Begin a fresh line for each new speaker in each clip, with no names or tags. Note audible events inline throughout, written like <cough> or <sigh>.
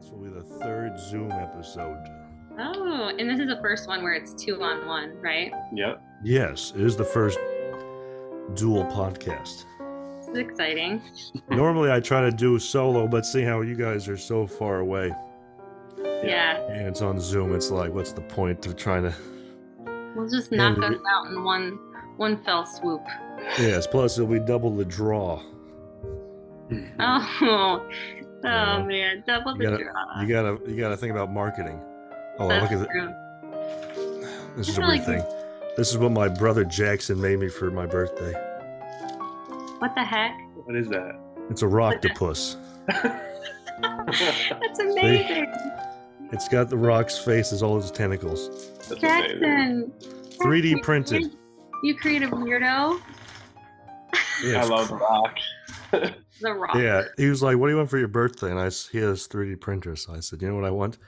This will be the third Zoom episode.
Oh, and this is the first one where it's two on one, right?
Yep.
Yes, it is the first dual podcast.
This is exciting.
Normally, I try to do solo, but seeing how you guys are so far away
Yeah.
and it's on Zoom, it's like, what's the point of trying to?
We'll just
And
knock
the-
them out in one one fell swoop. <laughs>
Yes, plus it'll be double the draw.
Oh, oh
Yeah.
man, double
You
the uh,
gotta-
draw.
You gotta, you gotta think about marketing. Oh,
That's
look at
true.
it. This is a
I
weird
feel like-
thing. This is what my brother Jackson made me for my birthday.
What the heck?
What is that?
It's a rocktopus.
That's amazing.
It's got the rock's face as all its tentacles.
That's amazing.
Jackson.
3D printed.
You creative weirdo.
I
Yes.
love rock.
The rock.
Yeah, he was like, "What do you want for your birthday?" And I, s- he has 3D printer, so I said, "You know what I want?"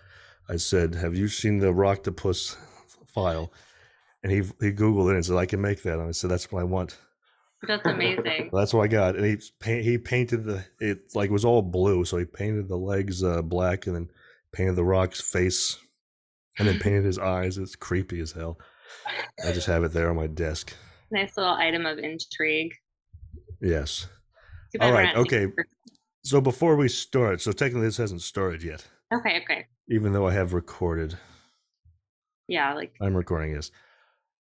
I said, "Have you seen the Rocktopus file?" And he he googled it and said, "I can make that." And I said, "That's what I want." <laughs>
That's amazing.
Well, that's what I got. And he paint, he painted the it like it was all blue, so he painted the legs uh, black, and then painted the rock's face, and then painted his eyes. It's creepy as hell. I just have it there on my desk.
nice little item of intrigue.
Yes.
Too
All
we're
right,
not seeing
okay.
her-
So before we start, so technically this hasn't started yet,
Okay, okay.
even though I have recorded.
Yeah, like
I'm recording this.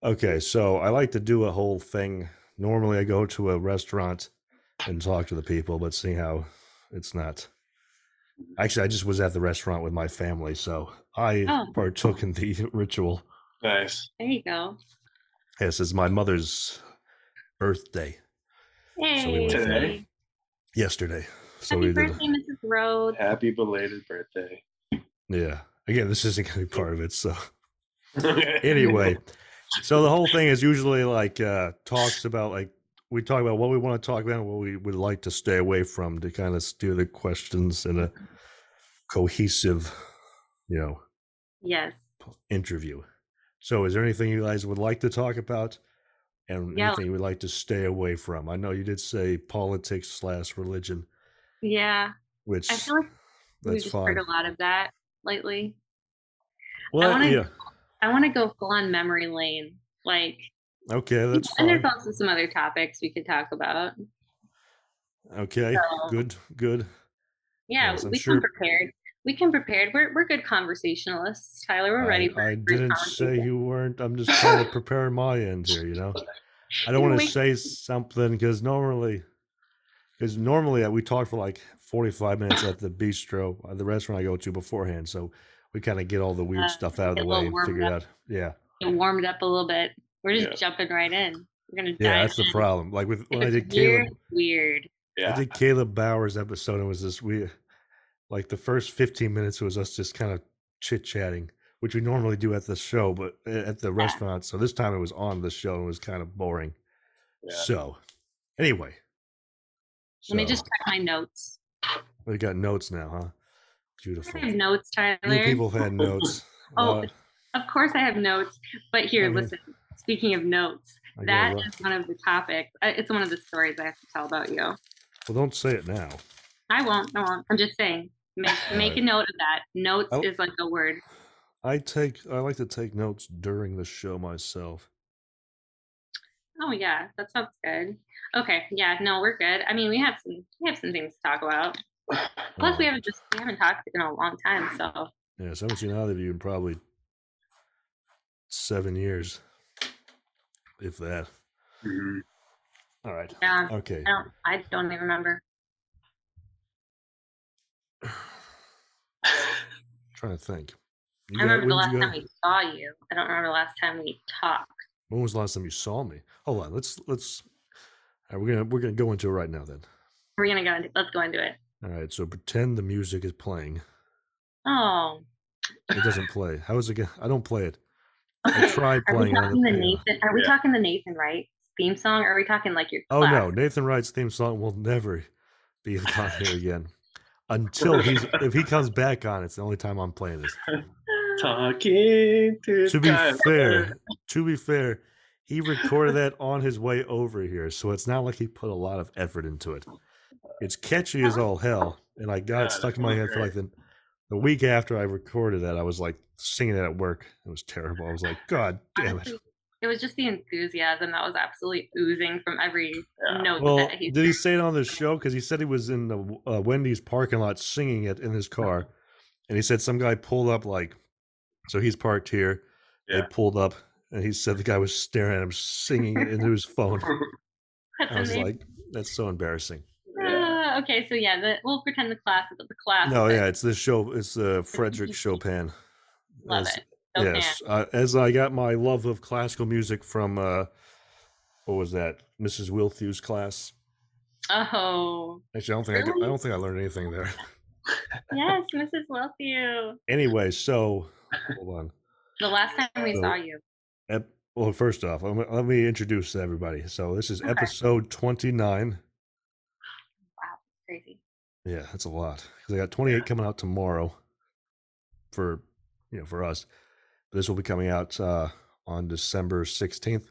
Okay, so I like to do a whole thing. Normally, I go to a restaurant and talk to the people, but see how it's not. Actually, I just was at the restaurant with my family, so I
Oh.
partook in the <laughs> ritual.
Nice.
there you go.
Yes, it's my mother's birthday
Hey.
So we went
Today?
yesterday, so
Happy
we did.
birthday, Mrs. Rhodes.
Happy belated birthday. <laughs>
Yeah. Again, this isn't going to be part of it, so.
<laughs>
anyway so the whole thing is usually like uh talks about like we talk about what we want to talk about and what we would like to stay away from to kind of steer the questions in a cohesive you know
Yes.
interview so is there anything you guys would like to talk about and
Yeah.
anything you would like to stay away from i know you did say politics slash religion
Yeah.
which
I feel like we've
that's
just
fine
heard a lot of that lately.
well
wanna- <laughs>
yeah
I want to go full on memory lane. Like,
okay Oh, that's fine
and there's also some other topics we could talk about. <laughs>
okay
So,
good good
yeah,
Yes, I'm
we
sure-
come prepared. We come prepared. We're, we're good conversationalists, Tyler. We're ready
I-
for
I,
a great
didn't say
conversation.
you weren't. I'm just
<laughs>
trying to prepare my end here. You know, I don't
You
want to
wait-
say something because normally, because normally uh, we talk for like 45 minutes at the bistro, uh, the restaurant I go to beforehand. So we kind of get all the weird
Uh,
stuff out of
get
the
a
way
little
and
warmed
figure it
up.
out. Yeah,
It warmed up a little bit. We're just
Yeah.
jumping right in. We're gonna
yeah,
dive
that's the
in.
problem. Like with when I
If
did
it's weird,
Caleb,
it's weird.
I
yeah.
did Caleb Bowers episode. It was this we, like the first 15 minutes was us just kind of chit chatting, which we normally do at the show, but eh, at the restaurant. So this time it was on the show and it was kind of boring.
yeah.
So, anyway,
Let me
So,
just check my notes.
we got notes now, huh? Beautiful.
I have notes,
You
Tyler.
people have had
<laughs>
notes.
Oh,
Uh,
Of course, I have notes. But here,
Okay.
listen. Speaking of notes,
I
that
got
is
lo-
one of the topics. Uh, It's one of the stories I have to tell about you.
well, don't say it now.
I won't. I won't. I'm just saying. Make, make a
Alright.
note of that. Notes
I'll-
is like a word.
I take. I like to take notes during the show myself.
Oh yeah, that sounds good. Okay, yeah, no, we're good. I mean, we have some we have some things to talk about. Plus, we
Uh,
haven't just we haven't talked in a long time, so
Yes, I haven't seen either of you in probably seven years, if that.
Mhm.
All right.
yeah.
Okay.
I don't I don't even remember.
trying to think. You got-
I remember the
when'd
last
you
time
go-
we saw you. I don't remember the last time we talked.
When was the last time you saw me? Hold on. Let's let's. All right, we're gonna we're gonna go into it right now then.
We're gonna go into let's go into it.
All right, so pretend the music is playing.
Oh,
It doesn't play. How is it? Gonna, I don't play it. I
okay.
tried
<laughs> Are we
playing on
talking
the
the
piano.
Nathan? Are we
Yeah.
talking the Nathan Wright theme song? Or are we talking like your
Oh no,
class?
Nathan Wright's theme song will never be on here
<laughs>
again until he's if he comes back on. It's the only time I'm playing this.
<sighs>
Talking to,
To be
Tyler.
fair, to be fair, he recorded that on his way over here, so it's not like he put a lot of effort into it. It's catchy as all hell, and I got
Yeah,
it stuck in
that's
my head for
okay.
like the the week after I recorded that, I was like singing it at work. It was terrible. I was like, God damn it.
Honestly, It was just the enthusiasm that was absolutely oozing from every <laughs>
Yeah.
note
Well,
that he
did he say it on the show? Because he said he was in the uh, Wendy's parking lot singing it in his car,
<laughs>
and he said some guy pulled up like, so he's parked here. They
Yeah.
pulled up, and he said the guy was staring at him singing it into his
<laughs>
phone.
That's
I was
amazing.
like, that's so embarrassing.
yeah.
Ah, <laughs> okay, so yeah, the, we'll pretend the class is the class.
No,
is it.
yeah, it's the show. It's uh,
<laughs>
Frederick Chopin.
Love
As-
it. Chopin.
Yes, uh, as I got my love of classical music from uh, what was that, Mrs. Wilthew's class.
Oh,
Actually, I don't think I, got- I
Really?
don't think I learned anything there.
yes, Mrs. Wealthy.
Anyway, so hold on.
The last time we
So-
saw you.
Ep- well, first off, let me, let me introduce everybody. So this is
Okay.
episode twenty nine.
Crazy.
Yeah, that's a lot because I got twenty eight coming out tomorrow. For you know, for us, this will be coming out uh, on December sixteenth.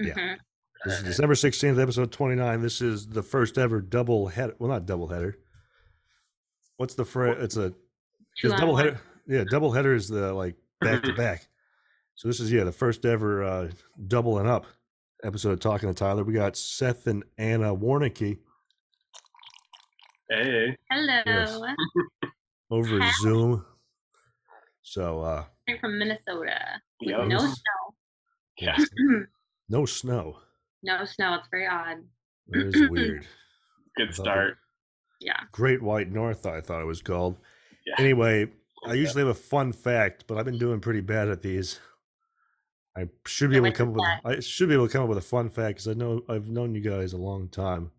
Yeah.
Mhm.
This is December 16th, episode 29. This is the first ever double header. Well, not double header. What's the phrase? It's a
Two
it's
on
double
one.
header. Yeah, double header is the like back to back. So this is yeah, the first ever uh double and up episode of Talking to Tyler. We got Seth and Anna Warnicki
Hey.
Hello.
Yes. over
Hi.
Zoom. So uh
I'm from Minnesota. with
Yo.
No
Yes.
Yeah.
snow.
no snow.
no snow. It's very odd.
That is weird.
Good
Love it.
start.
Yeah.
Great White North, I thought it was called.
Yeah.
Anyway, I
Okay.
usually have a fun fact, but I've been doing pretty bad at these. I should be
Yeah,
able to
what's your
come up with I should be able to come up with a fun fact because I know I've known you guys a long time.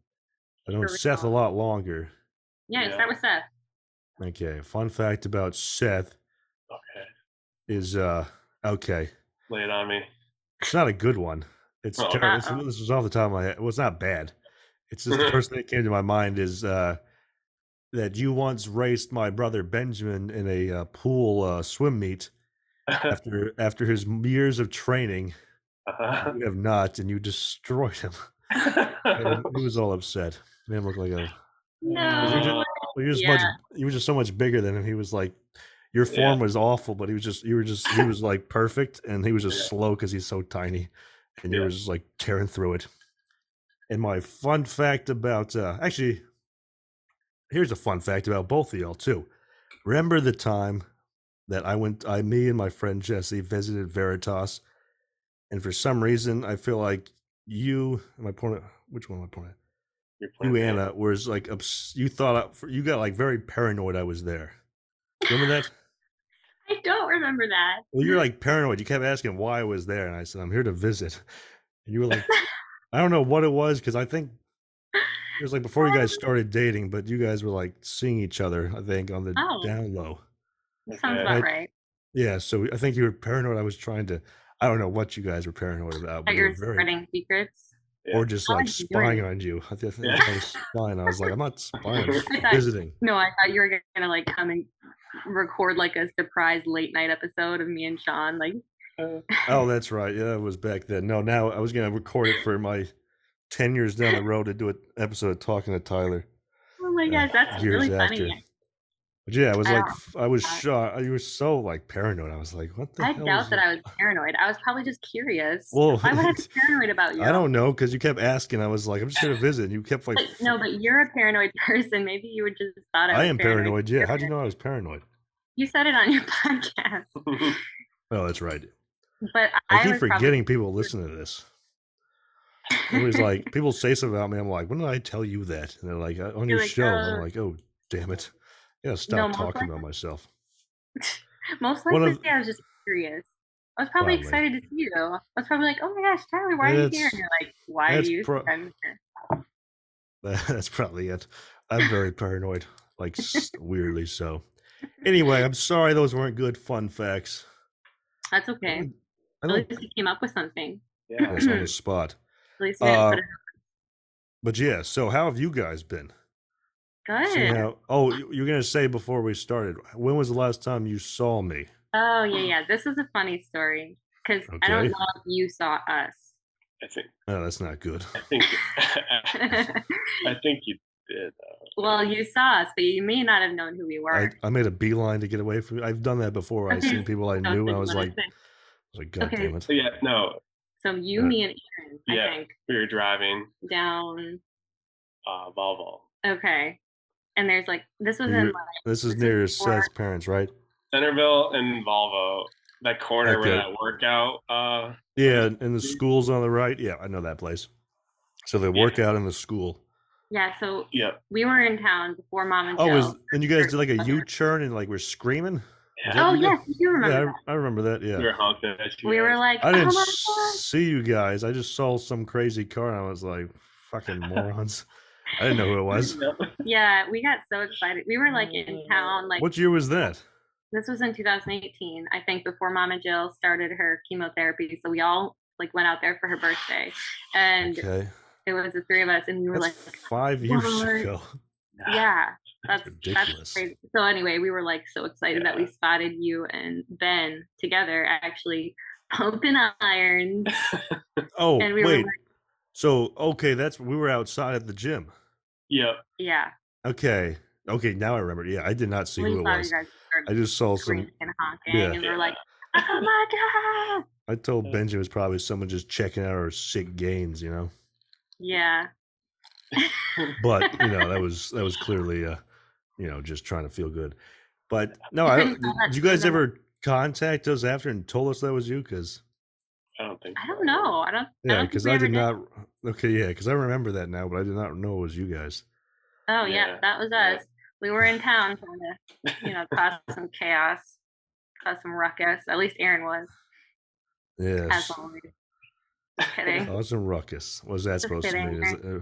I've known
For
Seth a
real.
lot longer.
Yeah.
Yeah.
Start with Seth.
Okay, fun fact about Seth
Okay.
is uh okay.
Lay it on me. <laughs>
It's not a good one. It's
Oh.
terrible. This,
Uh-oh.
this was off the top of my head. Well, it's not bad. It's just the first thing that came to my mind is uh, that you once raced my brother Benjamin in a uh, pool uh, swim meet after after his years of training. You have not, and you destroyed him. And he was all upset. Made him look like a.
you
No.
well, you was much. You were just so much bigger than him. He was like, your
Yeah.
form was awful, but he was just. You were just. He was like perfect, and he was just
Yeah.
slow because he's so tiny, and you
Yeah.
were just like tearing through it. And my fun fact about uh actually, here's a fun fact about both of y'all too. Remember the time that I went, I, me and my friend Jesse visited Veritas, and for some reason, I feel like you, am I pointing? Which one am I pointing? at?
You're
you
playing
Anna was like obs- you thought I- you got like very paranoid I was there. Remember that?
I don't remember that.
Well, you're like paranoid. You kept asking why I was there, and I said I'm here to visit. And you were like, I don't know what it was because I think it was like before you guys started dating, but you guys were like seeing each other. I think on the
Oh.
down low.
it.
Sounds
Okay.
about
I-
right.
Yeah, so I think you were paranoid. I was trying to. I don't know what you guys were paranoid about,
That
but you
you're
were very-
spreading secrets.
or just
Oh,
like
you're
spying
doing-
on you. I think I
Yeah.
think I was spying. I was like, I'm not spying. I'm just
I thought-
visiting.
No, I thought you were gonna like come and record like a surprise late night episode of me and Sean. Like,
Oh, that's right. Yeah, it was back then. No, now I was gonna record it for my ten years down
<laughs>
the road to do an episode of talking to Tyler.
oh my
Yeah,
gosh, that's
years
really
after.
funny.
But yeah, I was like,
Wow.
f- I was
Uh,
shocked. You were so like paranoid. I was like, what the
I
hell?
doubt
is
that
it?
I was paranoid. I was probably just curious.
Well,
Why would I
<laughs>
be paranoid about you?
I don't know because you kept asking. I was like, I'm just
<laughs>
here to visit. And you kept like,
But, no, but you're a paranoid <laughs> person. Maybe you would just thought I,
I
was
am paranoid. Yeah, how do you
earlier.
know I was paranoid?
You said it on your <laughs> podcast,
Oh, that's right.
but
I
I,
keep
was probably-
forgetting
<laughs>
people listen to this. Everybody's like, people say something about me. I'm like, when did I tell you that? And they're like, "Uh, on
You're
your
like,
show. And
"Uh."
I'm like, oh, damn it. Yeah,
No,
stop
most
talking
likely-
about myself.
<laughs> most
one
likely
of-
yeah, I was just curious. I was probably
Probably.
excited to see you. I was probably like, "Oh my gosh, Tyler, why are you here?"
That's-
And you're like, "Why
that's
do you?"
pro-
think I'm here?"
<laughs> That's probably it. I'm very paranoid, like s- weirdly so.
<laughs>
Anyway, I'm sorry those weren't good fun facts.
That's okay.
I
At
don't
least you came up with something.
<laughs>
<clears throat>
yeah.
guess on the spot.
At least you didn't
Uh,
put it
But yeah, so how have you guys been?
good.
See how- oh, you- you're gonna say before we started, when was the last time you saw me?
Oh yeah, yeah. This is a funny story because I
Okay.
don't know if you saw
<laughs>
us. <laughs>
I think <laughs>
Oh, that's not good.
I think I think you did. Uh,
Well, you saw us, but you may not have known who we
I,
were.
I made a beeline to get away from. I've done that before. I've
Okay, <laughs>
seen people I
So
knew, and
didn't
I was
wanna
like, I
say.
was like, God
Okay.
damn it!
So yeah, no,
so you,
Yeah.
me, and Aaron, I
Yeah.
think,
we were driving
down.
uh, Volvo.
Okay. And there's like, this was
You're-
in like,
This is
This
near your
is before-
Seth's parents, right?
Centerville and Volvo, that corner
Okay.
where that workout. Uh,
Yeah, and- and the school's on the right. Yeah, I know that place. So they
Yeah.
work out in the school.
yeah, so
yeah,
we were in town before mom and
Oh,
Joe.
was and you guys did like a
Okay.
U turn and like were screaming.
yeah.
that
oh,
you did?
yes, you do remember
Yeah, I, I remember that.
we
Yeah,
were honking at
that.
you.
We were
guys.
like,
I didn't
oh my God.
see you guys. I just saw some crazy car, and I was like,
<laughs>
"Fucking morons!" I didn't know who it
<laughs>
was.
Yeah, we got so excited. We were like in town, like
What year was that?
this was in 2018, I think, before Mama Jill started her chemotherapy. So we all like went out there for her birthday, and
Okay,
it was the three of us, and we were
that's
like,
five years
"What?"
ago.
yeah, that's
ridiculous.
that's crazy. So anyway, we were like so excited that we spotted you and Ben together, actually pumping irons.
Oh
And we were
wait,
like-
so okay, that's we were outside at the gym.
Yeah,
Yeah,
Okay, okay, now I remember. Yeah, I did not see
we
who it
saw you
was.
guys
I
start
just saw some.
screaming and honking,
Yeah.
and we
Yeah.
were like, oh my god,
I told
Uh,
Benji it was probably someone just checking out our sick gains, you know.
yeah.
But you
<laughs>
know that was that was clearly, uh, you know, just trying to feel good. But no,
I
I
couldn't
don't.
tell that
Did you
from
guys
the-
ever contact us after and told us that was you? Because
I don't think.
I
so.
don't know. I don't.
yeah,
I don't think
because
we
I
ever
did not. Okay, yeah, because I remember that now, but I did not know it was you guys.
Oh yeah,
Yeah,
that was
yeah.
us. We were in town trying to,
<laughs>
you know, cause some chaos, cause some ruckus. At least Aaron was,
Yes,
as
<laughs>
always. Just Kidding. Oh,
awesome ruckus. What's that
Just
supposed to
kidding,
mean? Is it,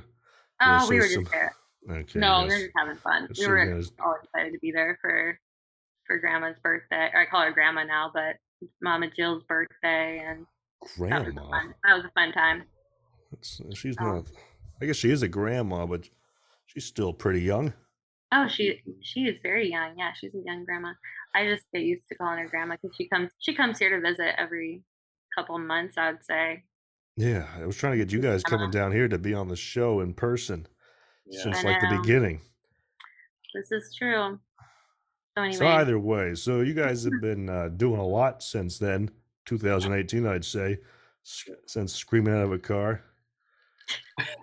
Oh, we
so
were just
some-
there.
uh, okay.
No, we
yes.
were just having fun.
Yes,
We
sir,
were
yes.
all excited to be there for for Grandma's birthday. Or I call her Grandma now, but Mama Jill's birthday, and that was a
grandma.
fun. That was a fun time.
That's- she's
Oh.
not. I guess she is a grandma, but she's still pretty young.
Oh, she
Mm-hmm.
she is very young. Yeah, she's a young grandma. I just get used to calling her grandma because she comes she comes here to visit every couple months. I would say.
Yeah, I was trying to get you guys coming down here to be on the show in person
Yeah.
since
I
like the
know.
beginning.
This is true. So anyway,
So either way, so you guys have been uh, doing a lot since then, 2018, I'd say, s- since screaming out of a car,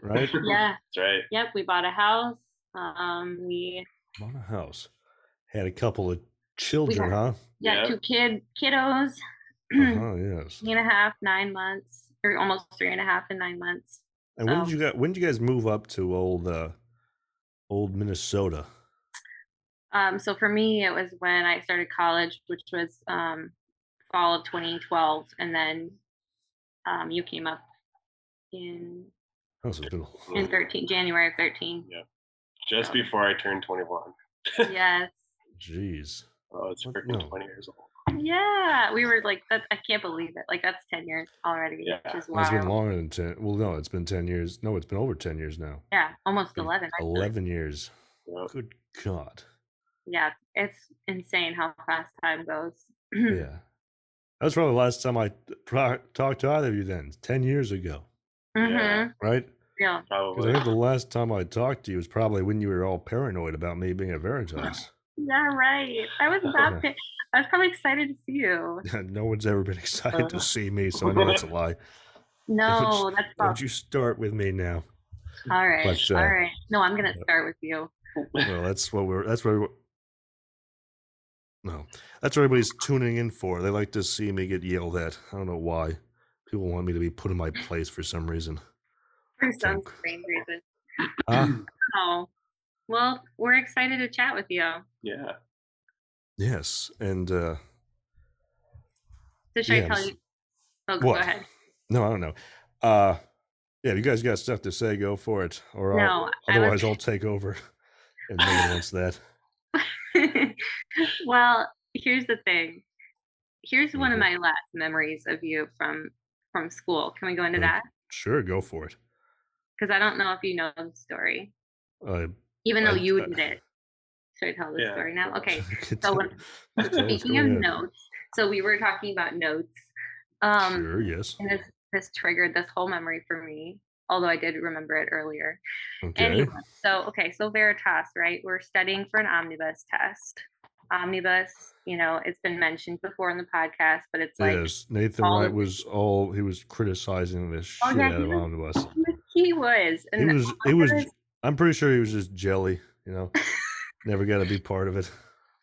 right?
yeah,
<laughs> That's right.
yep. We bought a house. Um, we
Bought a house, had a couple of children, huh?
yeah
Yep.
two kid kiddos, <clears throat> three
Uh-huh, yes.
and a half, nine months, or almost three and a half and nine months.
And when did
so-
you guys when did you guys move up to old uh, old Minnesota?
Um, so for me, it was when I started college, which was um, fall of 2012, and then um, you came up in
Oh, so it's been
<laughs>
a-
in 13 January of 13.
Mm-hmm. Just before I turned 21.
yes,
Jeez.
Oh, it's
What?
freaking
No.
20 years old.
yeah, we were like that. I can't believe it. Like that's 10 years already,
Yeah.
which is
Well, It's been
wild.
longer than 10. Well, no, it's been 10 years. No, it's been over 10 years now.
Yeah, almost
Been
11. actually.
11 years.
Yep.
Good God.
Yeah, it's insane how fast time goes. <clears throat> Hmm.
Yeah. That's probably the last time I pro- talked to either of you then, 10 years ago,
Mhm,
right?
Yeah.
Because I
Probably.
think the last time I talked to you was probably when you were all paranoid about me being at Veritas.
Yeah, right. I was not. pa- I was probably excited to see you.
<laughs> no one's ever been excited to
Uh-huh.
see me, so I know that's a lie.
No, that's
Don't
false.
you start with me now.
all right.
but, uh,
all right. No, I'm gonna start with you.
Well, that's what we're. That's what. We're, no, that's what everybody's tuning in for. They like to see me get yelled at. I don't know why. People want me to be put in my place for some reason.
For some
Don't-
strange reason.
Huh?
Oh, well, we're excited to chat with you.
yeah.
Yes, and uh
So should I tell
Yes.
you? Oh,
What?
go ahead.
no, I don't know. Uh Yeah, if you guys got stuff to say, go for it. Or I'll,
No, I
otherwise,
was-
I'll take over. <laughs> And no wants that.
<laughs> well, here's the thing. Here's one of
Mm-hmm.
my last memories of you from from school. Can we go into
Mm.
that?
Sure, go for it.
Because I don't know if you know the story,
Uh,
even though
I- <laughs>
you
I-
did it. Should I tell the
Yeah.
story now? Okay.
could
So
tell-
when-
could <laughs> tell us,
Speaking
go
of
ahead.
notes, so we were talking about notes. Um,
sure, yes.
and this this triggered this whole memory for me although I did remember it earlier.
Okay.
Anyway, so okay, so Veritas, right? We're studying for an omnibus test. Omnibus, you know, it's been mentioned before in the podcast, but it's like
yes, Nathan
all
Wright
of-
was all he was criticizing the shit
Oh, yeah,
out
he
of
was-
Omnibus.
he was,
He
and
was it was
Omnibus,
I'm pretty sure he was just jelly, you
<laughs>
know. Never got to be part of it.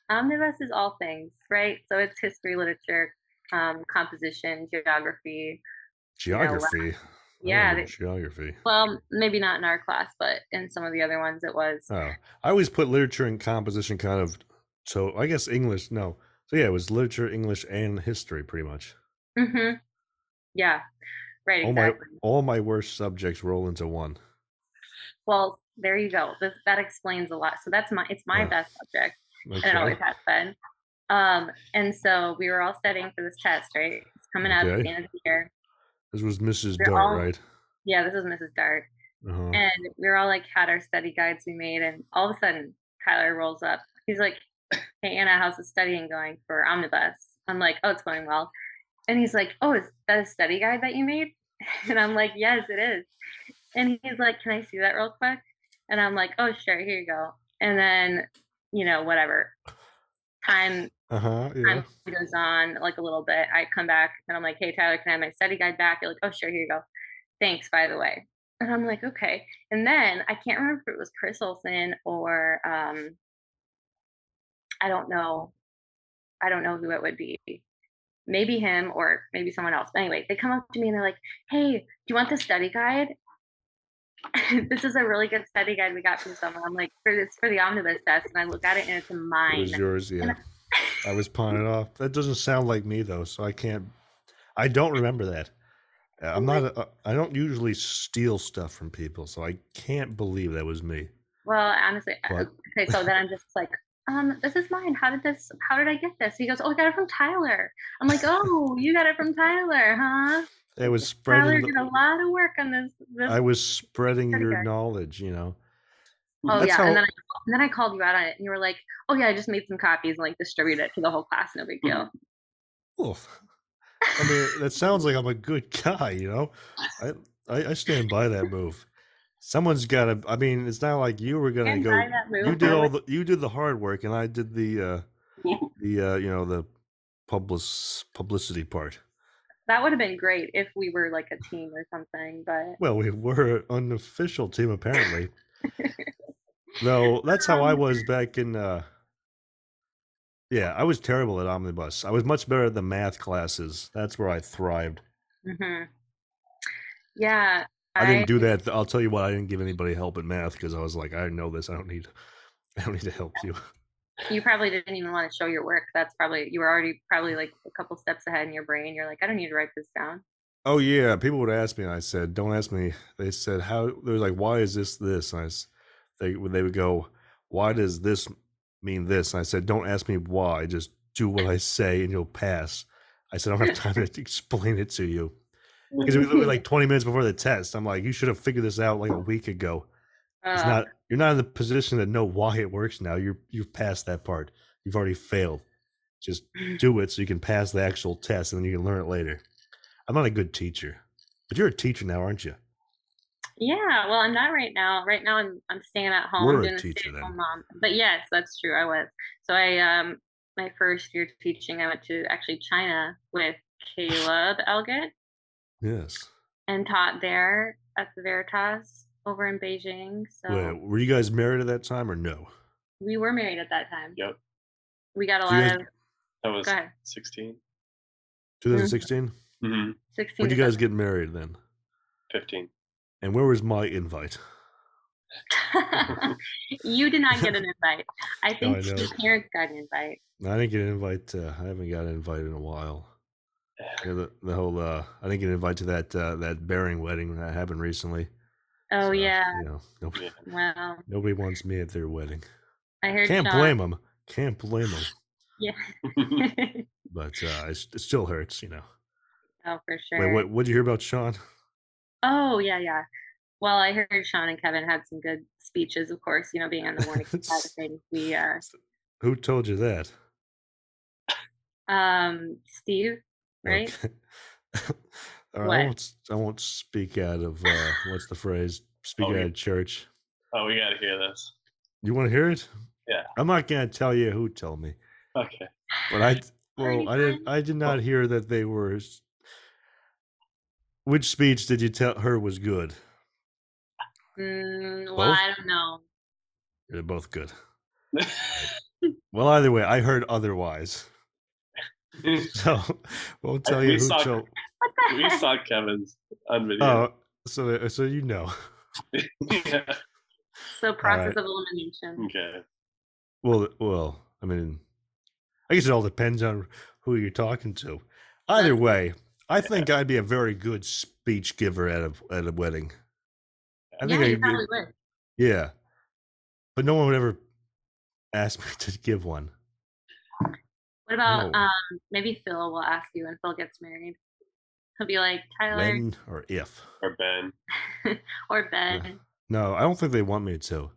omnibus is all things, right? So it's history, literature, um, composition, geography.
Geography. I
Yeah,
remember
they-
geography.
Well, maybe not in our class, but in some of the other ones, it was.
Oh, I always put literature and composition kind of. So I guess English. No, so yeah, it was literature, English, and history, pretty much.
hmm Yeah, right.
Uh. Oh my-
Exactly.
All my worst subjects roll into
<laughs>
one.
Well, there you go. This, that explains a lot. So that's my it's my
Yeah.
best subject, and it
Okay.
always has been. Um, and so we were all studying for this test, right? It's coming up at
Okay.
the end of the year.
This was Mrs.
They're
Dart,
all-
right?
Yeah, this is Mrs. Dart,
Uh-huh.
and we were all like had our study guides we made, and all of a sudden Tyler rolls up. He's like, "Hey Anna, how's the studying going for Omnibus?" I'm like, "Oh, it's going well," and he's like, "Oh, is that a study guide that you made?" <laughs> And I'm like, "Yes, it is." And he's like, "Can I see that real quick?" And I'm like, "Oh, sure, here you go." And then, you know, whatever. Time
Uh huh. Yeah.
time goes on like a little bit. I come back and I'm like, hey Tyler, can I have my study guide back? You're like, oh sure, here you go. Thanks, by the way. And I'm like, okay. And then I can't remember if it was Chris Olson or um I don't know. I don't know who it would be. Maybe him or maybe someone else. But anyway, they come up to me and they're like, hey, do you want the study guide? <laughs> this is a really good study guide we got from someone. I'm like, for it's for the omnibus test. And I look at it and it's
It
mine.
was yours.
<laughs>
Yeah. I was pawning it off. That doesn't sound like me though, so I can't. I don't remember that. Uh, I'm
my-
not. A, I don't usually steal stuff from people, so I can't believe that was me.
Well, honestly, I-
But-
okay. So then I'm just like, um, this is mine. How did this? How did I get this? He goes, oh, I got it from Tyler. I'm like, oh, you got it from Tyler, huh?
It was
Tyler
spreading. the-
did a lot of work on this. This.
I was spreading
Pretty
your
good.
knowledge. You know.
oh
that's
yeah,
how-
and then I, and then I called you out on it, and you were like, oh yeah, I just made some copies and like distributed it to the whole class. No big deal.
Oof. I mean, that sounds like I'm a good guy, you know. I I, I stand by that move. Someone's got to. I mean, it's not like you were gonna
And
go.
by that move,
You did
I
all
was-
the you did the hard work, and I did the uh the uh you know the public publicity part.
that would have been great if we were like a team or something, but
Well, we were an unofficial team apparently.
<laughs>
Though that's how I
Um,
was back in. uh Yeah, I was terrible at omnibus. I was much better at the math classes. That's where I thrived.
mhm. yeah,
I didn't do that. I'll tell you what, I didn't give anybody help in math because I was like, I know this. I don't need, <laughs> I don't need to help you.
you probably didn't even want to show your work. That's probably you were already probably like a couple steps ahead in your brain. You're like, I don't need to write this down.
<laughs> Oh yeah, people would ask me, and I said, don't ask me. They said, how? They were like, why is this this? And I, s- they they would go, why does this mean this? And I said, don't ask me why. Just do what I say, and you'll pass. I said, I don't have time to <laughs> explain it to you because it was literally <laughs> like 20 minutes before the test. I'm like, you should have figured this out like a week ago. it's
Uh,
not you're not in the position to know why it works now you're you've passed that part you've already failed
<laughs>
just do it so you can pass the actual test and then you can learn it later i'm not a good teacher but you're a teacher now aren't you
yeah, well, I'm not right now. Right now, I'm I'm staying at home.
We're a
I'm doing a
teacher
stay-at-home
then.
mom. But yes, that's true. I was. So I um my first year teaching, I went to actually China with Caleb Elgin
yes
and taught there at the Veritas over in Beijing. So
Wait, were you guys married at that time or no
we were married at that time.
Yep.
We got a
So you
lot
guys-
of
That was
go ahead.
16,
Mm-hmm.
2016
hmm
16
when
to
you guys get married then
15.
and where was my invite
<laughs> you did
<laughs>
not get an invite. I
No, I
think your
know.
parents got an invite.
i didn't get an invite uh, i haven't got an invite in a while You know, the, the whole uh i didn't get an invite to that uh, that bearing wedding that happened recently
Oh
So,
yeah.
you know, nobody,
Yeah.
Well,
nobody wants me at their wedding
I heard.
Can't
Sean- <laughs>
blame him. Can't blame him.
oh,
But uh, it's- it still hurts, you know.
for sure.
Wait, what? What did you hear about Sean?
Oh yeah, yeah. Well, I heard Sean and Kevin had some good speeches. Of course, you know, being on the
<laughs>
morning side of things, we uh,
Who told you that? <laughs>
um, Steve, right?
Okay. Or
What?
I won't. s- I won't speak out of uh, what's the phrase? Speak
Oh,
out
yeah.
of church.
<laughs> Oh, we gotta hear this.
You want to hear it?
Yeah.
I'm not gonna tell you who told me,
Okay. <laughs>
but I well,
Party
I didn't. I did
Oh.
not hear that they were. s- Which speech did you tell her was good?
Mm, well,
Both?
I don't know.
They're both good. Well, either way, I heard otherwise. <laughs> So won't
I-
tell
we
you who
saw-
told.
What the
we
heck?
saw Kevin's on video.
Oh, so so you know. <laughs>
<laughs> Yeah.
<laughs> So process
right.
of elimination.
Okay.
Well, well, I mean, I guess it all depends on who you're talking to. Either way, I think I'd be a very good speech giver at a at a wedding. I think
yeah,
I
you
could be-
probably would.
Yeah, but no one would ever ask <laughs> me to give one.
What about
No.
um, maybe Phil will ask you when Phil gets married? He'll be like Tyler
When or if?
Or Ben. <laughs>
<laughs> or Ben.
No, I don't think they want me to.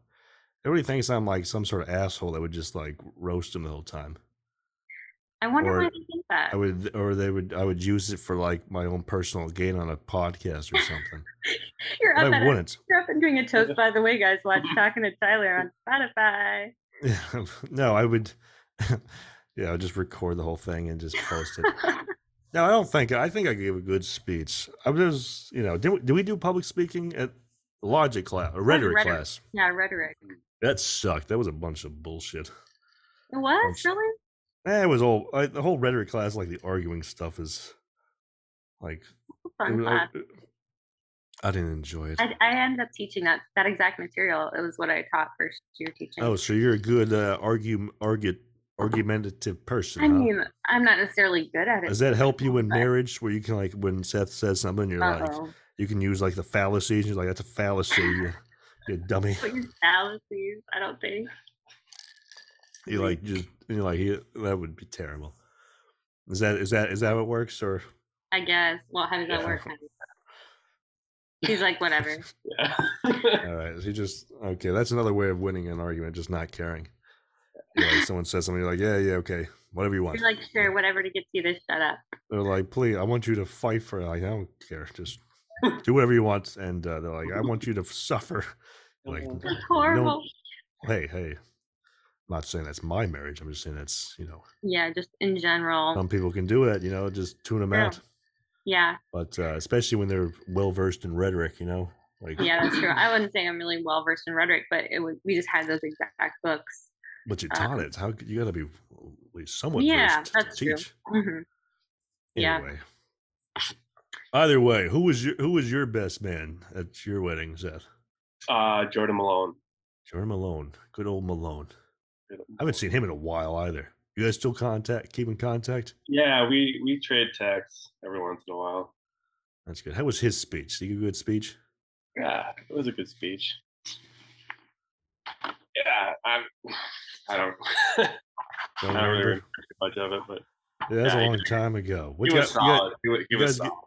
Everybody thinks I'm like some sort of asshole that would just like roast them the whole time.
I wonder
Or
why they think that.
I would, or they would, I would use it for like my own personal gain on a podcast or
<laughs>
something.
<laughs> You're
But
up, at
I
a,
wouldn't. <laughs>
you're up and doing a toast, by the way, guys. Watch Talking to Tyler on Spotify. <laughs>
no, I would. <laughs> yeah, I would just record the whole thing and just
<laughs>
post it. no, I don't think. I think I gave a good speech. I was, you know, did we, did we do public speaking at logic class or rhetoric,
rhetoric.
class?
yeah, rhetoric.
That sucked. That was a bunch of bullshit.
It was
Thanks.
really?
Eh, it was all I, the whole rhetoric class. Like the arguing stuff is like it
fun
was-
class.
I, I didn't enjoy it.
I, I ended up teaching that that exact material. It was what I taught first year teaching.
oh, so you're a good uh, argue, argue, argumentative person.
I
huh?
mean, I'm not necessarily good at it.
Does that help you in
but- Uh-huh.
marriage where you can like when Seth says something, you're like
Uh-oh.
you can use like the fallacies. You're like, that's a fallacy,
<laughs>
you, you dummy.
But your fallacies, I don't think.
You like just <laughs> you're like "Yeah, that would be terrible. Is that is that is that how it works or
I guess. Well, how does that
Yeah.
work?
<laughs>
He's like, whatever.
Yeah.
all right? So you just okay. That's another way of winning an argument, just not caring. You're like someone says something, you're like, yeah, yeah, okay, whatever you want.
You're like, sure, whatever to get you to shut up.
They're like, please, I want you to fight for. it." Like, I don't care,
<laughs>
just do whatever you want. And uh, they're like, I want you to suffer. <laughs> You're like,
That's horrible.
hey, hey. I'm not saying that's my marriage. I'm just saying that's, you know,
Yeah, just in general.
some people can do it, you know, just tune them
Oh. Yeah.
out.
yeah,
But uh, especially when they're well versed in rhetoric, you know, like,
yeah, that's true. I wouldn't say I'm really well versed in rhetoric, but it was we just had those exact books.
but you
Uh,
taught it. How could- you got to be at least somewhat
Yeah,
versed to
that's true.
teach.
Mhm. Yeah. <laughs>
Anyway. Either way, who was your who was your best man at your wedding, Seth?
Uh, Jordan Malone.
Jordan Malone, good old Malone. I haven't seen him in a while either. You guys still contact, keep in contact?
Yeah, we we trade texts every once in a while.
That's good. How was his speech? Did he give a good speech?
Yeah, it was a good speech. Yeah, I <sighs> I don't <laughs> I
Don't
don't really
remember?
remember much of it, but
Yeah, that's
Yeah,
a
he-
long time ago. What
he
you
was uh,
got- you got-
solid. He wa- he
you
was
guys get-
solid.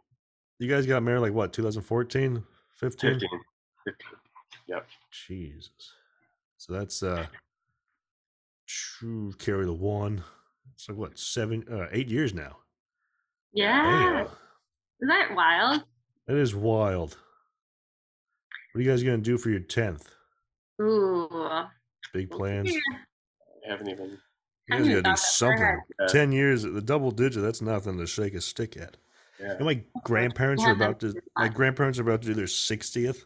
You guys got married like what, 2014, 15?
15.
Jesus. So that's uh shoo, carry the one. It's like what, seven uh, eight years now.
Yeah. Ah.
Damn.
Is that wild?
That is wild. What are you guys gonna do for your tenth?
Ooh.
Big
We'll
plans?
see.
You
I haven't even
guys
haven't
gotta do
thought that far ahead.
something.
Yeah.
Ten years at the double digit, that's nothing to shake a stick at.
yeah.
And my grandparents are
haven't
about to
done
my
that.
grandparents are about to do their sixtieth.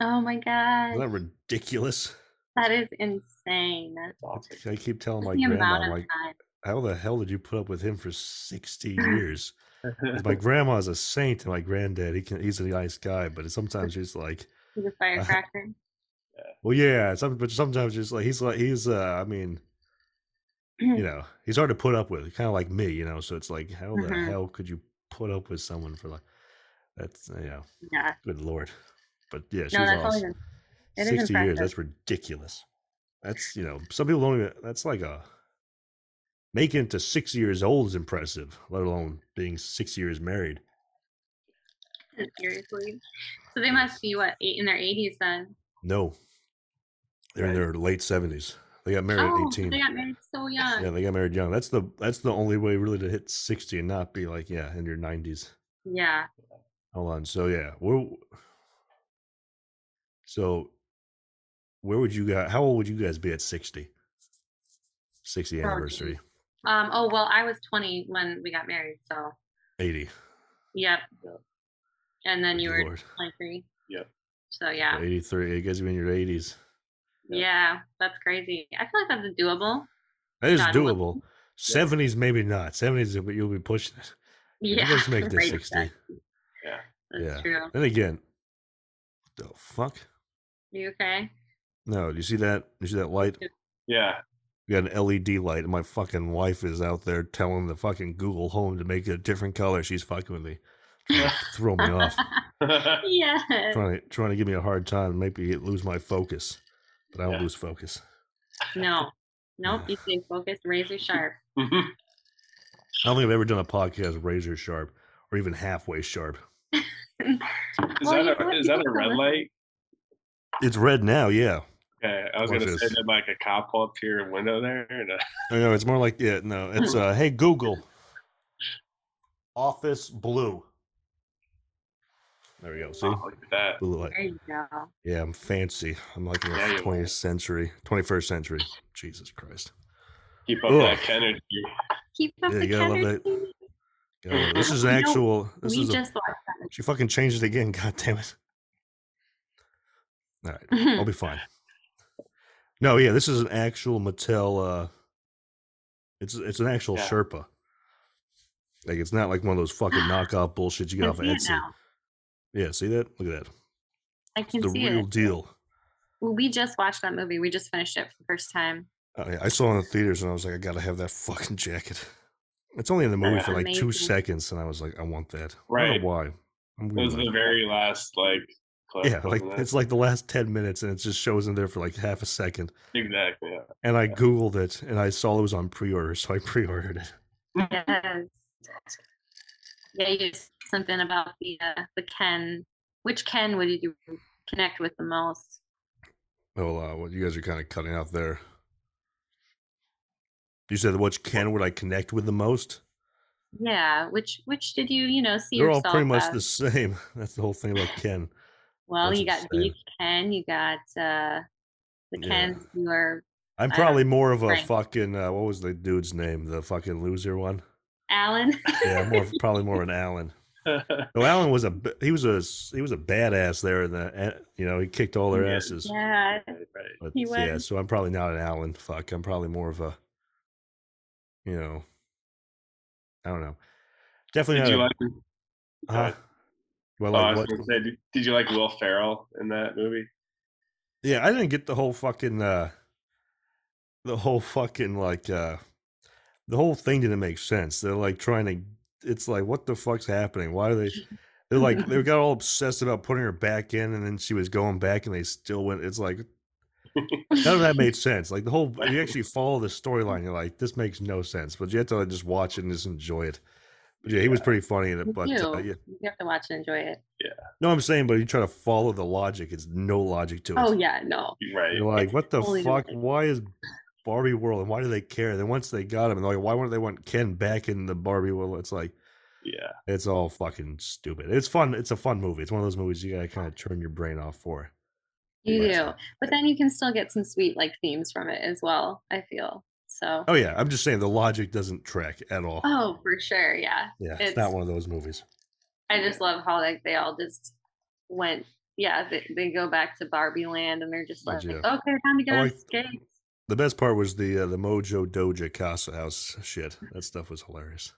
Oh my
Isn't that
god.
ridiculous?
That is insane. That's
<laughs>
It's awesome.
I keep telling Oh my
the amount
grandma,
of
I'm like,
time.
how the hell did you put up with him for
<laughs>
60 years? 'Cause my grandma's a saint, and my granddad, he can, he's a nice guy, but sometimes he's like, <laughs>
He's a firecracker. <clears throat>
well, yeah, some, but sometimes just like, he's like, he's, uh, I mean,
Hmm.
you know, he's hard to put up with, kind of like me, you know, so it's like, how the
Mhm.
hell could you put up with someone for like, that's, you know,
yeah.
good lord. But yeah, she's
No, that's all
awesome.
even. It is
60 years
impressive.
that's ridiculous that's you know some people don't even that's like a making it to six years old is impressive let alone being six years married
Seriously. So they must be what eight in their eighties then.
no they're in
Right.
their late 70s they got married
oh,
at
so
18
they got married so young.
yeah they got married young that's the that's the only way really to hit 60 and not be like yeah in your 90s
Yeah.
Hold on. So yeah, where? So where would you guys? How old would you guys be at sixty? Sixty
Oh,
anniversary,
Um, oh well, I was 20 when we got married, so
eighty.
yep.
Yeah.
And then you
Good
were
Lord.
23.
Yep.
So yeah,
eighty-three. You guys would be in your eighties.
yeah, that's crazy. I feel like that's doable. <laughs>
That is
God, I love-
doable. Seventies, maybe not. Seventies, but you'll be pushing
<laughs>
it.
Yeah,
you guys
<laughs>
make this
right,
sixty.
That's
Yeah.
true.
Then again, the fuck?
You
<laughs>
okay?
No, do you see that? You see that light?
Yeah. <laughs>
We got an LED light, and my fucking wife is out there telling the fucking Google Home to make it a different color. She's fucking with me,
<laughs>
throw me off,
yeah.
trying to trying to give me a hard time, make me lose my focus. But I don't
Yeah.
lose focus.
<laughs> No. Nope. You stay focused,
<laughs>
razor sharp.
I don't think I've ever done a podcast razor sharp or even halfway sharp.
Is
Well, you
that
know
a,
what?
is that
People can
a red
listen.
light?
It's red now, yeah.
Okay, I was
Watch
gonna say
this.
did like a cop pull up to your window there. And, uh,
I know it's more like yeah, no, it's uh, hey Google, office blue. There we go. See,
oh, look at that.
blue light.
There you go.
Yeah, I'm fancy. I'm like in
Yeah, you
the
are.
twentieth century, twenty first century. Jesus Christ.
Keep up
Ugh.
that Kennedy.
Keep up
Yeah,
the
you gotta love
Kennedy.
God, this is
<laughs> You know,
actual. This
We
is a,
just <laughs> watched
she fucking changed it again. <laughs> God damn it. All right, I'll
<laughs> that.
be fine. No, yeah, this is an actual Mattel. uh It's it's an actual
Yeah.
Sherpa. Like it's not like one of those
<gasps>
fucking knockoff bullshit you
I
get
can
off
see it
Etsy.
now.
Yeah, see that? Look at that.
I can
the
see
real
it.
deal.
Well, we just watched that movie. We just finished it for the first time.
I, Oh, I saw it in the theaters and I was like, I gotta have that fucking jacket. It's only in the movie
Yeah.
for like two
Amazing.
seconds, and I was like, I want that. I don't
Right.
know why. I'm
It
weird
was
like
the very last like. Clip,
that. yeah, like
wasn't it?
it's like the last ten minutes, and it just shows in there for like half a second.
exactly. Yeah.
And I googled it, and I saw it was on pre-order, so I <laughs> pre-ordered it.
Yes. Yeah, you just something about the uh, the Ken. Which Ken would you connect with the most?
Oh, uh, well, you guys are kind of cutting out there. You said which Ken would I connect with the most?
Yeah, which which did you you know see
They're all
yourself? uh.
pretty much
as?
the <laughs> same. That's the whole thing about Ken.
well,
that's
you got
insane.
Beef Ken, you got uh the
Yeah.
Kens who are
I'm
I don't
probably more of a
Frank.
fucking uh, what was the dude's name? The fucking loser one.
Alan. <laughs>
Yeah, I'm more of- probably more of an Allen.
yeah. <laughs>
No, Allen was a b- he was a s- he was a badass there in the eh, you know he kicked all their
Yeah.
asses.
yeah,
Right, right.
But,
he
yeah,
was.
so I'm probably not an Allen. Fuck, I'm probably more of a you know I don't know. Definitely
Did you
not.
like?
a, huh? Do I
oh, I
Uh-huh. like
was
what?
gonna say, did, did you like Will Ferrell in that movie?
Yeah, I didn't get the whole fucking uh the whole fucking like uh the whole thing didn't make sense. They're like trying to it's like what the fuck's happening? Why are they <laughs> they're like they got all obsessed about putting her back in and then she was going back and they still went it's like none of that made sense. Like the whole you <laughs> actually follow the storyline, you're like, this makes no sense. But you have to like, just watch it and just enjoy it. But yeah, he was pretty funny in it,
You
but uh,
do.
yeah.
<laughs> You have to watch and enjoy it.
No, I'm saying, but you try to follow the logic, it's no logic to it.
Oh yeah, no.
Right.
You're like, what the
totally
fuck?
different.
Why is Barbie World and why do they care? Then once they got him, and like, why wouldn't they want Ken back in the Barbie World? It's like
Yeah.
it's all fucking stupid. It's fun. It's a fun movie. It's one of those movies you gotta kind of turn your brain off for.
You
Right.
do. But then you can still get some sweet like themes from it as well, I feel. So
Oh yeah, I'm just saying the logic doesn't track at all.
oh for sure, yeah.
yeah, it's, not
it's-
one of those movies.
I just love how like they all just went yeah, they, they go back to Barbie land and they're just
Oh,
like,
yeah.
Okay, time to get
I
on
like-
skates.
The best part was the uh, the Mojo Doja Casa House shit. That stuff was hilarious.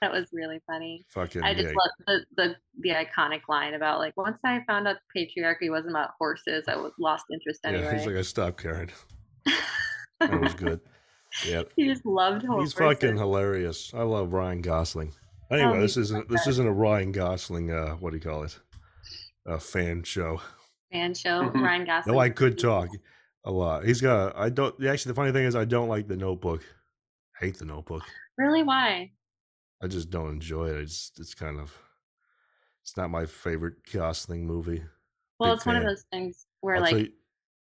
That was really funny.
Fucking
I just
yeah.
love the, the the iconic line about like once I found out the patriarchy wasn't about horses, I was lost interest
yeah, <laughs> he's
anyway.
like I stopped caring. That was good. Yeah,
<laughs> he just loved
He's
horses.
fucking hilarious. I love Ryan Gosling. Anyway,
Oh, me
this isn't this isn't a Ryan Gosling uh what do you call it? A fan show.
fan show.
Mhm.
Ryan Gosling.
No, I could talk a lot. He's got I don't actually the funny thing is I don't like the notebook. hate the notebook.
Really? Why?
I just don't enjoy it. It's it's kind of it's not my favorite Gosling movie.
Well,
Big
it's one of
fan.
those things where
I'll
like
tell you-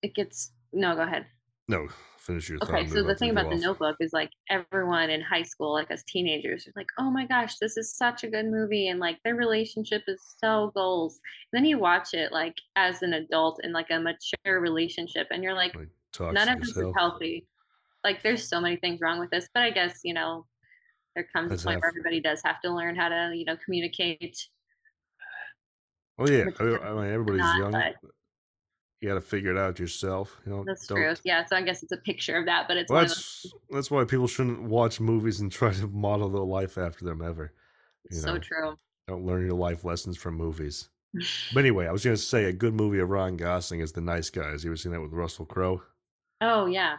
it gets no go ahead
No, finish your thought.
Okay,
and
so
move
the
on to
thing about the
Dwarf.
notebook is like everyone in high school, like as teenagers, are like, oh my gosh, this is such a good movie. And like their relationship is so goals. And then you watch it like as an adult in like a mature relationship, and you're like,
Like, toxic
none of
as
this
hell.
is healthy. Like there's so many things wrong with this, but I guess, you know, there comes
That's
a point where
half-
everybody does have to learn how to, you know, communicate.
Oh yeah, I,
mature
I mean everybody's
not,
young.
but-
You got to figure it out yourself. You know,
That's
don't-
true. Yeah. So I guess it's a picture of that, but it's
Well,
one of those-
that's that's why people shouldn't watch movies and <laughs> try to model their life after them ever. You
so
know,
true.
don't learn your life lessons from movies.
<laughs>
But anyway, I was going to say a good movie of Ron Gosling is The Nice Guys. You ever seen that with Russell Crowe?
Oh yeah.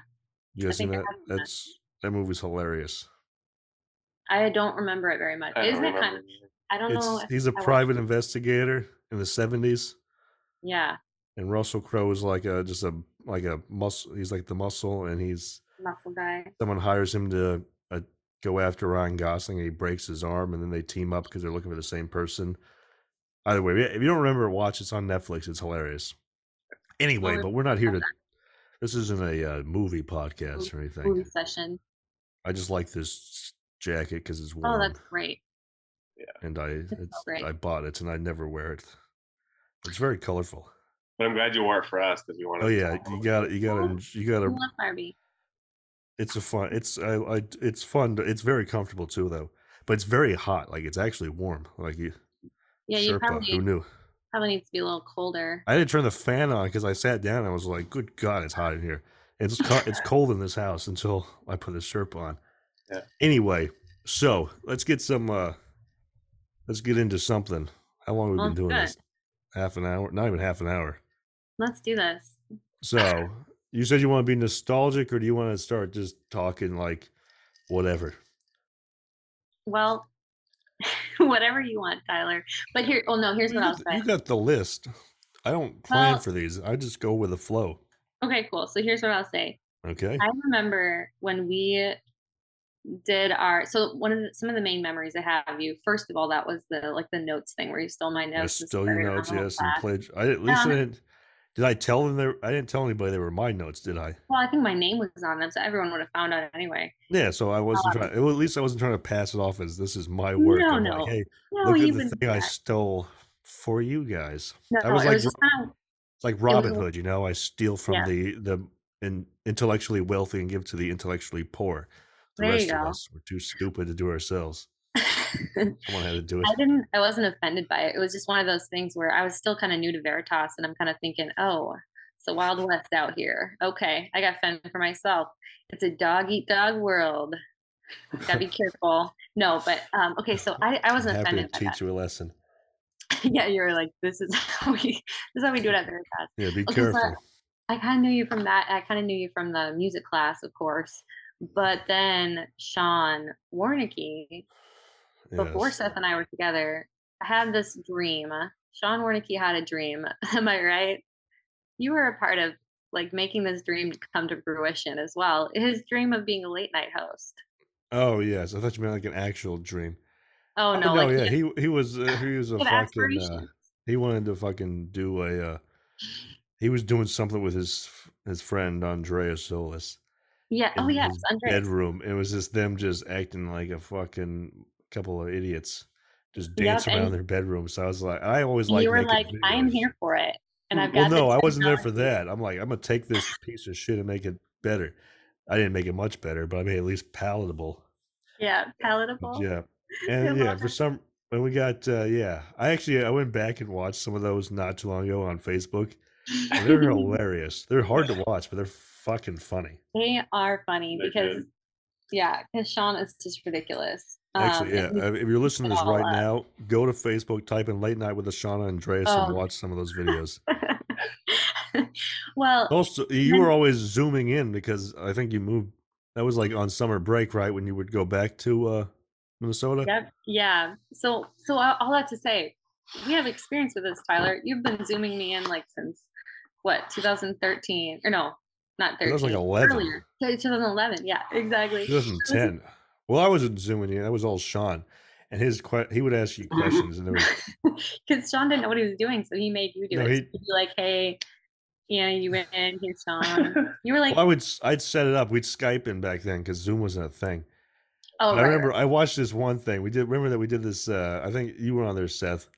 You ever seen
think I
that?
have seen that.
That's that movie's hilarious.
I don't remember it very much.
I
Isn't
don't
it kind
remember.
of Oh, I don't know.
It's
if
he's a
I watched
private
it.
investigator in the seventies,
Yeah.
and Russell Crowe is like a just a like a muscle. He's like the muscle, and he's
Muscle guy.
someone hires him to uh, go after Ryan Gosling and he breaks his arm and then they team up because they're looking for the same person. Either way, if you don't remember, watch it's on Netflix. It's hilarious. Anyway,
Well,
but we're not here
okay.
to. This isn't a uh, movie podcast or
Movie
anything.
session.
I just like this jacket because it's
Oh,
warm,
that's great.
and I
so
it's,
great.
I bought it and I never wear it. It's very colorful.
But I'm glad you wore it for us because we wanted.
Oh
to
yeah,
talk
you
about
got to You got
Oh,
to You got
I
to
love Barbie.
It's a fun. It's I, I. It's fun. to- It's very comfortable too, though. But it's very hot. Like it's actually warm. Like you,
Yeah, you
Sherpa,
probably
Who knew?
probably needs to be a little colder.
I didn't turn the fan on because I sat down and I was like, "Good God, it's hot in here." It's co- it's cold in this house until I put the Sherpa on.
Yeah.
Anyway, so let's get some. uh Let's get into something. How long have we
Well,
been doing
good.
this? Half an hour? Not even half an hour.
Let's do this.
So you said you want to be nostalgic, or do you want to start just talking like whatever?
Well, <laughs> whatever you want, Tyler. But here, oh no, here's
You
what I'll
got, the-
say.
you got the list. I don't plan
Well-
for these. I just go with the flow.
Okay, cool. So here's what I'll say.
Okay.
I remember when we did our so one of the, some of the main memories I have of you. First of all, that was the like the notes thing where you stole my
I
notes. and
stole your
started on
notes,
the whole
yes, and
class.
pledge. I at least
Um,
I didn't. Did I tell them they? were- I didn't tell anybody they were my notes, did I?
Well, I think my name was on them, so everyone would have found out anyway.
Yeah. So I wasn't
Um,
trying. Well, at least I wasn't trying to pass it off as this is my work.
No,
I'm
no.
like, hey,
No,
look
you
at the
wouldn't.
thing
do
I
that.
stole for you guys.
No,
was
it
like
was just kind of,
It's like Robin
was-
Hood, you know. I steal from
Yeah.
the the in, intellectually wealthy and give to the intellectually poor. The
There you
rest of
go.
us were too stupid to do ourselves.
I
Someone had to do it.
didn't. I wasn't offended by it. It was just one of those things where I was still kind of new to Veritas, and I'm kind of thinking, "Oh, it's the Wild West out here." Okay, I got fend for myself. It's a dog eat dog world. Gotta be careful. No, but um, okay. So I, I wasn't
I'm happy
offended
to
by
teach you a lesson.
that. <laughs> yeah, you were like, "This is <laughs> how we. This is how we do it at Veritas."
Yeah, be
Okay, so
careful.
I kind of knew you from that. I kind of knew you from the music class, of course. But then Sean Warnicki before
Yes.
Seth and I were together, I had this dream. Sean Wernicke had a dream. <laughs> Am I right? You were a part of like making this dream come to fruition as well. His dream of being a late night host.
Oh yes, I thought you meant like an actual dream.
Oh
Oh,
no,
no,
like
yeah, he he was uh, he
<sighs>
was a
had
fucking uh,
aspirations.
he wanted to fucking do a uh, he was doing something with his f- his friend Andreas Solis
yeah. Oh
in
yes,
his
Andres.
bedroom. It was just them just acting like a fucking couple of idiots, just
Yep,
dancing around
and-
their bedroom. So I was like, I always
And
like
you were like, I am here for it. And I've got
Mm, well, no,
this
I wasn't there for
technology."
that. I'm like, I'm gonna take this piece of shit and make it better. I didn't make it much better, but I made it at least palatable.
Yeah, palatable. <laughs>
Yeah. And
I
yeah,
love
for
it.
some when we got uh yeah, I actually I went back and watched some of those not too long ago on Facebook.
<laughs>
and They're hilarious. They're hard to watch, but they're fucking funny.
They are funny
They
because
did.
yeah, because Sean is just ridiculous.
Actually,
Um, and
yeah. uh, If you're listening to this
all
right
up.
now, go to Facebook, type in "Late Night with Ashana Andreas"
Oh.
and watch some
<laughs>
of those videos.
he- well,
also, you were always zooming in because I think you moved. That was like on summer break, right? When you would go back to uh, Minnesota.
Yep. Yeah. So, so all all that to say, we have experience with this, Tyler. You've been zooming me in like since what 2013 or no, not
That
13.
was like 11,
Earlier. Yeah, 2011. Yeah, exactly. <laughs>
2010. Well, I wasn't zooming in. That was all Sean, and his que- he would ask
Mm-hmm.
you
<laughs>
questions, and there was
Because Sean didn't know what he was doing, so he made you do
No,
it.
he-
So he'd be like, "Hey, Yeah, you went in, here's
<laughs>
Sean. You were like,
Well, I would s- I'd set it up. We'd Skype in back then because Zoom wasn't a thing.
oh,
And
right,
I
right,
remember I watched this one thing. We did remember that we did this. Uh, I think you were on there, Seth.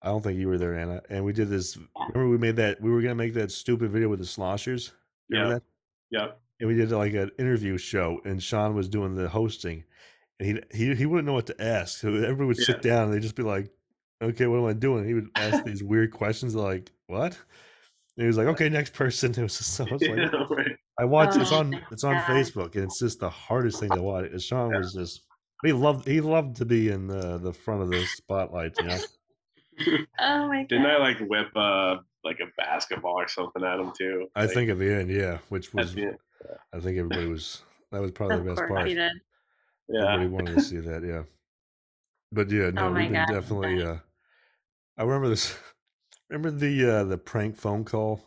I don't think you were there, Anna. And we did this. Remember we made that. We were gonna make that stupid video with the sloshers. Remember
Yeah.
that?
Yeah.
And we did like an interview show, and Sean was doing the hosting, and he he he wouldn't know what to ask. So everybody would sit down and they'd just be like, "Okay, what am I doing?" he would
<laughs>
ask these weird questions like, "What?" And he was like, "Okay, next person." <laughs> It was just, so I was like,
Yeah, <laughs> right.
I watch it's
Oh,
on it's on
God.
Facebook and it's just the hardest thing to watch. And Sean
Yeah.
was just he loved he loved to be in the the front of the spotlight. You know?
Oh my god.
Didn't I like whip uh like a basketball or something at him too?
I
Like,
think at the end, yeah, which
at
was
the end.
I think everybody was that was probably
Of
the best
course
part.
you did.
yeah.
Everybody wanted to see that, yeah. But yeah, no,
Oh my
we've been
God,
definitely.
right.
Uh, I remember this. <laughs> Remember the uh the prank phone call.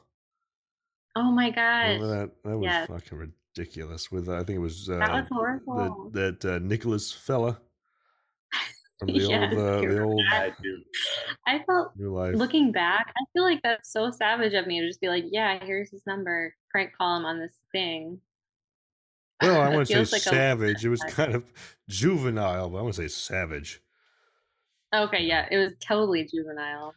Oh my gosh.
Remember that? That was
Yes.
fucking ridiculous. With uh, I think it was uh,
That was
the,
horrible.
that uh, Nicholas fella
<laughs>
from the
Yes,
old uh,
you
the old
I do.
I felt
New life.
looking back, I feel like that's so savage of me to just be like, yeah, here's his number, prank call him on this thing.
well, I
It
wouldn't say
feels like a-
savage. It was kind of juvenile, but I wouldn't say savage.
Okay, yeah, it was totally juvenile.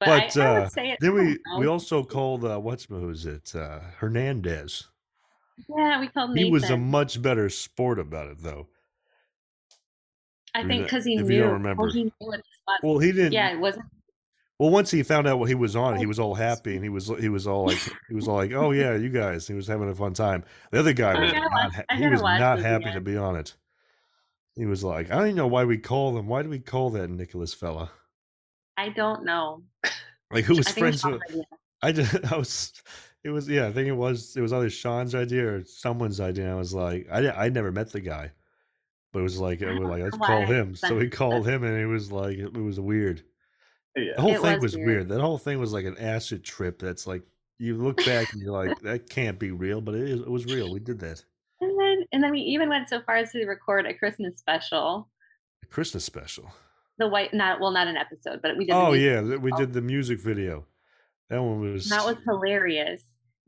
But,
But,
I, I
uh,
would say it.
Then
I don't
we we
know.
also called uh, what's was it uh, Hernandez.
yeah, we called Nathan.
He was a much better sport about it though.
I think because he
if you
knew.
don't remember.
Well, he knew what the spot.
Well, he didn't.
yeah, Oh. it wasn't.
Well, once he found out what he was on, he was all happy and he was he was all like he was all like, "Oh yeah, you guys." He was having a fun time. The other guy
I
was
gotta
not,
watch-
ha-
I
he
gotta
was
watch
not
this
happy to
again.
be on it. He was like, "I don't even know why we call them. Why do we call that Nicholas fella?
I don't know.
Like who was
I think it was
friends uh with?"
Sean's idea.
<laughs> I just I was it was yeah I think it was it was either Sean's idea or someone's idea. and I was like I di- I never met the guy, but it was like
I
we were
don't
like
know
let's
why
call
I
him. So we
sent
called him and it was like it, was weird. The
Yeah.
whole
It
thing
was
was weird.
weird.
That whole thing was like an acid trip. That's like you look back and you're like that can't be real, but it is. It was real. We did that
And then, and then we even went so far as to record a Christmas special.
A Christmas special.
The white, not well, not an episode, but we did. the
Oh
music.
yeah, th- we
Oh.
did the music video. That one was,
And that was hilarious.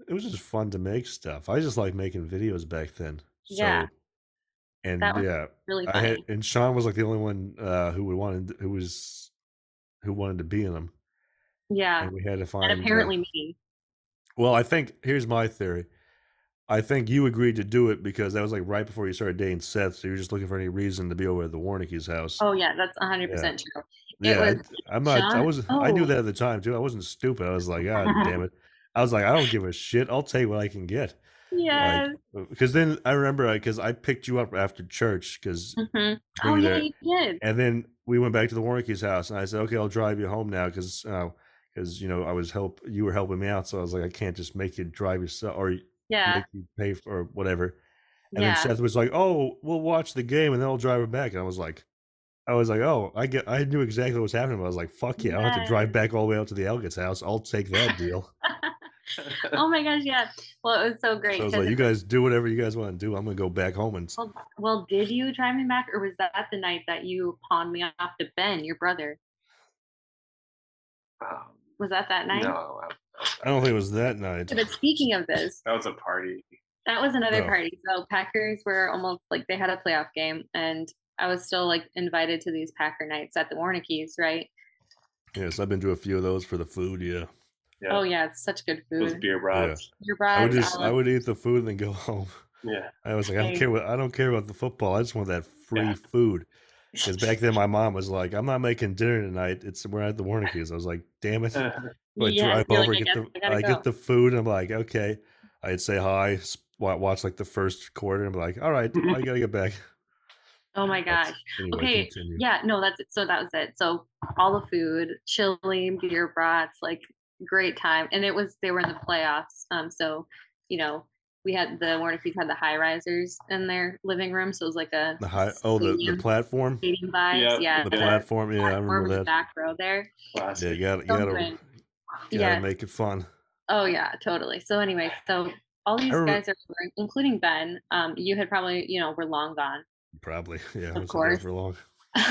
it was just fun to make stuff. I just like making videos back then.
Yeah.
So, and
That was
yeah,
Really
I
funny.
had, and Sean was like the only one uh, who would wanted who was who wanted to be in them,
yeah,
and we had to find.
and
uh,
apparently me.
well, I think here's my theory. I think you agreed to do it because that was like right before you started dating Seth, so you were just looking for any reason to be over at the Warnicki's house.
Oh yeah, that's hundred percent true. it
yeah,
was
I, am not. I
Sean-
was. I knew
oh.
that at the time too. I wasn't stupid. I was like,
<laughs>
God damn it. I was like, I don't give a shit. I'll take what I can get.
Yes.
Because then I remember because I picked you up after church because
hmm
we
Oh yeah,
there-
you did.
And then we went back to the Warnicki's house, and I said, "Okay, I'll drive you home now because because you know I was help you were helping me out, so I was like, I can't just make you drive yourself or
Yeah.
make you pay for or whatever." And
Yeah.
then Seth was like, "Oh, we'll watch the game and then I'll drive it back." And I was like, "I was like, oh, I get, I knew exactly what was happening, but I was like, fuck yeah, I don't have to drive
Yes.
back all the way out to the Elgate's house. I'll take
<laughs>
that deal."
oh my gosh, yeah. Well, it was so great.
so I was
'cause
like, "You
it-
guys do whatever you guys want to do. I'm gonna go back home and."
well, well, did you drive me back, or was that the night that you pawned me off to Ben, your brother?
<laughs> Um,
Was that that night?
no,
I don't
<laughs>
think it was that night.
But speaking of this,
that was a party.
That was another
Oh.
party. So Packers were almost like they had a playoff game, and I was still like invited to these Packer nights at the Warnickies, right?
Yes, I've been to a few of those for the food. Yeah.
Yeah.
Oh yeah, it's such good
Those
food.
beer brats.
Your
I would
brats,
just I
olives.
would eat the food and then go <laughs> home.
Yeah. <laughs>
I was like, I don't
Same.
care what I don't care about the football. I just want that free
Yeah.
food. Because
<laughs>
back then my mom was like, I'm not making dinner tonight. It's we're at the Warnickies. I was like, damn it. I would drive
Yes, you're like,
over,
I
get
guess
the I,
I gotta
get
go.
the food. I'm like, okay. I'd say hi, s- wa- watch like the first quarter and be like, all right, I gotta get back.
oh my
That's-
gosh.
anyway,
Okay,
continue.
Yeah, no, that's it. So that was it. So all the food, chili, beer brats, like great time. And it was they were in the playoffs. Um, so you know, we had the Warnickies had the high risers in their living room, so it was like a
The high oh the, the
stadium-
platform.
stadium vibes.
Yep.
Yeah,
The
the
platform, yeah, I
platform in
remember
the
that.
back row there.
Yeah,
Classic.
you gotta you
So
gotta,
great.
gotta
Yes.
make it fun.
Oh yeah, totally. So anyway, so all these
remember-
guys are over, including Ben. Um, you had probably, you know, were long gone. <laughs>
Probably. <laughs> Yeah. I wasn't there
course.
For long.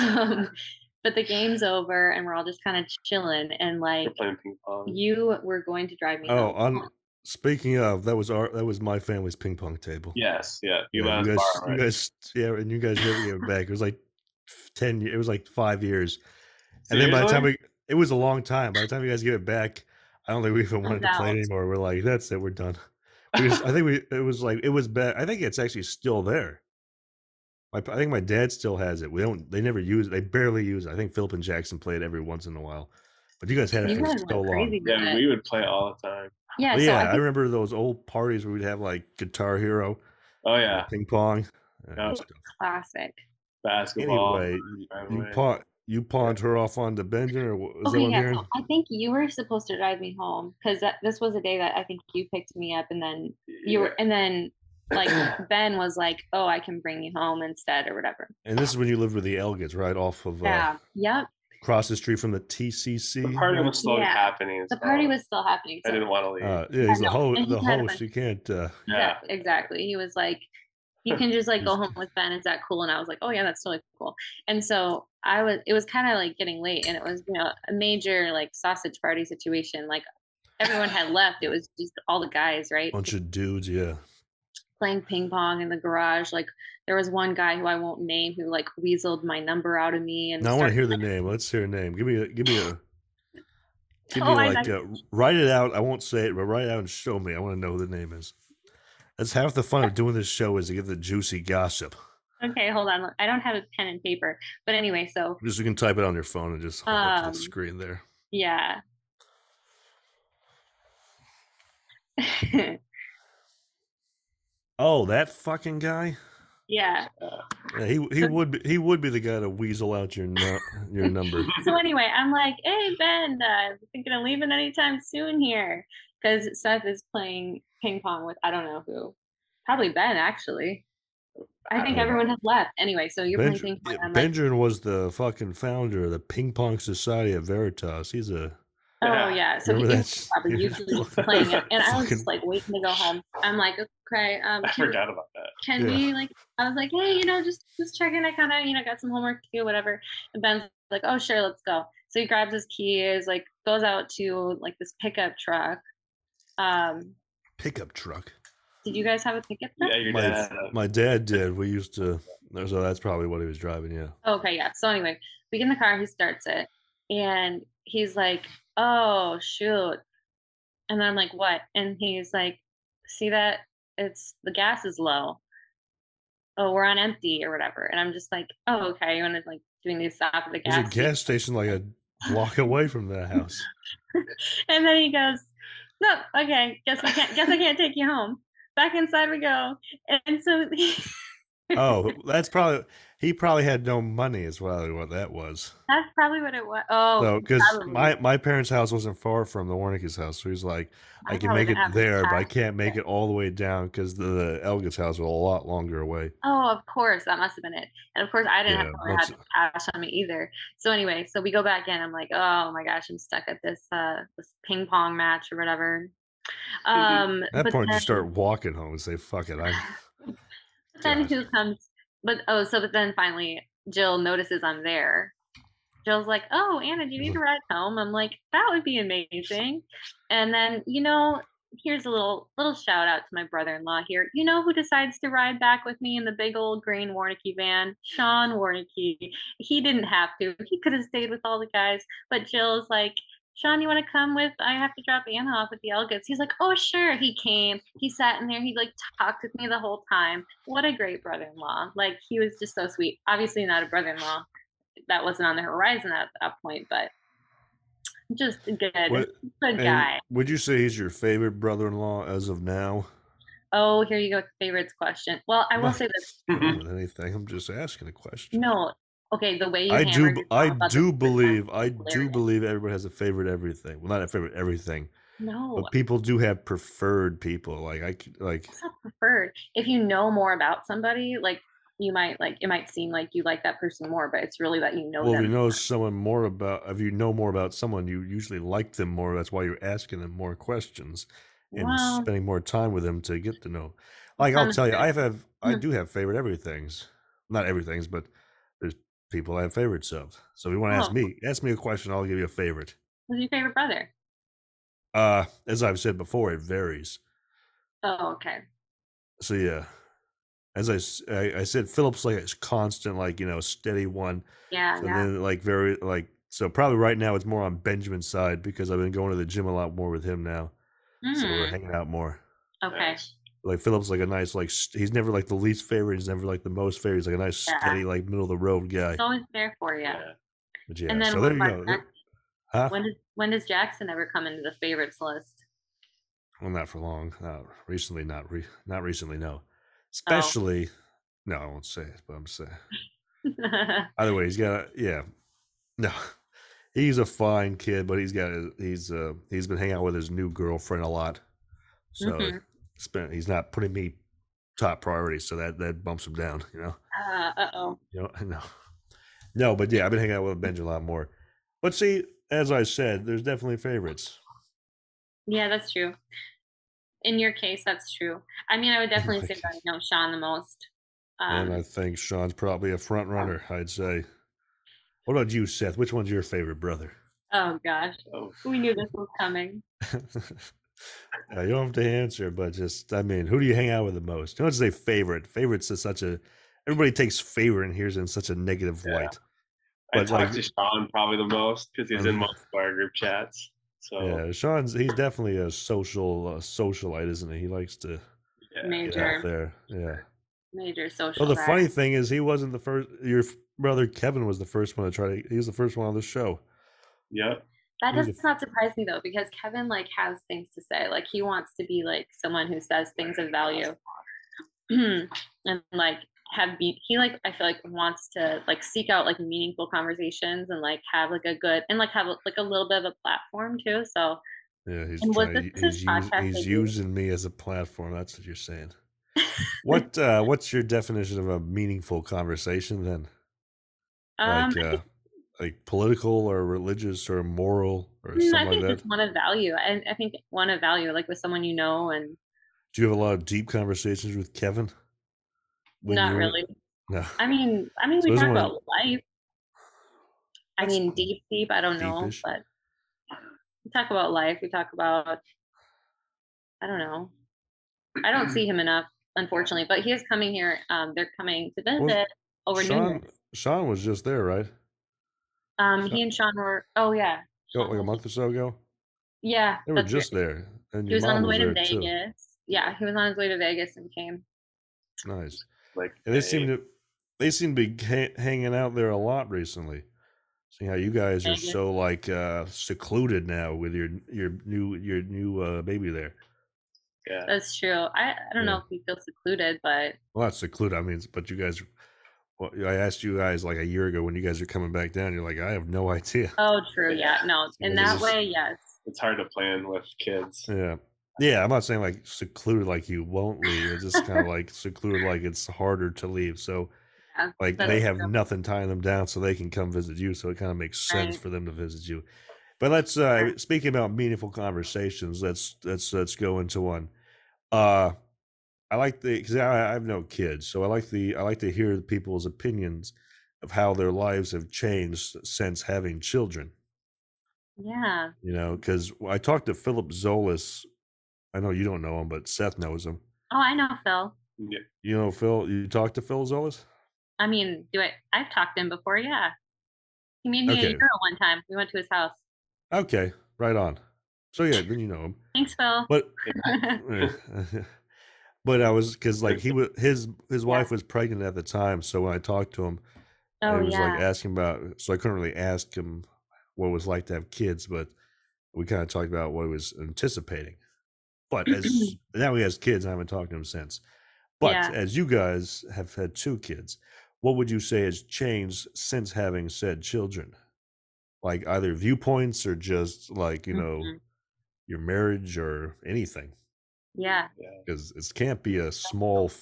Um, but the game's over and we're all just kind of chilling and
We're
like
playing ping pong.
you were going to drive me
Oh,
home.
on Speaking of, that was our that was my family's ping pong table.
Yes, yeah. You
You,
let us
guys,
borrow
you
it.
guys, yeah, and you guys never gave it back. It was like ten. ye- It was like five years, and then by the time
Seriously?
we, it was a long time. By the time you guys give it back, I don't think we even wanted to play
out.
it anymore. We're like, that's it. We're
<laughs>
done. We just, I think we. It was like it was bad. I think it's actually still there. My, I think my dad still has it. We don't. They never use. it. They barely use. it. I think Philip and Jackson play it every once in a while. But you guys had it
You
for
guys
so
went
long.
crazy with
yeah,
it.
we would play all the time.
yeah,
Well,
so
yeah,
I
I,
think
remember those old parties where we'd have like Guitar Hero,
Oh
and
yeah,
ping pong. and
Yeah.
stuff.
classic.
basketball.
Anyway,
right
You
away.
pawn, you pawned her off on to Benjamin, or wha- is that what
Okay,
I'm
Oh, yeah.
hearing?
so I think you were supposed to drive me home because this was a day that I think you picked me up, and then you were, and then
<coughs>
like Ben was like, "Oh, I can bring you home instead," or whatever.
And this is when you lived with the Elgins, right off of uh,
Yeah. Yep.
across the street from the TCC.
The party was slowly
Yeah.
happening.
The
so
party was still happening.
I
so-
didn't want to leave.
uh, yeah, he's the,
no,
ho-
and he
the
had a
host.
bunch-
You can't. Uh,
yeah.
Exactly, exactly. He was like, you can just like go home with Ben. Is that cool? And I was like, oh yeah, that's totally cool. And so I was, it was kind of like getting late and it was, you know, a major like sausage party situation. Like everyone had left. It was just all the guys, right?
bunch of dudes, yeah.
Playing ping pong in the garage. Like there was one guy who I won't name who like weaseled my number out of me. And
Now I want to
<laughs> started-
hear the name. Let's hear a name. Give me a. Give me
<laughs>
a. Give me
Oh, I
like uh, write it out. I won't say it, but write it out and show me. I want to know who the name is. That's half the fun of doing this show is to get the juicy gossip.
okay, hold on. I don't have a pen and paper. But anyway, so
Just you can type it on your phone and just hold it to
Um,
the screen there.
Yeah. <laughs>
Oh, that fucking guy.
yeah.
Yeah, he
<laughs>
he would be, he would be the guy to weasel out your nu- your number.
So anyway, I'm like, hey Ben, uh, thinking of leaving anytime soon here because Seth is playing ping pong with I don't know who, probably Ben actually. I think
don't know.
everyone has left. Anyway, so you're
Benj-
playing ping pong.
yeah,
I'm like,
Benjamin was the fucking founder of the Ping Pong Society at Veritas. He's a
oh yeah. So he
remember
was
that? <laughs>
probably
He was
usually
fucking-
playing it, and I was
fucking-
just like waiting to go home. I'm like, okay, um,
<laughs> I
can we-
forgot about that.
can
Yeah.
we like i was like hey you know just just checking i kind of you know got some homework to do whatever and ben's like oh sure let's go so he grabs his keys like goes out to like this pickup truck um
pickup truck.
did you guys have a pickup truck
Yeah, your
My,
dad.
my dad did. We used to. So that's probably what he was driving. Yeah.
okay yeah so anyway we get in the car he starts it and he's like oh shoot and then i'm like what and he's like see that it's the gas is low oh we're on empty or whatever and i'm just like oh okay you want to like doing the stop at the gas
There's a
station.
gas station like a block away from that house.
<laughs> and then he goes, "No, okay, guess we can't. Guess I can't take you home." Back inside we go, and so <laughs>
Oh, that's probably he probably had no money. Is probably what that was.
that's probably what it was. Oh,
So because
probably.
my my parents' house wasn't far from the Warnicki's house, so he's like, I, can
probably
make it
have to
there, but I
pack.
can't make it all the way down because the Elgin's house was a lot longer away.
Oh, of course, that must have been it. And of course, I didn't
Yeah,
have, really have
that's-
cash on me either. So anyway, so we go back in. I'm like, oh my gosh, I'm stuck at this uh this ping pong match or whatever. Um,
Mm-hmm. At that
but
point, you
then-
start walking home and say, "Fuck it, I'm."
But then
Gotcha.
who comes? But oh, so but then finally Jill notices I'm there. Jill's like, "Oh, Anna, do you need a ride home?" I'm like, "That would be amazing." And then you know, here's a little little shout out to my brother-in-law here. You know who decides to ride back with me in the big old green Warnicky van? Sean Warnicky. He didn't have to. He could have stayed with all the guys, but Jill's like. Sean, you want to come with? I have to drop Anna off at the Elgins. He's like, oh sure. He came. He sat in there. He like talked with me the whole time. What a great brother-in-law! Like he was just so sweet. Obviously not a brother-in-law. That wasn't on the horizon at that point, but just a good,
What-
good
and
guy.
would you say he's your favorite brother-in-law as of now?
Oh, here you go. with the Favorites question. Well, I will
Well-
say this.
I don't know anything. I'm just asking a question.
No, okay. The way you
I do.
hammered
b-
yourself
I
about <laughs> the
do
first time
believe.
was
I do
hilarious.
believe everybody has a favorite everything. Well, not a favorite everything,
No,
but people do have preferred people. Like I c- like.
it's not preferred. If you know more about somebody, like you might like, it might seem like you like that person more, but it's really that you know
Well, if
them.
you know someone more about, if you know more about someone, you usually like them more. That's why you're asking them more questions and
Well-
spending more time with them to get to know. Like I'll
Some
tell you, I
say-
have, I
Hmm.
do have favorite everything's, not everything's, but there's people I have favorites of. So if you want to ask
Oh.
me, ask me a question, I'll give you a favorite.
Who's your favorite brother?
Uh, as I've said before, it varies.
Oh, okay.
So yeah, as I, s- I- I said, Phillips like it's constant, like you know, steady one.
Yeah,
And
yeah.
then like very like so probably right now it's more on Benjamin's side because I've been going to the gym a lot more with him now, so we're
Mm,
hanging out more.
okay.
Nice.
Like Phillips like a nice like st- he's never like the least favorite, he's never like the most favorite. He's like a nice
Yeah.
steady like middle of the road guy.
It's always there for you.
Yeah.
But yeah,
And then
so
what
there you
about
go. Th-
Jackson?
Huh?
when does when does Jackson ever come into the favorites list? <laughs>
Well, not for long. Not recently. Not re- not recently.
Oh.
No, especially. No, I won't say it. But I'm saying.
Uh,
Either way, he's got. A, yeah, no, <laughs> he's a fine kid, but he's got. his- He's uh he's been hanging out with his new girlfriend a lot, so
Mhm.
it's been, he's not putting me top priority. So that that bumps him down. <laughs> You know.
uh oh.
You know. No. No, but yeah, I've been hanging out with Benji a lot more. But see, as I said, there's definitely favorites.
Yeah, that's true. In your case, that's true. I mean, I would definitely
my
say that I know Sean the most.
and I
Um,
think Sean's probably a front runner, I'd say. What about you, Seth? Which one's your favorite brother?
oh gosh,
Oh,
we knew this was coming.
<laughs> Uh, you don't have to answer, but just I mean, who do you hang out with the most? Don't say favorite. Favorites is such a everybody takes favorite and here's in such a negative
Yeah.
light.
I
But,
talked
like-
to Sean probably the most because he's in
Mhm.
most of our group chats. So
Yeah, Sean's he's definitely a social uh, socialite, isn't he? He likes to
yeah.
get
Major,
out there. Yeah.
major social.
Well, the
lag.
funny thing is, he wasn't the first. Your f- brother Kevin was the first one to try to. He was the first one on the show.
Yep.
That
Who's
does
the-
not surprise me though, because Kevin like has things to say. Like he wants to be like someone who says things of value, <clears throat> and like have be he like I feel like wants to like seek out like meaningful conversations and like have like a good and like have like a little bit of a platform too. So
Yeah, he's
And was
trying,
this
he's,
his
use,
podcast
he's
idea?
using me as a platform. That's what you're
<laughs>
saying. what uh, what's your definition of a meaningful conversation then?
um,
Like uh, like political or religious or moral or
mm, I
something like
think
that.
just one of value, and I think one of value like with someone you know, and
Do you have a lot of deep conversations with Kevin? When
not
you were-
really.
No.
I mean, I mean,
So
we
this
talk
one-
about life. I
That's
mean, deep, deep. I don't know,
deep-ish.
but we talk about life. We talk about. I don't know. I don't see him enough, unfortunately. But he is coming here. Um, they're coming to visit
Well,
over New Year's.
Sean Sean was just there, right?
Um,
Sean-
he and Sean were. Oh yeah,
Go- Like a month or so ago.
yeah.
They were
that's right.
just there, and
He
your
was on
mom
his
was
way to
there too.
Vegas. Yeah, he was on his way to Vegas and came.
Nice.
Like
And they seem to they seem to be ha- hanging out there a lot recently. Seeing how you guys are
Vegas.
so like uh secluded now with your your new your new uh baby there.
yeah.
That's true. I, I don't know
Yeah.
if we feel secluded, but
Well, not secluded. I mean, but you guys. Well, I asked you guys like a year ago when you guys are coming back down. You're like, I have no <laughs> idea.
oh, true. Yeah,
Yeah.
no. In
Yeah,
that
this is-
way, yes.
It's hard to plan with kids.
Yeah, yeah. I'm not saying like secluded like you won't leave. It's just kind of like secluded like it's harder to leave. So
Yeah,
like
that
they
is
have
true.
nothing tying them down, so they can come visit you. So it kind of makes sense
Right.
for them to visit you. But let's uh speaking about meaningful conversations. Let's let's let's go into one. Uh I like the because I, I have no kids, so I like the I like to hear people's opinions of how their lives have changed since having children.
Yeah.
You know, because I talked to Philip Zolas. I know you don't know him, but Seth knows him.
Oh, I know Phil.
Yeah.
You know, Phil. You talked to Phil Zolas.
I mean, do I? I've talked to him before. Yeah, he made me
Okay.
a girl one time. We went to his house.
Okay, right on. So yeah, then you know him.
Thanks, <laughs> Phil.
But
yeah,
Eh. <laughs> but I was because like
<laughs>
he was his his
Yeah.
wife was pregnant at the time, so when I talked to him,
Oh,
I was like
yeah.
asking about. So I couldn't really ask him what it was like to have kids, but we kind of talked about what he was anticipating. But
<clears throat>
as now he has kids, I haven't talked to him since. But
Yeah.
as you guys have had two kids, what would you say has changed since having said children? Like either viewpoints or just like you know
Mhm.
your marriage or anything because it can't be a small f-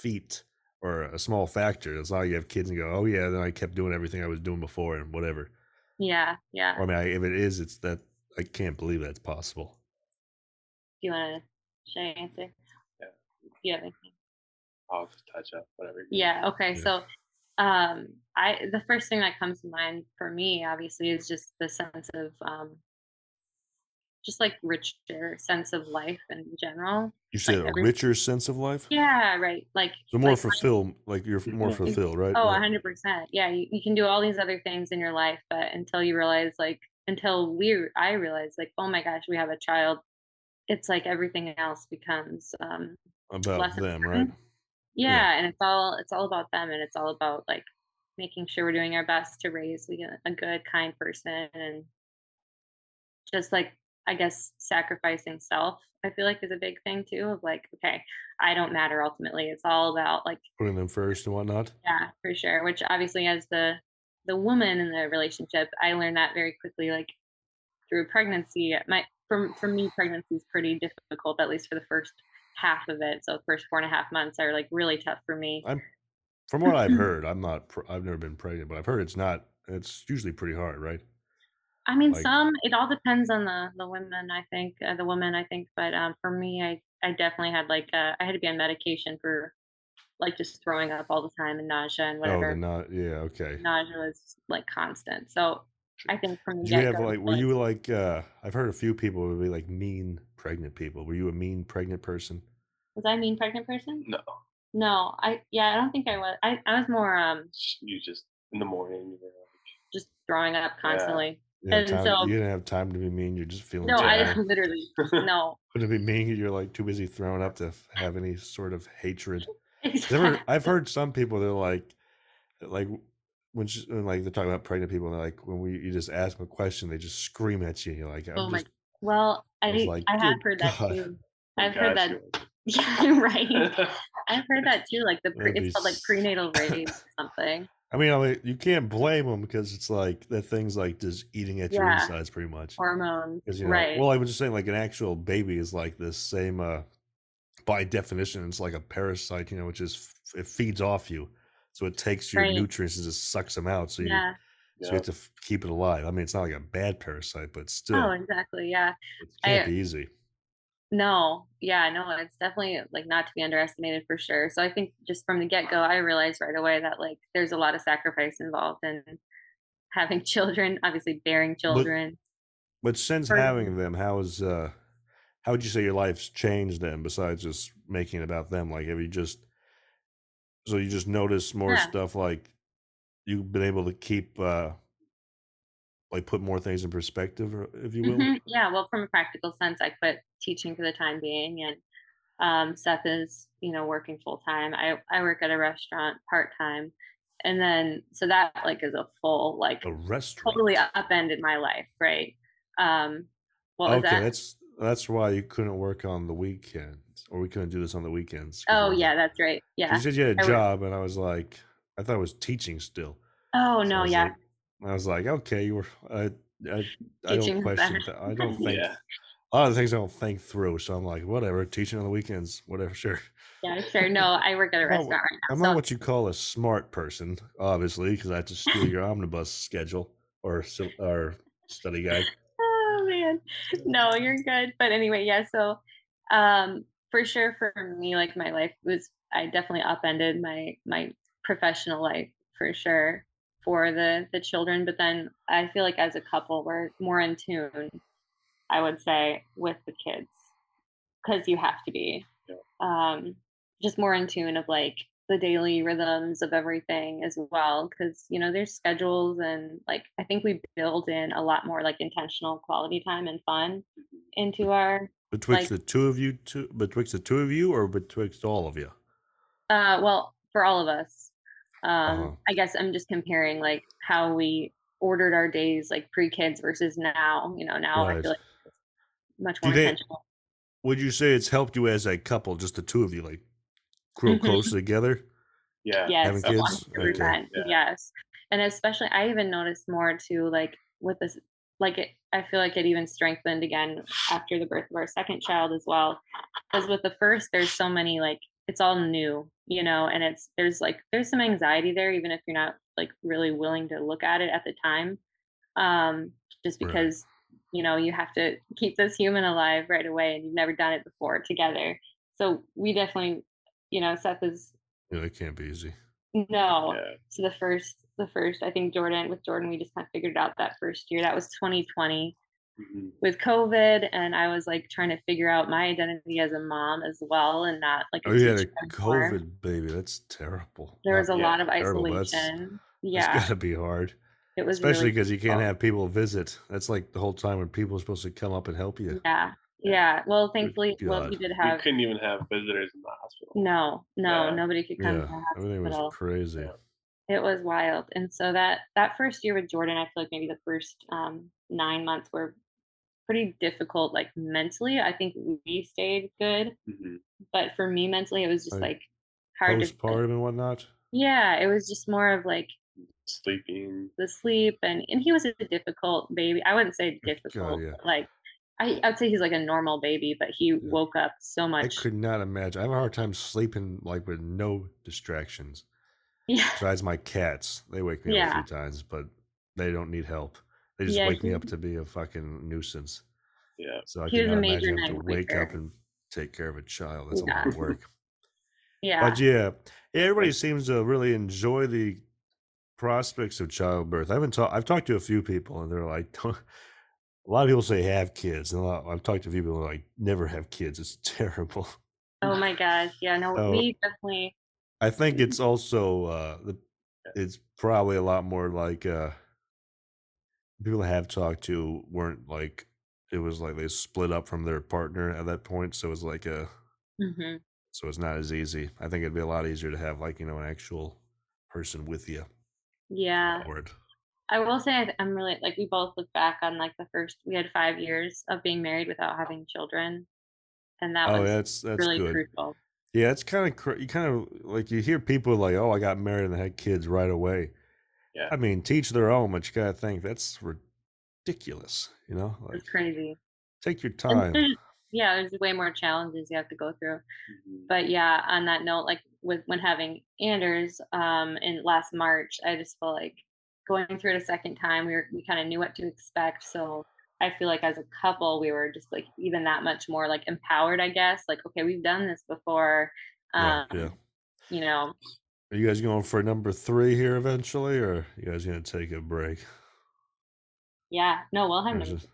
feat or a small factor. It's not like you have kids and go, oh yeah, then I kept doing everything I was doing before and whatever.
yeah, yeah.
Or, I mean, I, if it is, it's that I can't believe that's possible.
Do you want to? Should I answer?
Yeah.
Do you have anything?
I'll just touch up whatever.
Yeah. Okay.
Yeah.
So, um, I the first thing that comes to mind for me, obviously, is just the sense of um, just like richer sense of life in general.
You said
like
a
every-
richer sense of life.
Yeah, right. Like
So more
like,
fulfilled, like you're f- more
Yeah.
fulfilled, right?
Oh,
Right.
hundred percent. Yeah, you, you can do all these other things in your life, but until you realize, like, until we, I realized, like, oh my gosh, we have a child. It's like everything else becomes, um,
about
less
them, right?
important. yeah, and it's all it's all about them, and it's all about like making sure we're doing our best to raise like, a- a good, kind person, and just like I guess sacrificing self. I feel like is a big thing too. Of like, okay, I don't matter ultimately. It's all about like
Putting them first and whatnot.
yeah for sure which obviously as the the woman in the relationship i learned that very quickly like through pregnancy my for, for me pregnancy is pretty difficult at least for the first half of it so the first four and a half months are like really tough for me
I'm, from what
Mm-hmm.
I've heard, I'm not. Pr- I've never been pregnant, but I've heard it's not. It's usually pretty hard,
<laughs>
right?
i mean
like-
some it all depends on the the women i think uh, the woman i think but um for me i i definitely had like uh, i had to be on medication for like just throwing up all the time and nausea and
Oh,
whatever
they're not. Yeah, okay.
nausea was like constant so i think from the
Did you have
get-go,
like? Were
like-
you like? uh I've heard a few people would be like mean pregnant people. Were you a mean pregnant person?
Was I a mean pregnant person?
No,
No, I yeah, I don't think I was. I, I was more um
you just in the morning. You
just throwing up constantly.
You, didn't have
And
time,
so-
you didn't have time to be mean. You're just feeling.
No, I
tired.
<laughs>
<laughs>
literally
know.
no. <laughs>
Couldn't be mean. You're like too busy throwing up to f- have any sort of hatred.
<laughs>
I've
Exactly.
heard, I've heard some people they're like, like when, she, when like they're talking about pregnant people, they're like when we you just ask them a question, they just scream at you. You're like, I'm
Oh my
just,
Well, I
I was like,
I have
"Good
heard that
God." <laughs>
too.
Oh,
I've heard
gosh,
that. <laughs> Yeah, right. <laughs>
<laughs> you're-
I've heard that too. Like the pre,
That'd be
it's called like
s-
prenatal rape or something.
I mean, I mean, you can't blame them because it's like that thing's like just eating at your
Yeah.
insides pretty much.
Hormones,
'Cause, you know,
right?
Well, I was just saying, like an actual baby is like this same, uh, by definition, it's like a parasite, you know, which is f- it feeds off you, so it takes your
Right.
nutrients and just sucks them out. So you,
yeah.
so you have to f- keep it alive. I mean, it's not like a bad parasite, but still,
Oh, exactly. Yeah.
it can't
I-
be easy.
No, yeah, no, it's definitely like not to be underestimated for sure. So I think just from the get-go, I realized right away that like there's a lot of sacrifice involved in having <laughs> children, obviously bearing children.
But since
Or-
having them, how is uh how would you say your life's changed then besides just making it about them? Like have you just so you just notice more
Yeah.
stuff like you've been able to keep uh like put more things in perspective or if you will?
Mhm, <laughs> Yeah, well, from a practical sense, I quit teaching for the time being, and um, Seth is, you know, working full time. I I work at a restaurant part time, and then so that like is a full like
A restaurant.
totally uh, upended my life, right? Um, what was
okay,
that?
that's that's why you couldn't work on the weekends or we couldn't do this on the weekends. 'cause
Oh
we're-
yeah, that's right. Yeah.
'cause You said you had a
I work-
job and I was like I thought it was teaching still.
Oh
So I
no,
was
yeah.
like- I was like, okay, you were. I, I, I
Teaching
don't
is
question.
better.
That.
<laughs>
I don't think.
<laughs> Yeah.
A lot of things I don't think through. So I'm like, whatever. Teaching on the weekends, whatever. Sure.
Yeah, sure. No, I work at a
I'm not-
restaurant right now.
"Oh, I'm
so
not what you call a smart person, obviously, because I have to
<laughs>
steal your omnibus schedule or so- or study guide.
oh man. No, you're good. But anyway, yeah, so um for sure for me, like my life was I definitely upended my my professional life for sure for the the children. But then I feel like as a couple we're more in tune, I would say, with the kids. Cause you have to be.
Yeah.
Um just more in tune of like the daily rhythms of everything as well because you know there's schedules and like i think we build in a lot more like intentional quality time and fun
Mm-hmm.
into our
Betwixt
Like-
the two of you, two betwixt the two of you, or betwixt all of you.
uh well for all of us um
Uh-huh.
i guess i'm just comparing like how we ordered our days like pre-kids versus now you know now i
Right.
feel like much
Do
more
they-
intentional
Would you say it's helped you as a couple, just the two of you, like grow
Mhm.
close together?
yeah.
yes
having
a
kids?
hundred
Okay.
percent,
Yeah.
yes and especially i even noticed more too like with this like it i feel like it even strengthened again after the birth of our second child as well because with the first there's so many like it's all new you know and it's there's like there's some anxiety there even if you're not like really willing to look at it at the time um just
Right.
because you know you have to keep this human alive right away and you've never done it before together so we definitely you know seth is
You know, it can't be easy.
no
Yeah.
so the first the first i think jordan with jordan we just kind of figured it out that first year that was 2020
Mhm.
with COVID, and I was like trying to figure out my identity as a mom as well, and not like a
Oh yeah,
teacher
the
anymore.
COVID baby. That's terrible.
There was a
yeah,
lot of
terrible, that's-
isolation.
It's
Yeah,
gotta be hard,
it was
especially
really
because you can't
difficult.
have people visit. That's like the whole time when people are supposed to come up and help you.
Yeah, yeah. Well, thankfully, well, we
God.
did
You
have Mm.
couldn't even have visitors in the hospital.
no, no,
Yeah.
nobody could
Yeah,
come. to the
everything was
hospital.
crazy.
Yeah.
it was wild and so that that first year with jordan i feel like maybe the first um, nine months were pretty difficult like mentally i think we stayed good
Mhm.
but for me mentally it was just
Like,
like hard to like-
Postpartum and whatnot.
yeah it was just more of like
Sleeping.
the sleep and and he was a difficult baby i wouldn't say difficult
yeah.
but, like I, I would say he's like a normal baby but he woke up so
I
much
could not imagine. I have a hard time sleeping like with no distractions.
<laughs> yeah
Besides my cats, they wake me up
Yeah.
a few times, but they don't need help. They just
Yeah,
wake me up
he-
to be a fucking nuisance.
Yeah.
So I
He was
could
a
not
major
imagine having to
night
wake up
waker.
and take care of a child. That's a
Yeah.
lot of work.
yeah
But yeah, everybody seems to really enjoy the prospects of childbirth. I haven't talked. I've talked to a few people, and they're like, <laughs> "Don't-" a lot of people say have kids, and a lot, I've talked to a few people like never have kids. It's <laughs> terrible.
oh my gosh yeah no
<laughs> So-
we definitely
I think it's also uh, the, it's probably a lot more like uh, people I have talked to weren't like it was like they split up from their partner at that point, so it's like a
mhm.
so it's not as easy. I think it'd be a lot easier to have like you know an actual person with you.
Uh,
yeah
for it.
I will say I th- I'm really like we both look back on like the first we had five years of being married without having children, and that
Oh,
was
that's that's
really
good.
crucial.
Yeah, it's kind of cr- you kind of like you hear people like, "Oh, I got married and I had kids right away."
Yeah.
I mean, teach their own, but you gotta think that's ridiculous. You know, like
It's crazy.
take your
And
time.
there's- yeah, there's way more challenges you have to go through.
Mhm.
But yeah, on that note, like with when having Anders um in last March, I just felt like going through it a second time. We were we kind of knew what to expect, so I feel like as a couple, we were just like even that much more like empowered. I guess like okay, we've done this before.
Yeah,
Um,
uh,
yeah.
You know,
Are you guys going for number three here eventually, or you guys gonna take a break?
Yeah, no, we'll have
Or is
<laughs>
numbers,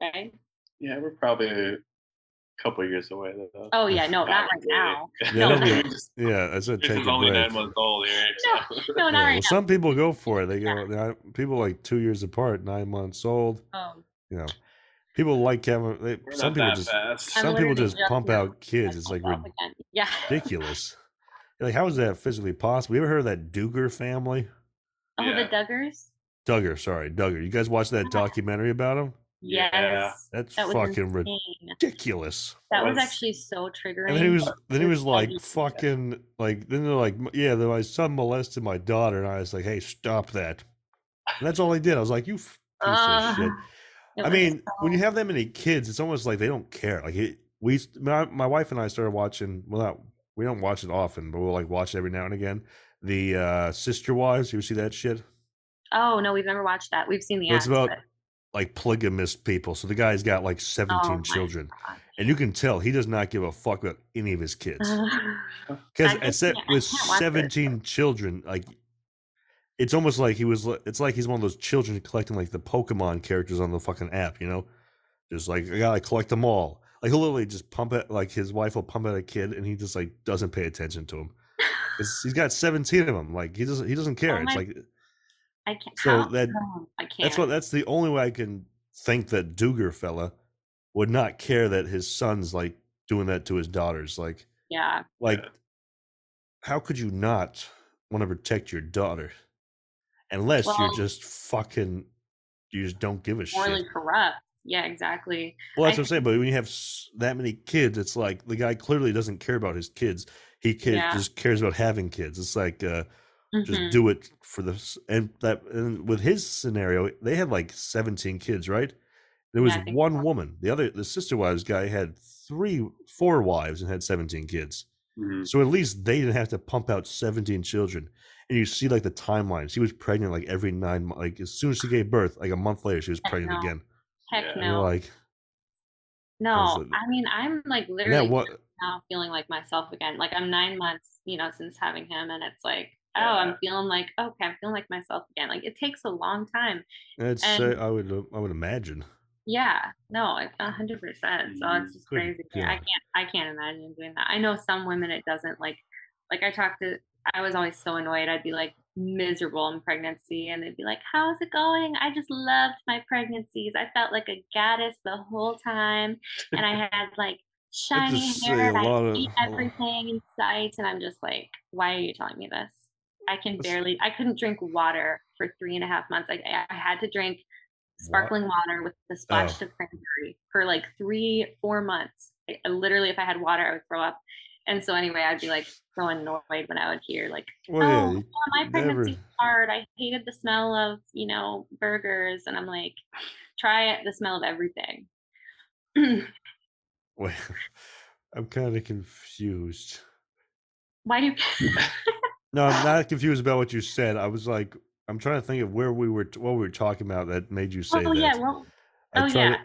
it-
right?
Yeah, we're probably a couple of years away though.
Oh yeah, no, not
Not
right
really.
now.
Yeah,
No,
that'll
no,
be- yeah, that's gonna
This
take
is
a
only
break.
nine months old
<laughs>
here.
No,
<laughs> so-
no,
Yeah,
not
well,
right now.
some people go for it. They
Yeah.
go, they're- people like two years apart, nine months old.
Oh,
You know, people like having. They,
We're
some
not
people
that
just
fast.
I'm
some people
literally
just
just
pump
now
out kids.
I <laughs>
It's like
fell off again. Yeah.
ridiculous. Like, how is that physically possible? You ever heard of that Duggar family?
<laughs> Oh,
Yeah.
the Duggars.
Duggar, sorry, Duggar. You guys watched
<laughs>
that
Yeah.
documentary about him?
Yeah.
Yes,
That's
that was
fucking
insane.
ridiculous.
That was
was-
actually so triggering.
And then he was, then he
It
was like,
everything.
fucking, like, then they're like, "M- yeah, then my son molested my daughter, and I was like, hey, stop that. And that's all I did. I was like, you f- piece
Uh,
of shit.
it
I
was
mean, when you
so-
have that many kids, it's almost like they don't care. Like it, we, my, my wife and I started watching. Well, not we don't watch it often, but we'll like watch it every now and again. The uh Sister Wives, you see that shit?
oh no, we've never watched that. We've seen the.
It's
ads,
about
but-
like polygamist people. So the guy's got like
Oh
seventeen
my
children,
God.
and you
<sighs>
can tell he does not give a fuck about any of his kids. Because
I just
except
can't- I
with
can't watch it.
seventeen children, like it's almost like he was. li- It's like he's one of those children collecting like the Pokemon characters on the fucking app. You know, just like I gotta collect them all. Like he'll literally just pump it. Like his wife will pump out a kid, and he just like doesn't pay attention to him. It's- he's got seventeen of them. Like he doesn't. He doesn't care.
Oh, my-
it's like
I can't.
so
how?
that-
Oh, I can't.
that's what. That's the only way I can think that Duger fella would not care that his son's like doing that to his daughters. Like
yeah.
like how could you not want to protect your daughter unless
Well-
you're just fucking you just don't give a
Morally
shit
corrupt. Yeah, exactly.
well that's
I-
what i'm saying but when you have s- that many kids it's like the guy clearly doesn't care about his kids he cares,
Yeah.
just cares about having kids it's like uh, just
Mhm.
do it for the s- and that and with his scenario they had like 17 kids right there was
I think
one
so.
woman the other the sister wives guy had three four wives and had 17 kids
Mhm.
so at least they didn't have to pump out 17 children. And you see like the timeline. She was pregnant like every nine months. Like as soon as she gave birth, like a month later, she was
Heck
pregnant
no.
again.
Heck
Yeah.
And you're
no.
like,
No,
it-
I mean, I'm like
and that
literally
what?
now feeling like myself again. Like I'm nine months, you know, since having him, and it's like, oh,
Yeah.
I'm feeling like okay, I'm feeling like myself again. Like it takes a long time.
I'd
and-
say I would, I would imagine.
Yeah, no, a a hundred percent. So it's just
Mm, Good
crazy. I
God.
can't, I can't imagine doing that. I know some women it doesn't like, like I talked to, I was always so annoyed. I'd be like miserable in pregnancy and they'd be like, how's it going? I just loved my pregnancies. I felt like a goddess the whole time. And
<laughs>
I had like shiny
just say
hair and
a lot
I
of-
ate
a lot-
everything in sight. And I'm just like, why are you telling me this? I can barely, I couldn't drink water for three and a half months. Like I, I had to drink sparkling water with the splash
Oh.
of cranberry for like three, four months. I, I literally, if I had water, I would throw up. And so anyway, I'd be like so annoyed when I would hear like,
Well, yeah,
Oh,
you- <laughs>
oh, my
never-
pregnancy was hard. I hated the smell of, you know, burgers. And I'm like, try it, the smell of everything. <clears throat>
wait, I'm kind of confused.
Why <laughs> do you
No, I'm
<sighs>
not confused about what you said. I was like, I'm trying to think of where we were, t- what we were talking about that made you say
Oh
that.
yeah, well
I
oh,
try
yeah.
To,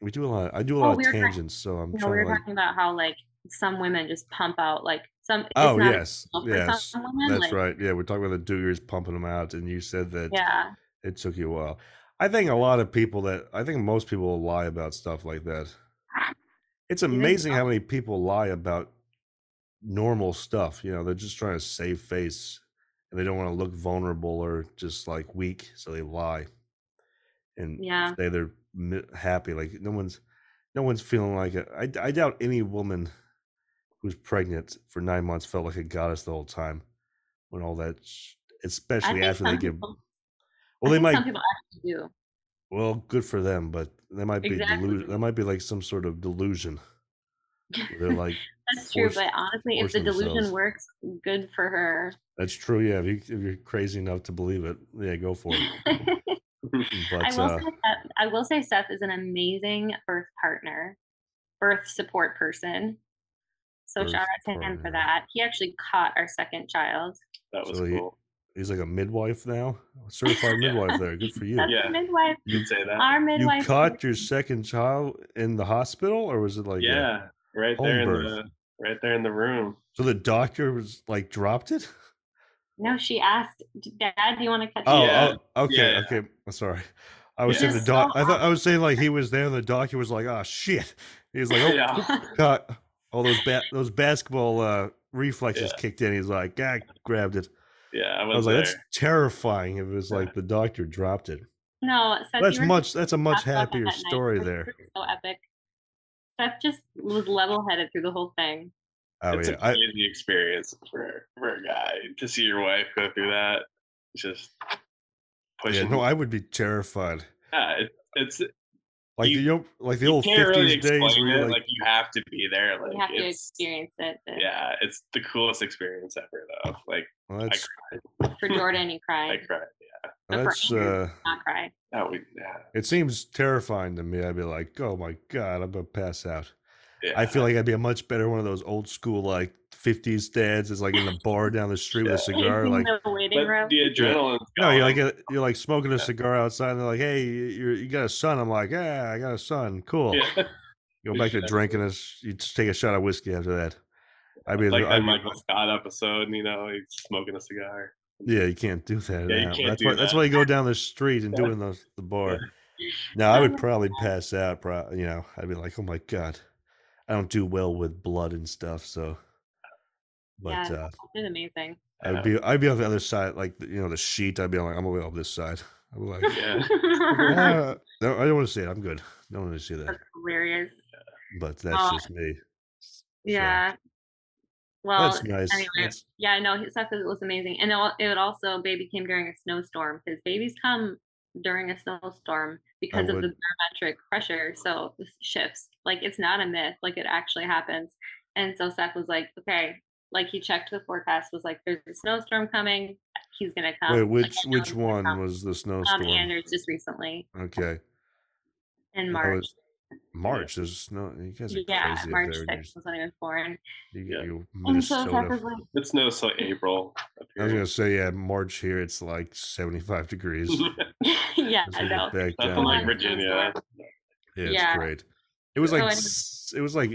we do a lot. I do a
Oh,
lot
we
of
were talking-
tangents, so I'm
no, we
trying
were
to like.
talking about how like some women just pump out like some it's
Oh
not a
yes,
smell for
yes,
some women,
that's
like,
right. Yeah, we're talking about the do-gooders pumping them out, and you said that
Yeah.
it took you a while. I think a lot of people that I think most people will lie about stuff like that. It's
think
amazing
so?
how many people lie about normal stuff. You know, they're just trying to save face and they don't want to look vulnerable or just like weak, so they lie and
Yeah.
say they're mi- happy. Like no one's, no one's feeling like a, I, I doubt any woman who's pregnant for nine months felt like a goddess the whole time when all that, sh-
I
especially
think
after they
some
give.
people,
Well, they
I think
might
some people actually do.
well, good for them, but they might be
Exactly.
delu- that might be like some sort of delusion. where They're
<laughs>
like
That's true,
force-
but honestly, if
force
the delusion
themselves.
works, good for her.
that's true, yeah. If, you, if you're crazy enough to believe it, yeah, go
<laughs>
for it. But
I will
uh,
say that I will say Seth is an amazing birth partner, birth support person. So
Birth
shout out to him
partner.
for that. He actually caught our second child.
That was
So you-
cool.
he's like a midwife now, a
<laughs>
certified midwife. There, good for you.
That's
Yeah.
the midwife.
You could say that.
Our
You
midwife.
caught your second child in the hospital, or was it like a-
yeah, right
home
there in
birth.
the right there in the room.
so the doctor was like dropped it.
<laughs>
No, she asked, "D- Dad, do you want to catch
Oh,
it?"
Yeah.
oh, okay,
Yeah.
okay. I'm sorry. I was
Yeah.
saying the
Just so
doc. I thought I was saying
<laughs>
like he was there. The doctor was like, "Oh shit." He
<laughs>
was like, "Oh
Yeah.
caught all those ba- those basketball uh, reflexes kicked in. He's like, I grabbed it.
Yeah, I
I
was,
was like,
there.
that's terrifying. If it was
Yeah.
like the doctor dropped it.
<laughs> No, Seth,
That's
you were
much. That's a much
talked about that
happier
that night.
story
It
there.
was So epic. Seth just was level-headed through the whole thing.
Oh
it's
yeah,
a
I,
crazy experience for for a guy to see your wife go through that. It's Just
yeah.
pushing.
No, I would be terrified.
yeah, it, it's
Like
You-
the old, like the
you
old
can't really
fifties days.
explain
Where
it.
you're
Like,
like,
you have to be there. Like
You have to
it's
experience it. but
yeah, it's the coolest experience ever though. Like
well, that's
For Jordan,
<laughs>
you
I
cried.
cried.
but
well,
for
that's.
Andrew-
Uh,
Not cry.
That we yeah,
it seems terrifying to me. I'd be like, oh my god, I'm gonna pass out.
yeah.
I feel like I'd be a much better one of those old school like fifties dads. that's like in the bar down the street
<laughs>
with a
<laughs>
cigar,
Facing
like
the waiting room.
but the adrenaline.
No, you're like a, you're like smoking a cigar outside, and they're like, "Hey, you- you're, you got a son?" I'm like, "Yeah, I got a son. Cool."
yeah.
Go back to
Yeah.
drinking. Us, you just take a shot of whiskey after that. I mean,
<laughs> like
I
that
mean,
Michael Scott episode, and you know, he's smoking a cigar.
yeah, you can't do that.
Yeah, you
now.
can't
that's
do
why that's
that.
why you go down the street
<laughs>
and do
Yeah.
it in the, the bar.
Yeah.
Now I would
Um,
probably pass out. Pro- you know, I'd be like, "Oh my god, I don't do well with blood and stuff." So, but
Yeah.
uh,
It's amazing. <laughs>
I would
Yeah.
be I'd be on the other side, like the- you know, the sheet. I'd be like, "I'm gonna be on this side." I'd be
<laughs>
like,
Yeah.
<laughs> "Ah, "No, I don't want to see it. I'm good. I don't want to see that."
That's hilarious.
but that's
Uh,
just me.
Yeah. Well,
that's nice.
anyway,
That's-
yeah, no, his stuff was amazing, and it, al- it would also baby came during a snowstorm because babies come during a snowstorm because of the
would-
barometric pressure, so it shifts. Like it's not a myth, like it actually happens. And so Seth was like, okay, like he checked the forecast, was like, there's a snowstorm coming, he's gonna come.
wait,
um, Like,
which
I know
which
he's gonna
one
come.
was the
Um,
snowstorm?
Anders just recently <laughs>
okay,
in
that
March.
was- March. There's snow. You guys are
Yeah,
crazy
March
up there.
sixth
You,
was when I was born.
you,
Yeah.
you
And so Seth
Minnesota.
was like,
It snows till April. up
I was
here.
gonna say yeah, March here it's like 75
<laughs>
degrees.
<laughs> yeah,
As
I
we
know.
get back
That's
down
like
here.
Virginia.
yeah, it's
Yeah.
great. It was
So
like
anyway.
s- it was like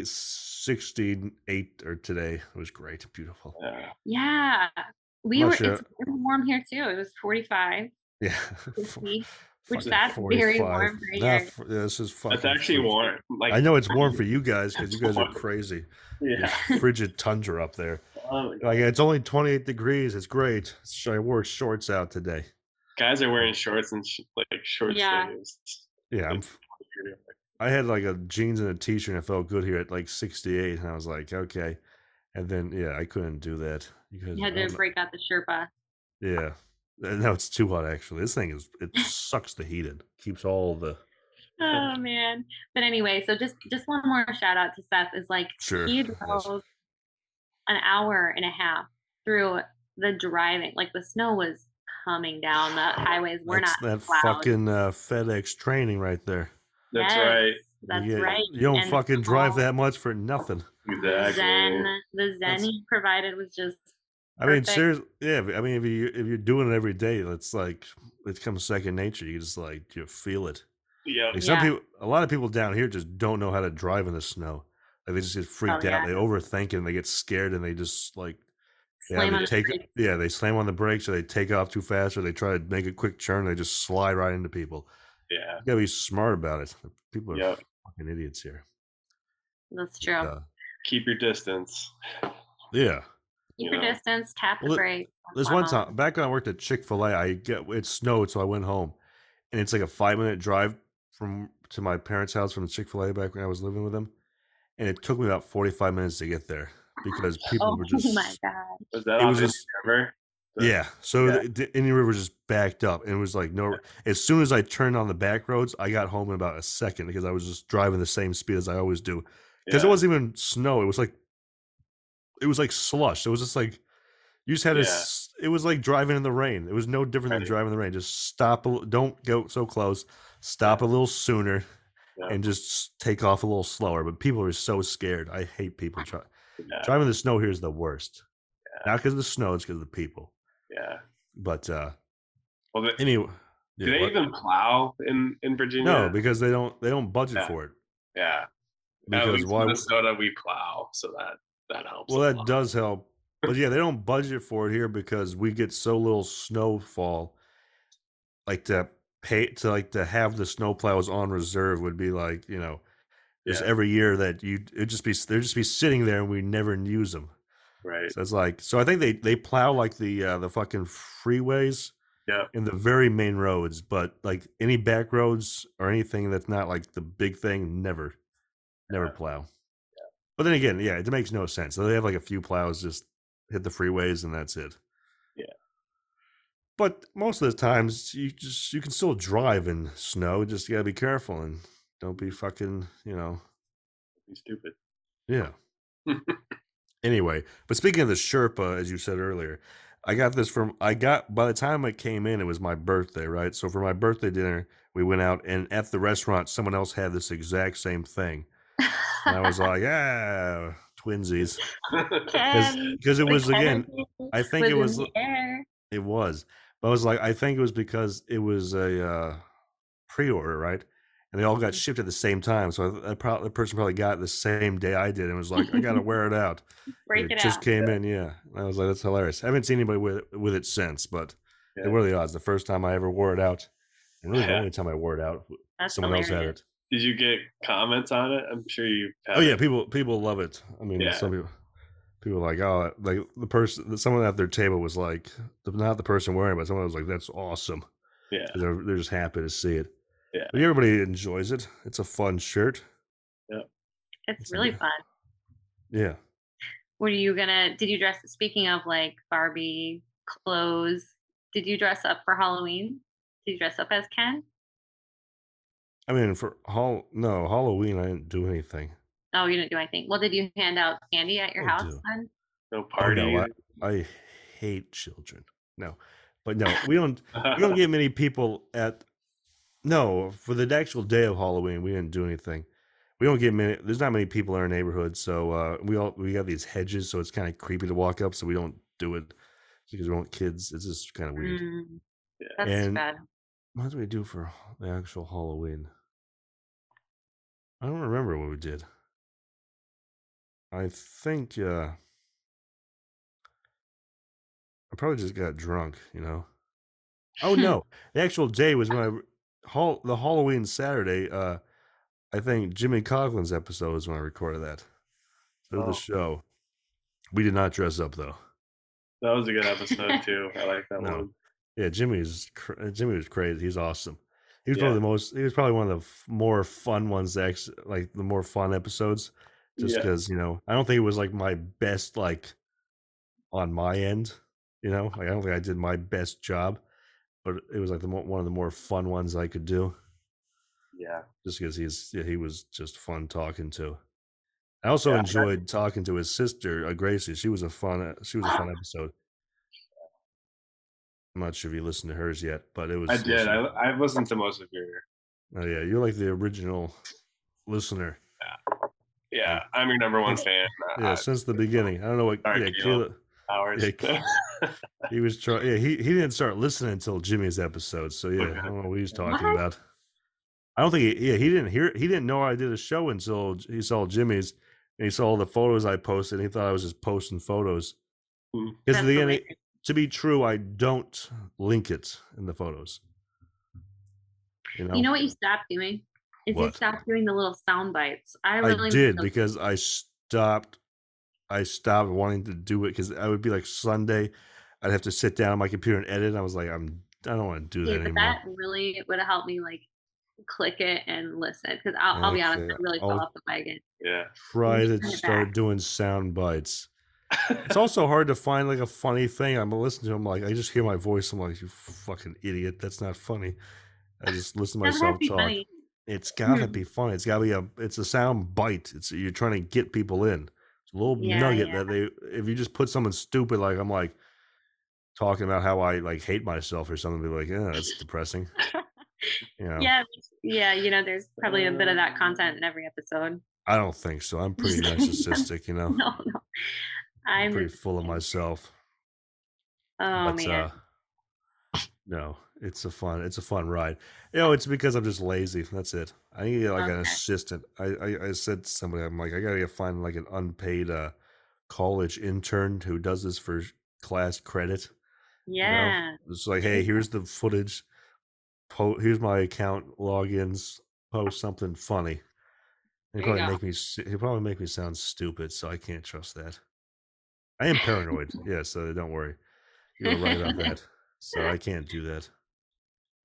68 or today. It was great, beautiful.
Yeah.
Yeah. We
Not
were
sure.
it's really warm here too. It was 45.
Yeah, <laughs>
Fifty. Which
Fucking
that's very
45.
warm for
Nah,
you.
f- this is fucking.
That's actually
frigid.
warm. Like
I know it's warm for you guys because you
It's
guys are
warm.
crazy.
Yeah. <laughs>
Frigid tundra up there.
Oh my
Like it's only 28 degrees. It's great. Sh- I wore shorts out today.
guys are wearing shorts and sh- like short
Yeah.
sleeves.
Yeah, I'm, f- I had like a jeans and a t-shirt. and It felt good here at like 68, and I was like, okay. And then yeah, I couldn't do that because
You had
I
to
don't-
break out the Sherpa.
yeah, Uh, no, it's too hot actually. This thing is
<laughs>
it sucks the heat in. Keeps all the <laughs>
Oh man. But anyway, so just just one more shout out to Seth is like
sure.
he
yes.
drove an hour and a half through the driving. Like the snow was coming down.
<gasps>
The highways were
That's
not
that
plowed.
fucking uh, FedEx training right there.
That's right.
Yes, That's
you, get-
right.
You don't
And
fucking drive
all
that much for nothing.
the
Exactly.
Zen, the Zen
That's-
he provided was just
I mean,
Perfect.
seriously, yeah. I mean, if you if you're doing it every day, it's like it comes second nature. You just like you feel it.
Yep.
Like some
Yeah.
people, a lot of people down here just don't know how to drive in the snow. Like they just get freaked
Oh, yeah.
out. They overthink and they get scared and they just like yeah,
slam
they
on the
take
brakes.
yeah, they slam on the brakes or they take off too fast or they try to make a quick turn. They just slide right into people.
Yeah.
You gotta be smart about it. People are
Yep.
fucking idiots here.
That's true.
Uh,
Keep your distance.
yeah.
Keep your
Yeah.
distance, tap the
Well,
brake.
There's one time back when I worked at Chick Fil A. I get it snowed, so I went home, and it's like a five minute drive from to my parents' house from Chick Fil A back when I was living with them, and it took me about forty five minutes to get there because people
<laughs> Oh
were just
my god.
Was that
It
off
was
in
just-
Denver?
yeah. So
Yeah.
the, the Indian River just backed up, and it was like no. As soon as I turned on the back roads, I got home in about a second because I was just driving the same speed as I always do because it
Yeah.
wasn't even snow. It was like it was like slush. It was just like you just had to.
Yeah.
s- It was like driving in the rain. It was no different than
Right.
driving in the rain. Just stop. A, li- don't go so close. Stop a little sooner,
Yeah.
and just s- take off a little slower. But people are so scared. I hate
<laughs>
people try,
Yeah.
driving in the snow. Here is the worst. Not because of the snow. It's because of the people.
yeah.
But uh
Well, they,
anyway,
do they even plow in in Virginia?
no? Because they don't. They don't budget
Yeah.
for it.
yeah. At
Because
least
why?
in Minnesota we plow, so that that helps.
Well,
a
that
lot.
does help. But yeah, they don't budget for it here because we get so little snowfall. Like to pay to like to have the snow plows on reserve would be like you know, just
Yeah.
every year that you it just be they'd just be sitting there and we never use them.
right.
So it's like so I think they they plow like the uh, the fucking freeways.
Yep.
In the very main roads, but like any back roads or anything that's not like the big thing, never, never
Yeah.
plow. But then again, yeah, it makes no sense. So they have like a few plows just hit the freeways and that's it.
Yeah.
But most of the times you just you can still drive in snow, just you gotta be careful and don't be fucking, you know,
Be stupid.
yeah. anyway, but speaking of the Sherpa, as you said earlier, I got this from I got by the time it came in, it was my birthday, right? So for my birthday dinner, we went out and at the restaurant, someone else had this exact same thing. And I was like, ah, twinsies.
<laughs> Ken,
Because it
the
was again,
Kennedy
I think it was
in the air.
it was. But I was like, I think it was because it was a uh, pre-order, right? And they all got shipped at the same time, so I, I prob- the person probably got it the same day I did, and was like, "I gotta wear it out."
break it
just
out.
came in, yeah. And I was like, "That's hilarious." I haven't seen anybody with it- with it since, but
Yeah.
what are the odds? The first time I ever wore it out, and really the
Yeah.
only time I wore it out, w-
That's
someone else had
hilarious.
it.
<laughs> Did you get comments on it? I'm sure you.
Oh yeah, people people love it. I mean,
Yeah.
some people people are like oh like the person someone at their table was like not the person wearing it, but someone was like that's awesome.
Yeah.
They're, they're just happy to see it.
Yeah.
But everybody enjoys it. It's a fun shirt.
It's
It's
really
amazing.
fun.
Yeah.
Were you gonna? Did you dress? Speaking of like Barbie clothes, did you dress up for Halloween? Did you dress up as Ken?
I mean, for Hall, no Halloween, I didn't do anything.
Oh, you didn't do anything. Well, did you hand out candy at your
Oh,
house
dear.
then?
No
Oh,
party. <laughs>
no, I, I hate children. No, but no, we don't. We don't get many people at. No, for the actual day of Halloween, we didn't do anything. We don't get many. There's not many people in our neighborhood, so uh, we all we got these hedges, so it's kind of creepy to walk up. So we don't do it because we want kids. It's just kind of weird.
Mm,
Yeah.
that's
And-
too bad.
What did we do for the actual Halloween? I don't remember what we did. I think uh I probably just got drunk, you know. Oh no, the actual day was when I hall the Halloween Saturday, uh, I think Jimmy Coughlin's episode is when I recorded that. So
Oh.
the show, we did not dress up though.
That was a
<laughs>
good episode too. I like that
No.
one.
Yeah, Jimmy is cr- uh, Jimmy was crazy. He's awesome. He was
Yeah.
probably the most. He was probably one of the f- more fun ones. Actually, like the more fun episodes, just
Yeah.
because you know I don't think it was like my best like on my end. You know, like I don't think I did my best job, but it was like the mo- one of the more fun ones I could do,
Yeah.
just because he's yeah, he was just fun talking to. I also
Yeah, I-
enjoyed talking to his sister uh, Gracie. She was a fun. uh, She was a
<gasps>
fun episode. I'm not sure if you listened to hers yet, but it was.
I
it was
did. I,
fun.
I've listened to most of your.
Oh yeah, you're like the original listener.
Yeah, I'm your
<laughs>
number one fan. Uh,
Yeah, since the beginning. I don't know what.
Sorry,
yeah,
Caleb.
Caleb-
Hours.
yeah, he was trying. Yeah, he, he didn't start listening until Jimmy's episode. So yeah,
Okay.
I don't know what he's talking
What?
about. I don't think. He, yeah, he didn't hear. He didn't know I did a show until J- he saw Jimmy's and he saw all the photos I posted. and He thought I was just posting photos.
Mm.
Because
That's
the end,
hilarious.
to be true, I don't link it in the photos. You know,
You know what you stopped doing? Is you
What?
stopped doing the little sound bites. I really
I
miss
did
those.
because I stopped. I stopped wanting to do it because I would be like Sunday, I'd have to sit down on my computer and edit. And I was like, I'm I don't want to do
Yeah,
that
but
anymore.
that really would have helped me like click it and listen because I'll, I'll be honest,
Okay,
I really
I'll-
fell off the wagon.
<laughs> yeah.
Try
need to
to
cut it
start doing sound bites. It's also hard to find like a funny thing. I'm listening to. I'm like, I just hear my voice. I'm like, you fucking idiot. That's not funny. I just listen to
That
myself
would be
talk.
funny.
It's gotta
Hmm.
be fun. It's gotta be a. It's a sound bite. It's you're trying to get people in. It's a little
Yeah,
nugget
yeah.
that they. If you just put something stupid like I'm like talking about how I like hate myself or something, be like, yeah, that's
<laughs>
depressing. You know,
Yeah, yeah. You know, there's probably a bit of
Uh,
that content in every episode. <laughs>
I don't think so. I'm pretty narcissistic. You know,
No, no.
uh, I'm
I'm.
pretty full of myself.
oh
but
man.
uh, no, it's a fun. It's a fun ride. You know, it's because I'm just lazy. That's it. I need to get like an
Okay.
assistant. I, I I said to somebody, I'm like, I gotta get find like an unpaid uh, college intern who does this for class credit.
yeah.
It's like, hey, here's the footage. Po- here's my account logins. Post something funny. He
There you
probably
go.
make me. He probably make me sound stupid, so I can't trust that. I am paranoid. yeah, so don't worry. You were right about that. So I can't do that.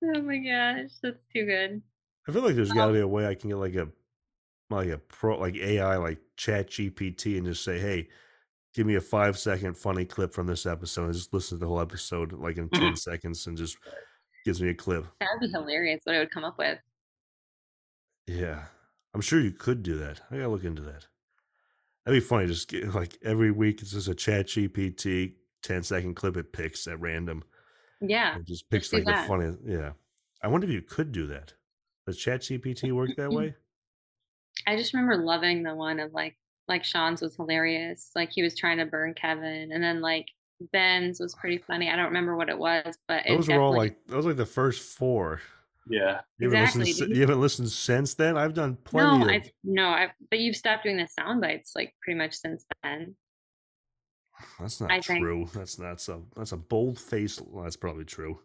Oh my gosh, that's too good.
I feel like there's got to be a way I can get like a like a pro like AI like Chat GPT and just say, hey, give me a five second funny clip from this episode. And just listen to the whole episode like in ten seconds and just gives me a clip.
That would be hilarious. What I would come up with.
Yeah, I'm sure you could do that. I gotta look into that. That'd be funny. Just get, like every week, it's just a Chat GPT 10 second clip it picks at random.
Yeah.
It just picks
Ah, do
like the
that.
funniest. Yeah, I wonder if you could do that. Does Chat GPT work
<laughs>
that way?
I just remember loving the one of like like Sean's was hilarious. Like he was trying to burn Kevin, and then like Ben's was pretty funny. I don't remember what it was, but it
Those were all
definitely-
like those were like the first four.
yeah.
You haven't, listened,
Exactly,
si-
didn't-
you haven't listened since then. I've done plenty.
no,
of,
I no, I but you've stopped doing the sound bites like pretty much since then.
that's not
I think-
true. That's not so. That's a bold face. Well, that's probably true.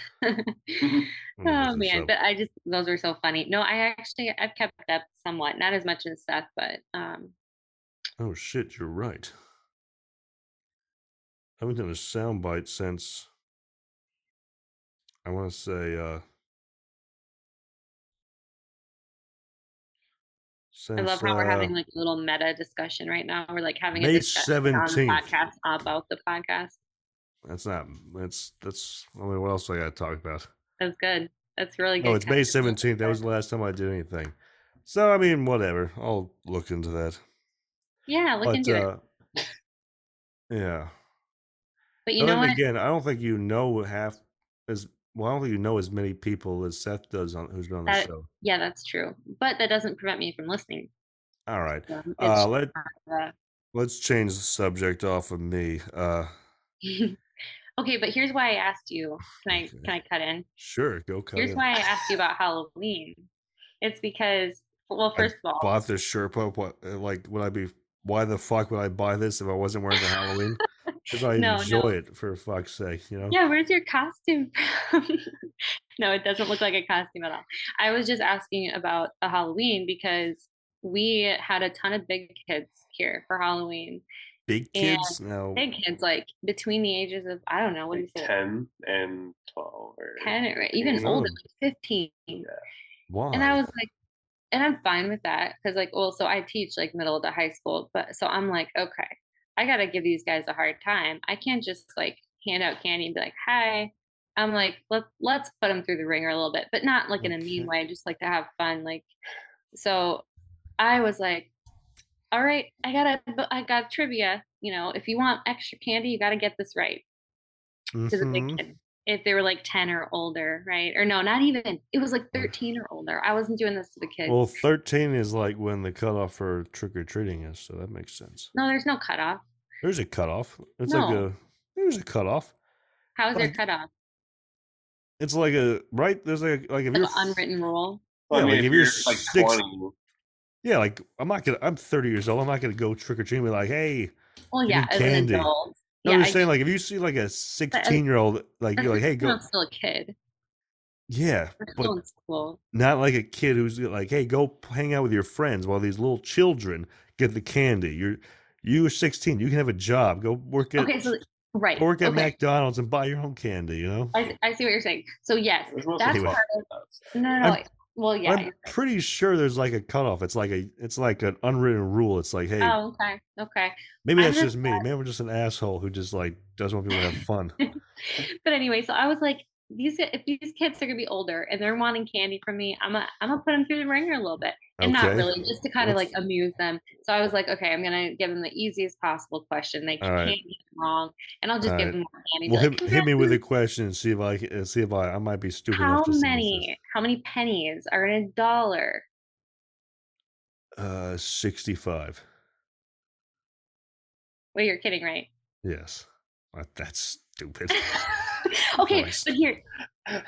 <laughs> oh
I'm gonna look Mm-hmm. this
man,
up.
but I just those are so funny. No, I actually I've kept up somewhat, not as much as Seth, but um,
Oh shit, you're right. I haven't done a soundbite since I want to say uh since
I love how we're
uh,
having like a little meta discussion right now. We're like having
May
a discussion on the
17th.
podcast about the podcast.
that's not that's that's I mean what else do I gotta talk about?
That's good. That's really good.
Oh, it's May
content.
seventeenth. That was the last time I did anything. So I mean whatever. I'll look into that.
yeah. Look
but
into it.
uh Yeah.
But you
But
know
then
what?
again, I don't think you know half as well. I don't think you know as many people as Seth does on who's been on the
That-
show.
yeah, that's true. But that doesn't prevent me from listening.
All right,
So it's
uh,
just
let
not,
let's change the subject off of me. Uh,
uh, <laughs> okay, but here's why I asked you. Can
<laughs>
I
Okay.
can I cut in?
sure, go cut
Here's
in.
why I asked you about Halloween. It's because well,
I
first of all, <laughs>
Bought
<laughs>
this Sherpa. What uh, like would I be? Why the fuck would I buy this if I wasn't wearing it for Halloween? Because I
No, no.
enjoy it for fuck's sake, you know?
Yeah, where's your costume from? <laughs> no, it doesn't look like a costume at all. I was just asking about a Halloween because we had a ton of big kids here for Halloween.
Big
Yeah.
kids now.
Big kids, like between the ages of, I don't know, what do you say?
Like 10 and 12 or
10 or even
Yeah.
older, like 15.
Why?
And I was like, and I'm fine with that because, like, well, so I teach like middle to high school, but so I'm like, okay, I got to give these guys a hard time. I can't just like hand out candy and be like, hi. I'm like, let, let's put them through the ringer a little bit, but not like in a mean
Okay.
way, just like to have fun. Like, so I was like, all right, I got to I got trivia. You know, if you want extra candy, you got to get this right to the big
Mhm.
kid if they were like 10 or older, right? Or no, not even. It was like
Yeah.
13 or older. I wasn't doing this to the kids.
Mm. Mm-hmm. Well, 13 is like when the cutoff for trick or treating is, so that makes sense.
no, there's no cutoff.
There's a cutoff. It's like
No.
a, there's a cutoff.
How is there
Like,
cutoff?
It's like a, right? There's like, a- like if
Like
you're,
an
f-
unwritten rule.
Well,
Yeah,
I mean,
like, if
if
you're
you're like
six-
20,
yeah, like I'm not gonna, I'm 30 years old. I'm not gonna go trick or treating be like, hey,
Well,
You
yeah,
mean
as
candy.
an adult.
no,
yeah,
I'm
I
just saying, like if you see like a 16 year old, like
that's
you're like,
just-
hey,
I'm
go,
not still a kid.
yeah,
We're
but
still in school.
not like a kid who's like, hey, go p- hang out with your friends while these little children get the candy. You're, you're 16. You can have a job. Go work at,
okay, so right.
go work at
okay.
McDonald's and buy your own candy. You know.
I, I see what you're saying. So yes,
There's mostly
that's
people.
part of no, no, no.
I'm-
well, yeah.
I'm pretty sure there's like a cutoff. It's like a it's like an unwritten rule. It's like, hey,
Oh, okay, okay.
maybe
I
that's
heard
just me. Maybe I'm just an asshole who just like doesn't want people to
<laughs>
have fun.
but anyway, so I was like, these if these kids are gonna be older and they're wanting candy from me, I'm gonna I'm gonna put them through the ringer a little bit, and not
Okay.
really just to kind of like
Let's-
amuse them. So I was like, okay, I'm gonna give them the easiest possible question. They
All right.
can't get it wrong, and I'll just
All
give
right.
them more candy. be
Well,
like,
hit, hit me with a
"Congratulations,
question and see if I can- see if I I might be stupid
How
enough to see what this is.
many how many pennies are in a dollar?
Uh, sixty-five.
Wait, you're kidding, right? <laughs>
Yes, Uh, that's stupid.
okay,
Christ.
but here <laughs>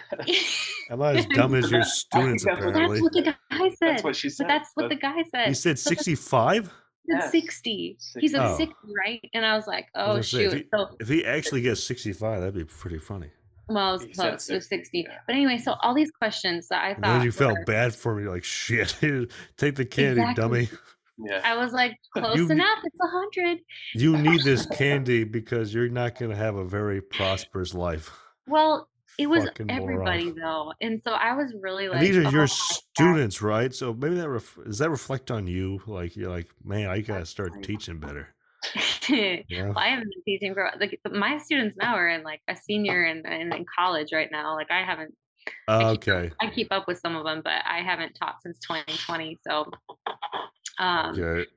Am I as dumb as your students?
that's what-
Apparently,
that's what the
<laughs>
guy said.
that's what she said.
but that's what the guy said.
he said
So the
sixty-five.
said
Yes.
60. He said
Oh.
60, right? And I was like, oh,
was gonna
shoot.
say, if
so,
If he actually gets sixty-five, that'd be pretty funny.
well, I was
He said
close. It was
60,
60.
yeah.
But anyway, so all these questions that I
And then
thought.
you felt
were-
bad for me, like <laughs> shit. here, Take the candy,
Exactly.
dummy.
yeah.
I was
<laughs>
like, close
You-
enough. It's 100.
You need
<laughs>
this candy because you're not going to have a very prosperous life.
Well, it was
Fucking moron.
everybody, though. And so I was really like,
and these are
oh,
your students, right? So maybe that ref- does that reflect on you? Like you're like, man, I gotta start teaching better.
<laughs> well,
You know?
I haven't been teaching for like, but my students now are in like a senior and, and in college right now. Like, I haven't,
Uh,
keep
okay,
I keep up with some of them, but I haven't taught since 2020. So, um,
okay.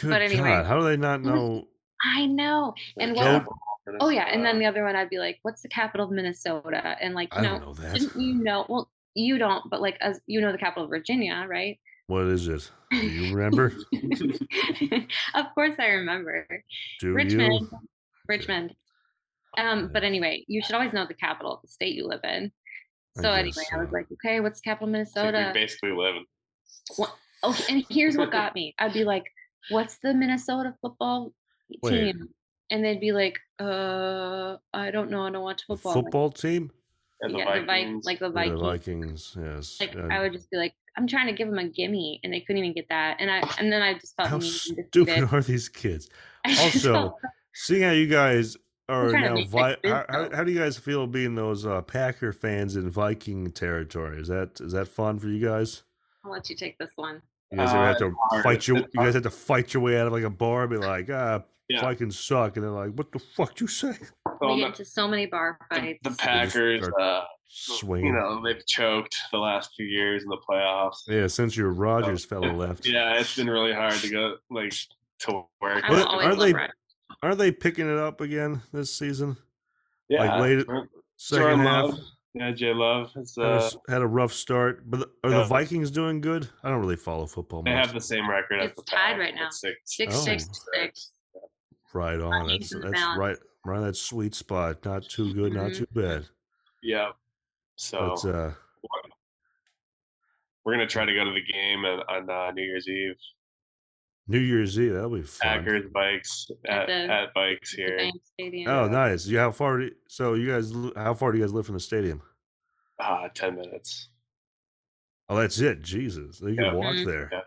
Good
but anyway,
God, how do they not
what is-
know?
I know. And
what-
what, Oh yeah, and
uh,
then the other one I'd be like, "What's the capital of Minnesota?" And like,
uh I
no,
don't know
didn't
that.
you know? Well, you don't, but like, as you know, the capital of Virginia,
<laughs>
right? <laughs>
What is it? Do you remember?
of course, I remember
Do
Richmond,
you?
Richmond. Um, but anyway, you should always know the capital of the state you live in.
I
So
guess
anyway, I was
so.
like, okay, what's the capital of Minnesota?
Minnesota. We basically live in.
What- Oh, and
<laughs>
here's what got me. I'd be like, "What's the Minnesota football
Wait.
team?" And they'd be like, "Uh, I don't know. I don't watch
The
football." I'm like,
football team?
And the
yeah, the Vikings,
Vikings.
like the
Yeah,
Vikings.
The Vikings, yes.
Like
and
I would just be like, I'm trying to give them a gimme, and they couldn't even get that. And I and then I just felt
how
mean and
stupid <laughs>
defeated.
are these kids?
<laughs> I just
Also,
felt-
Seeing how you guys are
trying to
now,
make
Vi-
it
how, how,
neutral.
how do you guys feel being those uh, Packer fans in Viking territory? Is that is that fun for you guys?
I'll let you take this one.
You guys ever have
Uh,
to
hard.
fight your you
It's
guys
hard.
have to fight your way out of like a bar, and be like, ah,
Yeah.
Vikings suck, and they're like, what the fuck you say?
Well,
we get
the-
into so many bar
the,
fights.
the Packers,
start
uh,
Swing.
you know, they've choked the last few years in the playoffs.
yeah, since your Rogers fellow left,
Yeah, it's been really hard to go like to work.
I
Well,
will
What-
always
are
love
they-
Ryan.
are they picking it up again this season?
yeah,
late-
Jordan
Second half
Love. Yeah, Jay Love. Is,
had a
uh,
s- had a rough start, but the- are the
yeah.
Vikings doing good? I don't really follow football
they
much.
have the same record as
It's
the
tied
Pack
right
at
now.
Six,
Six,
Oh.
six, six.
Right on. That's
Vikings in the
that's
balance.
right. Right on that sweet spot. Not too good, not
Mhm.
too bad.
Yeah. So
But uh
we're gonna try to go to the game on, on uh, New Year's Eve.
New Year's Eve. That'll be fun.
Packers bikes
At
at,
the-
at bikes
The
here.
Bank Stadium.
Oh, nice. You how far? do you- So you guys, li- how far do you guys live from the stadium?
Ah, ten minutes.
Oh, that's it. Jesus, you can
Yeah.
walk
Mhm.
there.
Yeah.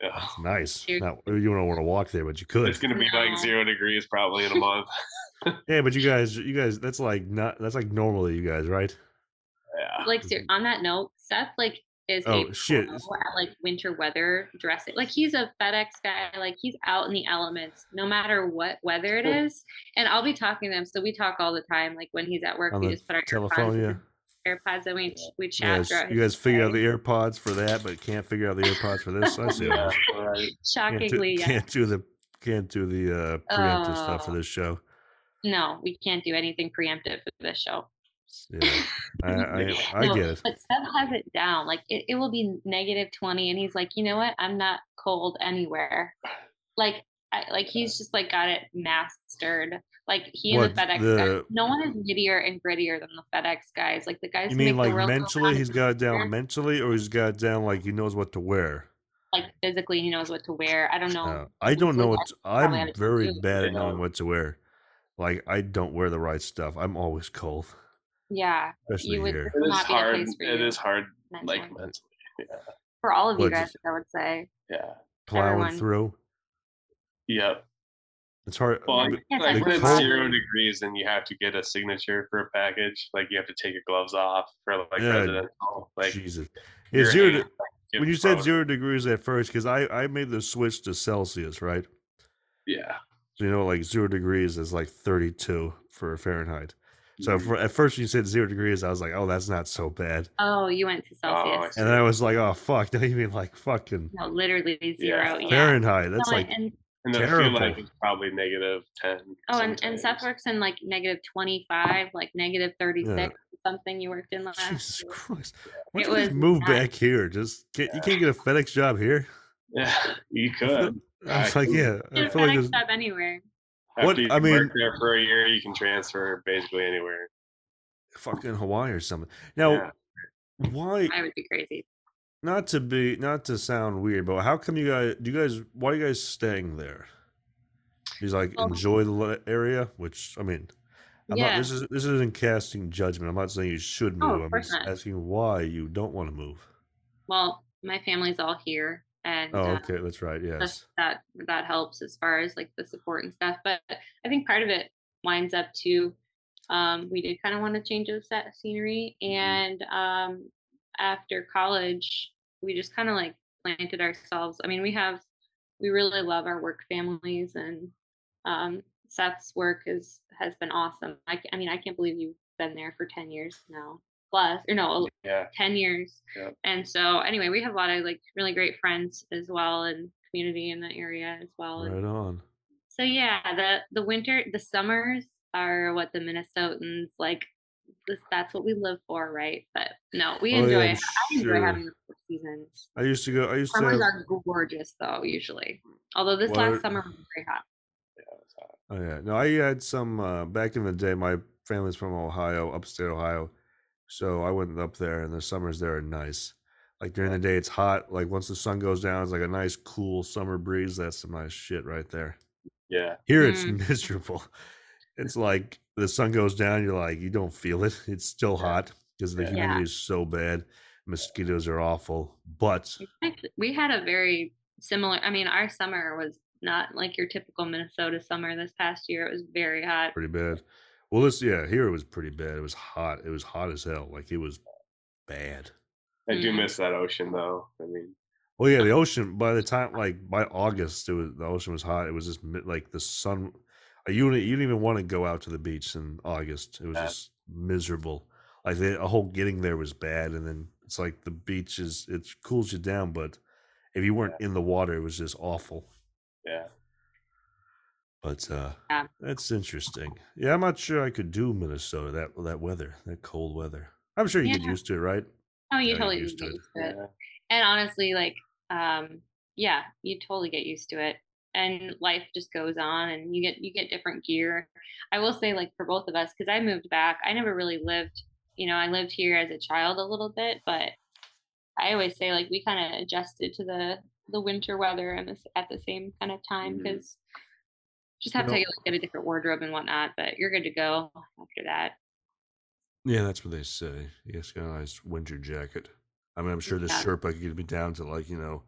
Yeah.
Nice.
Dude.
Not, you don't want to walk there, but you
It's
could.
gonna be
No.
like zero degrees probably in
<laughs>
a month.
Yeah, but you guys, you guys, that's like not. That's like normally you guys, right? <laughs>
yeah.
Like ser- on that note, Seth like is
Oh,
a
shit.
pro at like winter weather dressing. Like he's a FedEx guy. Like he's out in the elements, no matter what weather it
Cool.
is. And I'll be talking to him, so we talk all the time. like when he's at work,
On
we
the
just put our
Telephone, yeah.
AirPods, AirPods and we we
You
chat
guys,
throughout
you
his
guys figure out
day.
the AirPods for that, but can't figure out the AirPods for this. I see. what it
Yeah.
is.
<laughs>
Can't
Right.
do,
Shockingly, yeah.
can't do the can't do the uh, preemptive stuff for
Oh.
this show.
No, we can't do anything preemptive for this show.
Yeah,
<laughs>
I,
<laughs>
I, I
No,
get it.
But Seb has it down. Like it, it will be negative 20 and he's like, you know what? I'm not cold anywhere. Like I, like he's just like got it mastered. Like he and the
What,
FedEx guys.
the-
No one is nittier and grittier than the FedEx guys. Like the guys
You
who
mean
make
like
the world go
mentally?
round,
He's got it
there.
down mentally, or he's got it down like he knows what to wear.
like physically he knows what to wear. I don't know.
Uh, I don't
Well,
know.
that's
What,
probably how
I'm
it
very
is.
bad at
Yeah.
knowing what to wear. Like I don't wear the right stuff. I'm always cold,
yeah.
especially
would-
here.
It is
Not be a
hard.
place for
It
you.
is hard
mentally.
like mentally.
for all of you
Look,
guys, I would say.
Yeah.
Plowing
everyone.
through,
Yep.
it's hard.
Well,
but-
Yes,
like
the
when it's
cold-
zero degrees and you have to get a signature for a package, like you have to take your gloves off for like
Yeah.
residential. Like
Jesus,
your
yeah, zero.
hands,
de-
like, get
when you said
frozen.
zero degrees at first, because I I made the switch to Celsius, right?
yeah.
So you know, like zero degrees is like 32 for Fahrenheit. So
Mm-hmm.
Mhm.
for, at first, when you said zero degrees, I was like, oh, that's not so bad.
Oh, you went to
I
Celsius.
And then I was like, oh fuck, <laughs> don't you mean like fucking
no, literally zero. Yeah.
Fahrenheit? That's
No,
like
and
and then I feel like
terrible.
it's probably negative ten.
Oh, and, and Seth
sometimes.
works in like negative 25, like negative 36, something you worked in last
Jesus
year.
Christ. Why
It
don't you just
was
move
nuts.
back here? Just get, you can't get a FedEx job here.
<laughs>
<laughs>
Yeah, you
I
could.
was like,
cool.
yeah, I
Get a
feel like
FedEx
there's
job anywhere.
After
What-
you
I mean-
work there for a year, you can transfer basically anywhere.
fucking Hawaii or something. Now,
Yeah.
why?
I would be crazy.
Not to be, not to sound weird, but how come you guys? Do you guys? Why are you guys staying there? He's like,
Well-
enjoy the li- area, which I mean, I'm
yeah. Oh,
not. This is this isn't casting judgment. I'm not saying you should move.
of
I'm
course
just
not.
asking why you don't want to move.
well, my family's all here. And
Oh,
uh,
okay, that's right. Yes,
just that that helps as far as like the support and stuff. But I think part of it winds up to um, we did kind of want to change the set scenery, and um, after college, we just kind of like planted ourselves. I mean, we have we really love our work families, and um, Seth's work is has been awesome. I, c- I mean, I can't believe you've been there for ten years now plus or no a-
Yeah,
10 years.
Yep.
And so anyway, we have a lot of like really great friends as well and community in the area as well. And
right on.
So yeah, the the winter, the summers are what the Minnesotans like this that's what we live for, right? But no, we
Oh, yeah,
enjoy
I'm
it. I enjoy
sure.
having the four seasons.
I used to go. I used to.
Summers
have-
are gorgeous though, usually. Although this
Well,
last summer was very hot.
yeah, that's hot.
Oh yeah. No, I had some uh, back in the day. My family's from Ohio, upstate Ohio, so I went up there, and the summers there are nice. Like during the day, it's hot. Like once the sun goes down, it's like a nice, cool summer breeze. That's some nice shit right there.
yeah,
Here, it's <laughs>
Mm.
miserable. It's like the sun goes down, you're like you don't feel it. <laughs> It's still
Yeah.
hot because the
Yeah.
humidity
Yeah.
is so bad. Mosquitoes are awful, but
Actually, We had a very similar I mean, our summer was not like your typical Minnesota summer this past year. It was very hot.
pretty bad. Well, this yeah, here it was pretty bad. It was hot. It was hot as hell. Like it was bad.
I do
Mhm.
miss that ocean though. I mean,
Well, yeah, the ocean. By the time, like by August, it was the ocean was hot. It was just mi- like the sun. uh, You didn't, you didn't even want to go out to the beach in August. It was
Yeah.
just miserable. Like the a whole getting there was bad, and then it's like the beach is it cools you down, but if you weren't in the water, it was just awful.
yeah,
But uh
Yeah.
that's interesting. Yeah, I'm not sure I could do Minnesota that that weather, that cold weather. I'm sure you get
Yeah.
used to it, right?
Oh, you
Yeah, I get
totally
used to
get
it.
used to
yeah.
it. And honestly, like, um, yeah, you totally get used to it. And life just goes on and you get you get different gear. I will say, like, for both of us, because I moved back, I never really lived, you know, I lived here as a child a little bit, but I always say like we kind of adjusted to the the winter weather and this at the same kind of time
Mm-hmm.
Mhm.
because just have to
No.
like, get a different wardrobe and whatnot. But you're good to go after that.
Yeah, that's what they say. Yes, got a nice winter jacket. I mean, I'm sure this
Yeah.
Sherpa could be down to like you know,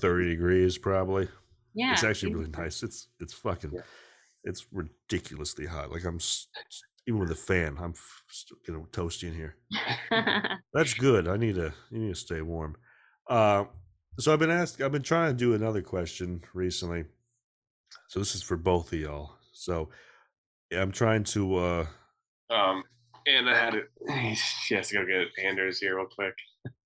thirty degrees probably.
Yeah,
it's actually
<laughs>
really <laughs>
easy.
nice. It's it's fucking,
Yeah.
it's ridiculously hot. Like I'm s- s- even with a fan, I'm f- st- you know toasty in here. That's good. I need to you need to stay warm. Uh, so I've been asked. I've been trying to do another question recently. So this is for both of y'all. So I'm trying to. uh
Um, and I had it. <sighs> She has to go get Anders here real quick.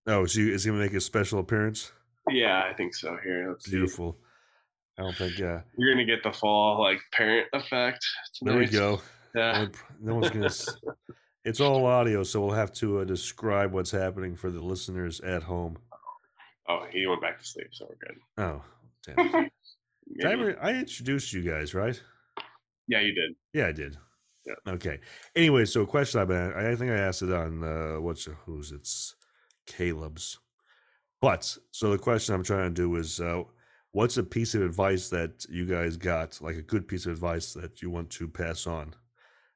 Oh, is he is he gonna make a special appearance?
Yeah, I think so. Here, let's see.
Beautiful. I don't think. Yeah.
You're gonna get the fall like parent effect.
There we
tonight.
go.
Yeah.
No pr- no one's gonna. s- It's all audio, so we'll have to uh, describe what's happening for the listeners at home.
Oh, he went back to sleep, so we're good.
Oh, damn.
<laughs>
it. Did I,
Maybe-
ever- I introduced you guys, right?
Yeah, you did.
Yeah, I did.
Yeah.
Okay. Anyway, so a question I've been, I think I asked it on uh, what's who's it's Caleb's. But so the question I'm trying to do is uh, what's a piece of advice that you guys got, like a good piece of advice that you want to pass on?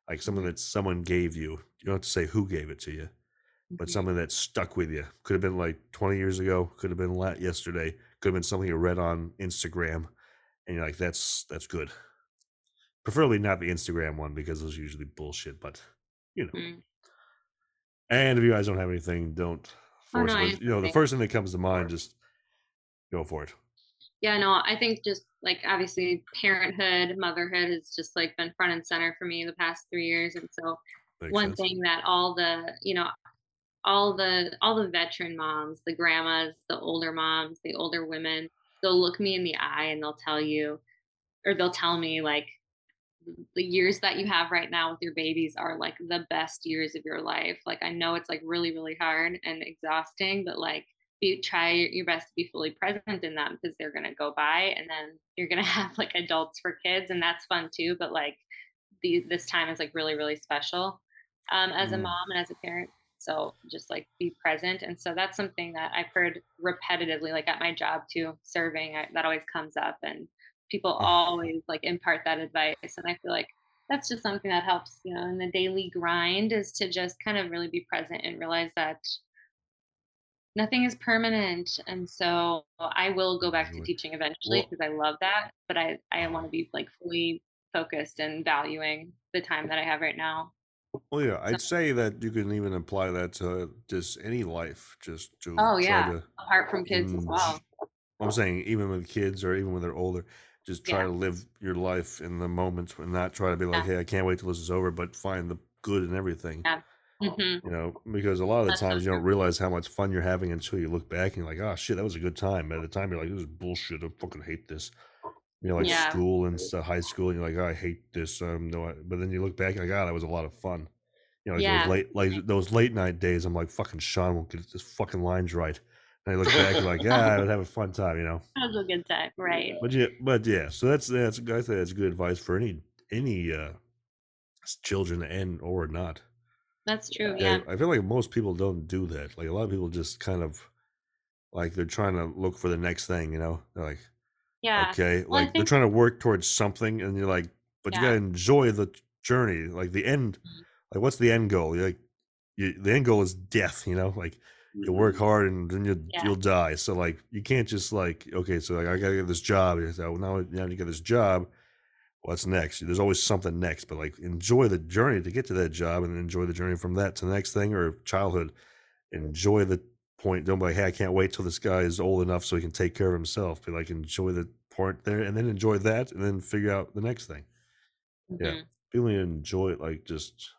Like something that someone gave you. You don't have to say who gave it to you,
Mm-hmm.
but something that stuck with you. Could have been like 20 years ago, could have been la- yesterday, could have been something you read on Instagram and you're like that's that's good. Preferably not the Instagram one because those are usually bullshit, but you know.
Mm.
And if you guys don't have anything, don't
Oh,
force
no, I
it. You know, the
understand.
first thing that comes to mind, just go for it.
yeah no i think just like obviously parenthood motherhood has just like been front and center for me the past three years and so
Makes
one
sense.
thing that all the you know all the all the veteran moms the grandmas the older moms the older women they'll look me in the eye and they'll tell you or they'll tell me like the years that you have right now with your babies are like the best years of your life like i know it's like really really hard and exhausting but like be, try your best to be fully present in them because they're going to go by and then you're going to <laughs> have like adults for kids and that's fun too but like the, this time is like really really special um, as a
Mm.
mom and as a parent so just like be present and so that's something that i've heard repetitively like at my job too serving I, that always comes up and
<laughs>
people always like impart that advice and i feel like that's just something that helps you know in the daily grind is to just kind of really be present and realize that nothing is permanent and so i will go back to
Enjoy.
teaching eventually
Well-
because i love that but i i want to be like fully focused and valuing the time that i have right now
Well, yeah, I'd say that you can even apply that to just any life, just to
Oh,
try
yeah.
to-
apart from kids as
Mm.
well
I'm saying even with kids or even when they're older, just try
Yeah.
to live your life in the moments and not try to be like, hey, I can't wait till this is over, but find the good in everything.
Yeah. Mhm.
You know, because a lot of the
That's so
times you don't realize how much fun you're having until you look back and you're like, oh shit, that was a good time. At the time, you're like, this is bullshit. I fucking hate this. You know, like
Yeah.
school and stuff, high school, and you're like, oh, I hate this. Um, no, I, but then you look back, like, God, that was a lot of fun. You know, like
Yeah.
those late, like those late night days. I'm like, fucking Sean won't get this fucking lines right. And I look back, like, yeah, I would have a fun time, you know.
that was a good time right
But yeah, but yeah. So that's that's I think that's good advice for any any uh s- children and or not.
that's true
Yeah,
yeah
I feel like most people don't do that. Like a lot of people just kind of like they're trying to look for the next thing, you know? They're like,
yeah
okay,
Well, I
like they're
think-
trying to work towards something and you're like, but you
Yeah.
gotta enjoy the j- journey, like the end.
Mhm.
Like what's the end goal? You're like you, the end goal is death, you know? Like you
Mm-hmm.
work hard and then you'll
Yeah.
you'll die. So like you can't just like okay, so like I gotta get this job. You say, well, now now you get this job. What's next? There's always something next, but like enjoy the journey to get to that job and enjoy the journey from that to the next thing or childhood. Enjoy the point. Don't be like, hey, I can't wait till this guy is old enough so he can take care of himself. But like enjoy the part there and then enjoy that and then figure out the next thing. yeah.
Mhm.
People need to enjoy it, like just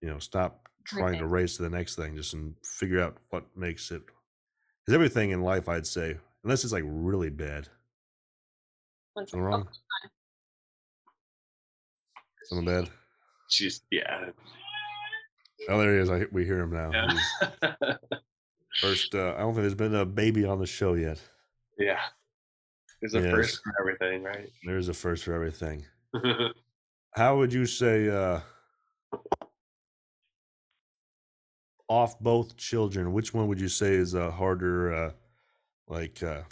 you know, stop trying to
Everything.
race to the next thing, just and figure out what makes it. Because everything in life, I'd say, unless it's like really bad,
Once-
am I
oh,
wrong? Something bad.
She's yeah. <laughs>
Oh, there he is. I, we hear him now.
Yeah.
He's First, uh, I don't think there's been a baby on the show yet.
yeah. It's a
Yes.
first for everything, right? <laughs>
There is a first for everything. How would you say uh, off both children? Which one would you say is a harder, uh, like uh,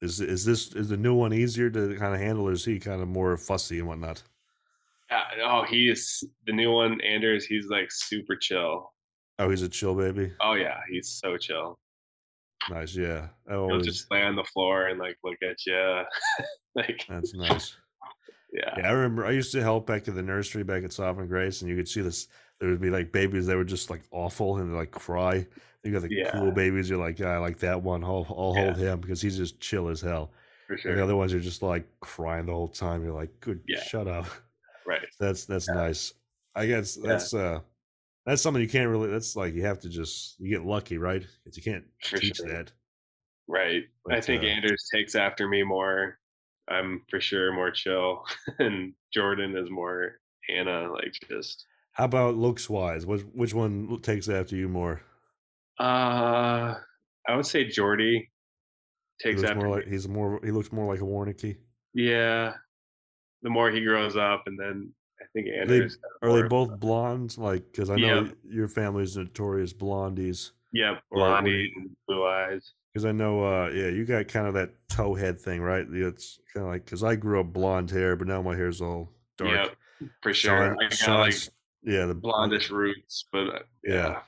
Is is this is the new one easier to kind of handle, or is he kind of more fussy and whatnot?
Yeah, oh, he is the new one, Anders. He's like super chill.
Oh, he's a chill baby.
Oh yeah, he's so chill.
Nice, yeah. Oh, I
He'll
Always,
just lay on the floor and like look at you. <laughs> like
that's nice.
yeah,
Uh, Yeah, I remember I used to help back at the nursery back at Sovereign Grace, and you could see this. There would be like babies that were just like awful and like cry. You got the
Yeah.
cool babies. You're like, yeah, I like that one. I'll, I'll
Yeah.
hold him because he's just chill as hell.
for
And the
sure.
other ones are just like crying the whole time. You're like, good,
Yeah.
shut up. <laughs>
Right.
That's that's nice. I guess that's uh that's something you can't really. That's like you have to just you get lucky, right? 'Cause you can't
For
teach
sure.
that.
Right. I
But,
think
uh,
Anders takes after me more. I'm for sure more chill, <laughs> and Jordan is more Hannah. Like just
How about looks wise? Which which one l- takes after you more?
uh, I would say Jordy
He
takes
looks
after.
more
me.
like he's more. He looks more like a Warnicky.
yeah, the more he grows up, and then I think Anders. has
Are they
more-
both blondes? Like, because I know
Yeah.
your family's notorious blondies.
Yeah,
or are
Blondie, and blue eyes.
Because I know, uh, yeah, you got kind of that toe head thing, right? It's kind of like because I grew up blonde hair, but now my hair's all dark.
Yep, for
So
sure.
I-
I got
so
like
it's- yeah, the
blondish roots, but uh,
Yeah,
yeah,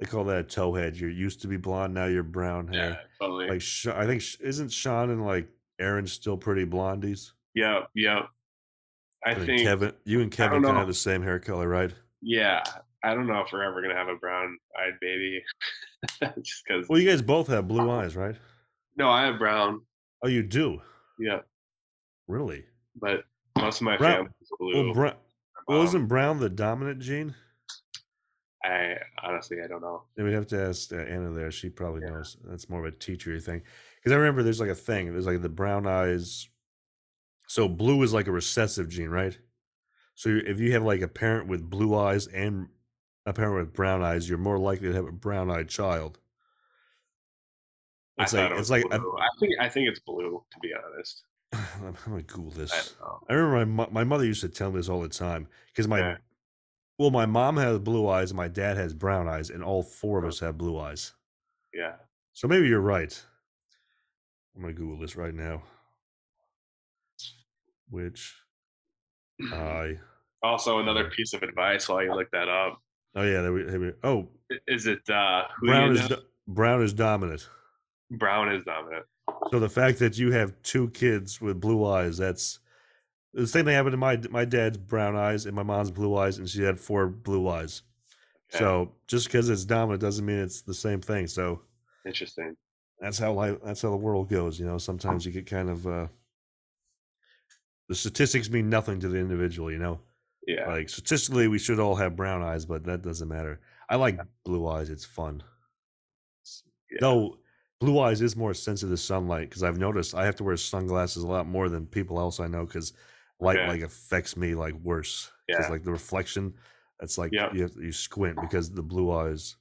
They call that a toe head. You're used to be blonde, now you're brown
yeah,
hair.
totally.
Like, Sha- I think Sh- isn't Sean and like Aaron still pretty blondies?
yep, yep. I
And
think
Kevin, you and
I don't
Kevin can
know.
have the same hair color, right?
Yeah, I don't know if we're ever gonna have a brown-eyed baby, <laughs> just because.
Well, you guys both have blue
Uh,
eyes, right?
no, I have brown.
Oh, you do
Yeah,
really?
but most of my
Brown-
family is blue. Um,
Well, brown.
My
Well,
mom-
isn't brown the dominant gene?
I honestly I don't know.
Then we'd have to ask uh, Anna there. She probably
Yeah.
knows. That's more of a teachery thing. Because I remember there's like a thing. There's like the brown eyes. So blue is like a recessive gene, right? So you- if you have like a parent with blue eyes and a parent with brown eyes, you're more likely to have a brown eyed child. It's
I
like
thought it
it's
was
like I,
blue. I think I think it's blue. To be honest,
<sighs> I'm gonna Google
I
this.
don't know.
I remember my mo- my mother used to tell me this all the time because my
Yeah.
well, my mom has blue eyes, and my dad has brown eyes, and all four
Uh-huh.
of us have blue eyes.
Yeah,
So maybe you're right. I'm gonna Google this right now. Which
Mm-hmm.
I
Also, another piece of advice while you look that up
oh yeah there we, here we oh
i- is it uh, who
brown
you
is
know-
do- brown is dominant.
brown is dominant.
So the fact that you have two kids with blue eyes that's the same thing happened to my my dad's brown eyes and my mom's blue eyes and she had four blue eyes.
Okay,
So just because it's dominant doesn't mean it's the same thing. So
interesting.
that's how life that's how the world goes
Oh.
you know sometimes you get kind of uh the statistics mean nothing to the individual you know
Yeah,
like statistically we should all have brown eyes but that doesn't matter i like blue eyes it's fun S-
Yeah.
though blue eyes is more sensitive to sunlight because i've noticed i have to wear sunglasses a lot more than people else i know because light
Okay.
like affects me like worse because
Yeah.
like the reflection that's like
Yep. Oh.
you, have, you squint because the blue eyes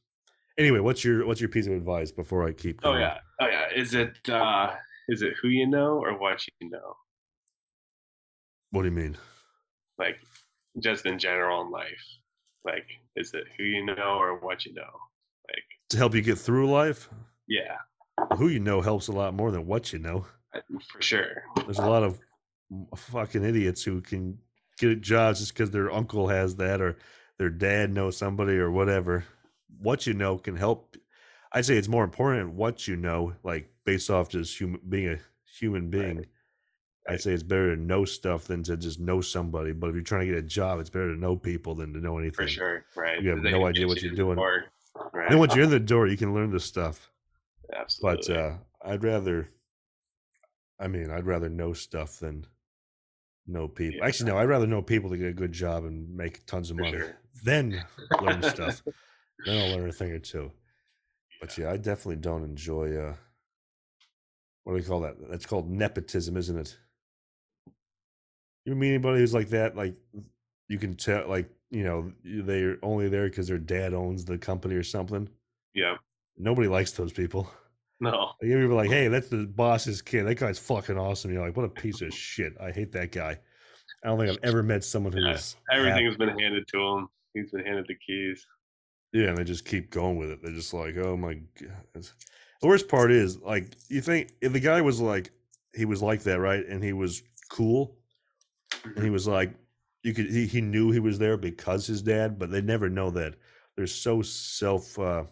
anyway what's your what's your piece of advice before i keep
Oh
going?
yeah, oh yeah. Is it uh, is it who you know or what you know?
what do you mean
Like just in general in life, like is it who you know or what you know? Like
to help you get through life,
yeah,
who you know helps a lot more than what you know.
I- for sure.
There's a lot of m- fucking idiots who can get jobs just because their uncle has that or their dad knows somebody or whatever. What you know can help. I'd say it's more important what you know, like based off just human being a human being. I'd
Right.
say it's better to know stuff than to just know somebody. But if you're trying to get a job, it's better to know people than to know anything.
For sure, right?
You have
They
no
can
idea
get
what
you
you're doing.
Or, right?
And then once you're in the door, you can learn this stuff. but
Absolutely.
uh, I'd rather. I mean, I'd rather know stuff than know people.
Yeah.
Actually, no, I'd rather know people to get a good job and make tons of
For
money.
sure.
Then learn
<laughs>
stuff. Then I'll learn a thing or two. But yeah, I definitely don't enjoy. Uh, what do we call that? That's called nepotism, isn't it? You meet anybody who's like that? Like you can tell, like you know, they're only there because their dad owns the company or something.
yeah.
Nobody likes those people.
No.
Like people are like, "Hey, that's the boss's kid. That guy's fucking awesome." You're like, "What a piece of shit! I hate that guy." I don't think I've ever met someone who
Yeah,
is
Everything's been handed to him. He's been handed the keys.
yeah, and they just keep going with it. They're just like, "Oh my god." The worst part is, like, you think if the guy was like, he was like that, right? And he was cool, and he was like, you could he, he knew he was there because his dad, but they never know that. They're so self. uh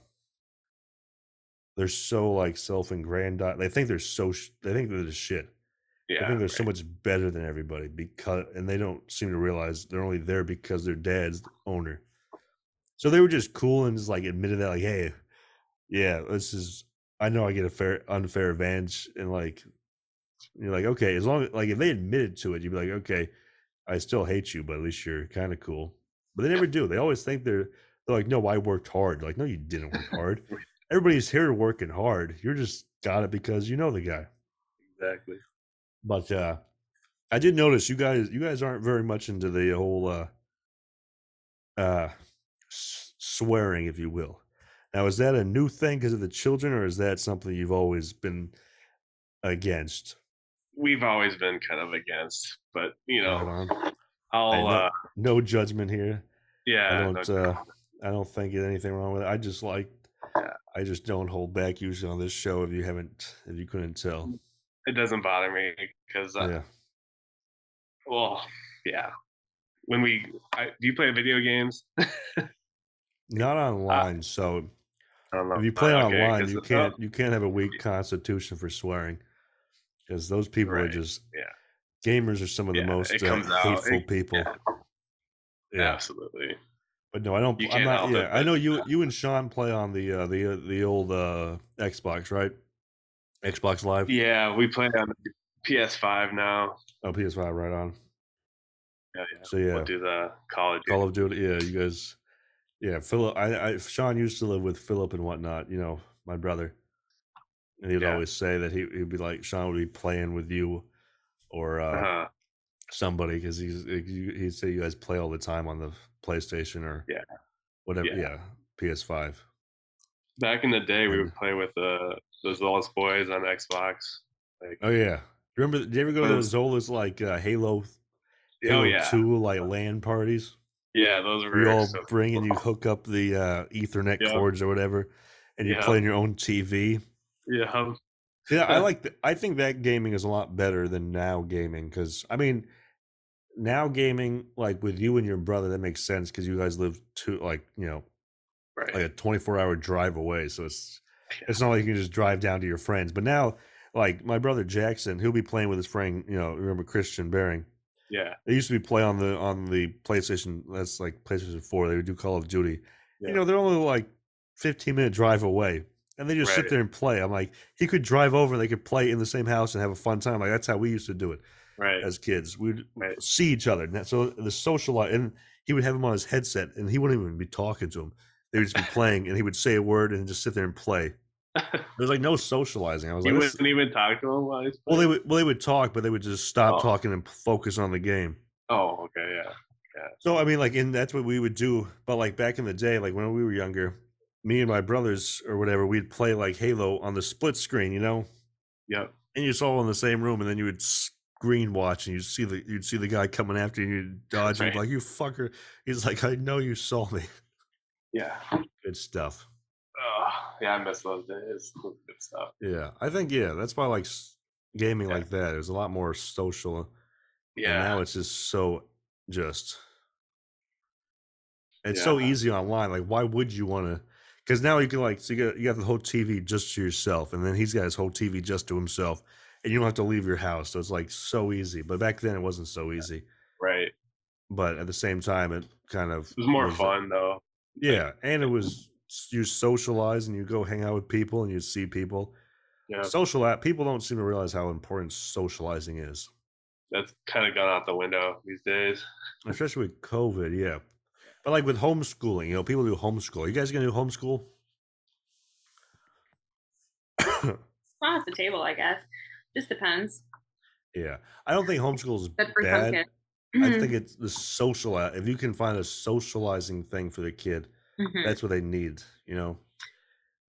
They're so like self ingrandized. They think they're so. sh- They think they're the shit.
Yeah.
I think they're so
right.
much better than everybody because, and they don't seem to realize they're only there because their dad's the owner. So they were just cool and just like admitted that, like, hey, yeah, this is. I know I get a fair unfair advantage, and like, you're like, okay, as long as like if they admitted to it, you'd be like, okay, I still hate you, but at least you're kind of cool. But they never do. They always think they're they're like, no, I worked hard. Like, no, you didn't
<laughs>
work hard. Everybody's here working hard. You're just got it because you know the guy
exactly.
but uh i did notice you guys you guys aren't very much into the whole uh uh s- swearing if you will now is that a new thing because of the children or is that something you've always been against
We've always been kind of against, but you
Right
know,
on. I
I'll
know-
uh,
no judgment here i
yeah.
don't
no-
uh i don't think there's anything wrong with it i just like
Yeah.
i just don't hold back usually on this show if you haven't if you couldn't tell
it doesn't bother me because uh,
yeah
well, yeah. When we I, do you play video games? I
not online so
don't know.
If you play
Uh, okay,
online,
'cause
you
the-
can't you can't have a weak constitution for swearing, because those people are
Right,
just
yeah.
gamers are some of the
Yeah,
most
it
uh,
comes out,
hateful
it-
people. Yeah.
yeah. Absolutely.
but no, I don't.
You
I'm
can't
not.
help
Yeah,
it,
I
but-
know you you and Sean play on the uh, the uh, the old uh, Xbox, right? Xbox Live,
Yeah, we play on PS5 now.
oh PS5, right on.
Yeah, yeah.
So yeah,
We'll do the college.
Call of Duty. Yeah, you guys. Yeah, Philip. I, I Sean used to live with Philip and whatnot. You know, my brother. And he'd
Yeah.
always say that he, he'd be like Sean would be playing with you, or uh,
uh-huh.
somebody because he's like, you- he'd say you guys play all the time on the PlayStation or
Yeah.
whatever. Yeah,
Yeah.
PS5.
Back in the day, we
And-
would play with uh, those Lost Boys on Xbox. Like,
Oh yeah, remember? Did you ever go to
But-
those Zola's like uh, Halo? Halo
oh yeah,
Two like land parties.
yeah, those were
We all
so
bring and you
cool.
hook up the uh, Ethernet
Yeah.
cords or whatever, and you're
Yeah.
playing your own TV.
Yeah, <laughs>
Yeah, I like. The, I think that gaming is a lot better than now gaming because I mean, now gaming like with you and your brother that makes sense because you guys live two like you know
right.
like a 24 hour drive away so it's
Yeah.
it's not like you can just drive down to your friends but now like my brother jackson he'll be playing with his friend you know remember christian Baring?
yeah,
they used to be play on the on the playstation that's like playstation 4 they would do call of duty you
Yeah.
know they're only like 15 minute drive away and they just sit
Right.
there and play i'm like he could drive over and they could play in the same house and have a fun time like that's how we used to do it
right.
as kids we'd
Right.
see each other and that, so the social life and he would have him on his headset and he wouldn't even be talking to him they would just
<laughs>
be playing and he would say a word and just sit there and play there's like no socializing i was
you
like this-
wouldn't even talk to him while he's
well they
playing?
would well they would talk but they would just stop
Oh.
talking and p- focus on the game
Oh, okay, yeah.
so i mean like and that's what we would do but like back in the day like when we were younger me and my brothers or whatever we'd play like halo on the split screen you know
Yep.
and you're all in the same room, and then you would screen watch, and you'd see the you'd see the guy coming after you, and
<laughs>
you'd dodge, and you'd be
Right.
like, "You fucker!" He's like, "I know you saw me." <laughs>
Yeah.
Good stuff.
Oh, yeah, I miss those days. Good stuff.
Yeah, I think yeah, that's why I like s- gaming
Yeah.
like that. It was a lot more social. And
Yeah.
now it's just so just. It's so
Yeah.
easy online. Like, why would you want to? Because now you can like, so you got you got the whole TV just to yourself, and then he's got his whole TV just to himself, and you don't have to leave your house. So it's like so easy. But back then it wasn't so easy.
right. It
but at the same time, it kind of
was more
was, uh,
fun though.
Yeah, and it was you socialize and you go hang out with people and you see people.
Yeah.
Social app people don't seem to realize how important socializing is,
That's kind of gone out the window these days.
especially with COVID. Yeah, but like with homeschooling, you know, people do homeschool. You guys gonna do homeschool? <coughs>
Well, at the table, I guess. Just depends.
yeah, I don't think homeschool is
Good for some
bad.
kids. Mm-hmm,
I think it's the social. a- If you can find a socializing thing for the kid,
Mhm.
that's what they need, you know.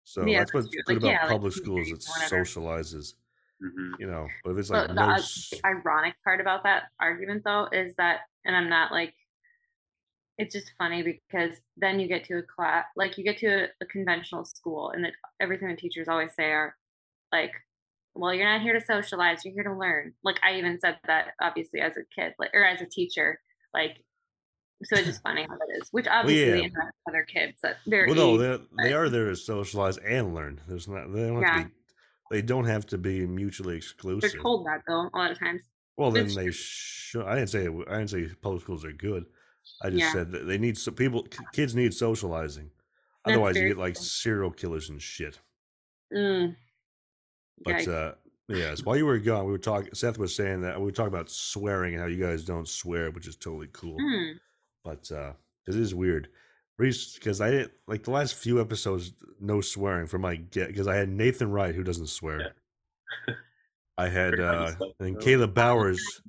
So
Yeah,
that's
that's
what's
true.
good
Like,
about
yeah, like
public
teen
schools; it
groups, whatever.
socializes,
Mhm.
you know. But if it's
Well,
like
the
no,
odd-
s-
ironic part about that argument though is that and i'm not like it's just funny because then you get to a class like you get to a, a conventional school and that everything the teachers always say are like well, you're not here to socialize, you're here to learn. Like I even said that obviously as a kid, like, or as a teacher, like so
<laughs>
it's just funny how that is, which obviously
yeah.
impacts other kids that they're
Well, no,
age.
they're, they are there to socialize and learn. There's not they don't have
Yeah.
to be they don't have to be mutually exclusive.
they're told that though a lot of times.
Well, then
It's
they should. I didn't say it w- I didn't say public schools are good. I just
Yeah.
said that they need some people. k- Kids need socializing.
That's
Otherwise, you
very
get like
true.
serial killers and shit.
Mm.
But
Yikes.
uh, yes, while you were gone, we were talking. Seth was saying that we were talking about swearing and how you guys don't swear, which is totally cool.
Mm. <laughs>
But uh, 'cause it is weird. Because I didn't like the last few episodes, no swearing for my get. Because I had Nathan Wright who doesn't swear.
<laughs>
I had
Pretty
uh,
much like
Oh,
and
so.
Caleb Bowers,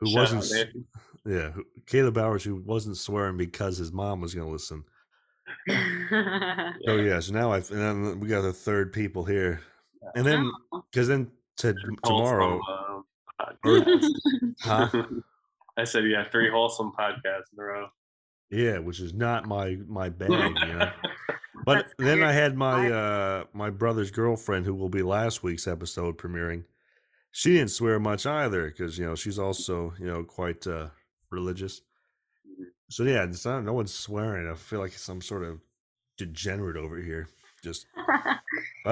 who
Shout
wasn't
out,
s-
Nathan.
Yeah, who- Caleb Bowers, who wasn't swearing because his mom was going to listen. So
Yeah.
yeah, so now I've and then we got the third people here, and then <laughs>
Wow.
because then to
Wholesome,
tomorrow,
um,
<laughs>
or-
<laughs>
huh?
podcast. I said, yeah, three wholesome podcasts in a row.
yeah, which is not my
<laughs>
my bag, you know. But
That's
then
weird.
I had my
I-
uh my brother's girlfriend, who will be last week's episode premiering. She didn't swear much either, because you know she's also you know quite uh religious.
Mm-hmm.
So yeah, it's not, no one's swearing. I feel like some sort of degenerate over here, just I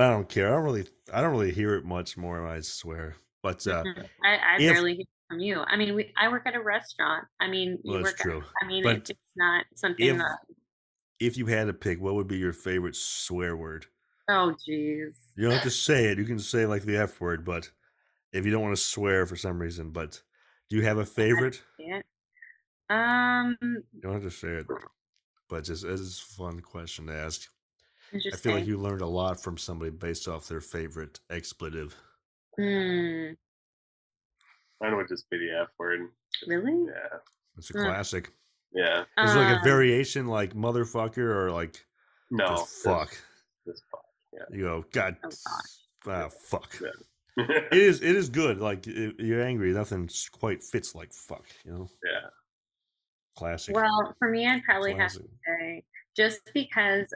don't care. I don't really I don't really hear it much more, I swear. But uh
Mhm. I, I
if-
barely hear from you. I mean, we, I work at a restaurant. I mean, Mm-hmm, you
well, that's
work. At,
true.
I mean,
But
it's it's not something
if-
that.
If you had to pick, what would be your favorite swear word?
Oh, jeez.
You don't have to say it. You can say like the F word, but if you don't want to swear for some reason, but do you have a favorite?
Can't. Um,
You don't have to say it. But just this is a fun question to ask. I
interesting.
feel like you learned a lot from somebody based off their favorite expletive.
Hmm,
I would just be the F word.
really?
Yeah.
It's a
Mm.
classic.
Yeah.
Is it like a
Um,
variation like motherfucker or like
No.
just
this-
fuck?
this fuck.
You go, God,
Oh, gosh.
ah, fuck.
Yeah.
it is it is good like i- you're angry nothing s- quite fits like fuck you know
Yeah.
classic
Well, for me, I'd probably have
classic.
say, just because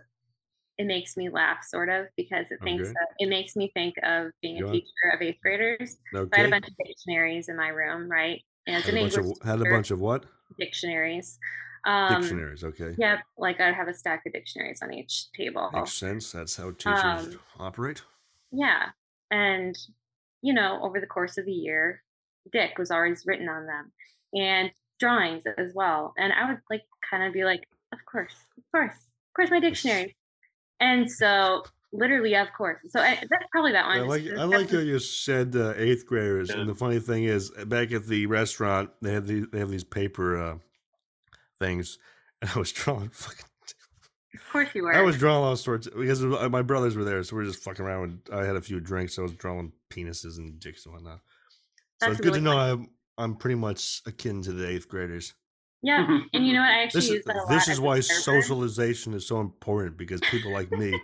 it makes me laugh, sort of, because it thinks
Okay.
of, it makes me think of being
You
a
are-
teacher of eighth graders. So I had
okay
a bunch of dictionaries in my room, right? And it's
had
an
a, bunch
English
of, had a
teacher,
bunch of what
dictionaries. Um,
dictionaries okay
Yep, like I'd have a stack of dictionaries on each table.
makes sense that's how teachers
Um,
operate
Yeah. And, you know, over the course of the year, Dick was always written on them and drawings as well. And I would like kind of be like, of course, of course, of course, my dictionary. And so, literally, of course. So I, that's probably that one.
I
It's-
like
it's
I like how
definitely-
you said uh, eighth graders, and
Yeah.
the funny thing is, uh, back at the restaurant, they have these they have these paper uh, things, <laughs> and I was drawing fucking
of course you were.
I was drawing all sorts because of- uh, my brothers were there, so we were just fucking around. And I had a few drinks, so I was drawing penises and dicks and whatnot. So
That's
it's good
really
to know I'm I'm pretty much akin to the eighth graders.
yeah.
<laughs>
And you know what? I actually
This is
use that a lot.
this
as
is
a
why
server.
socialization is so important because people like me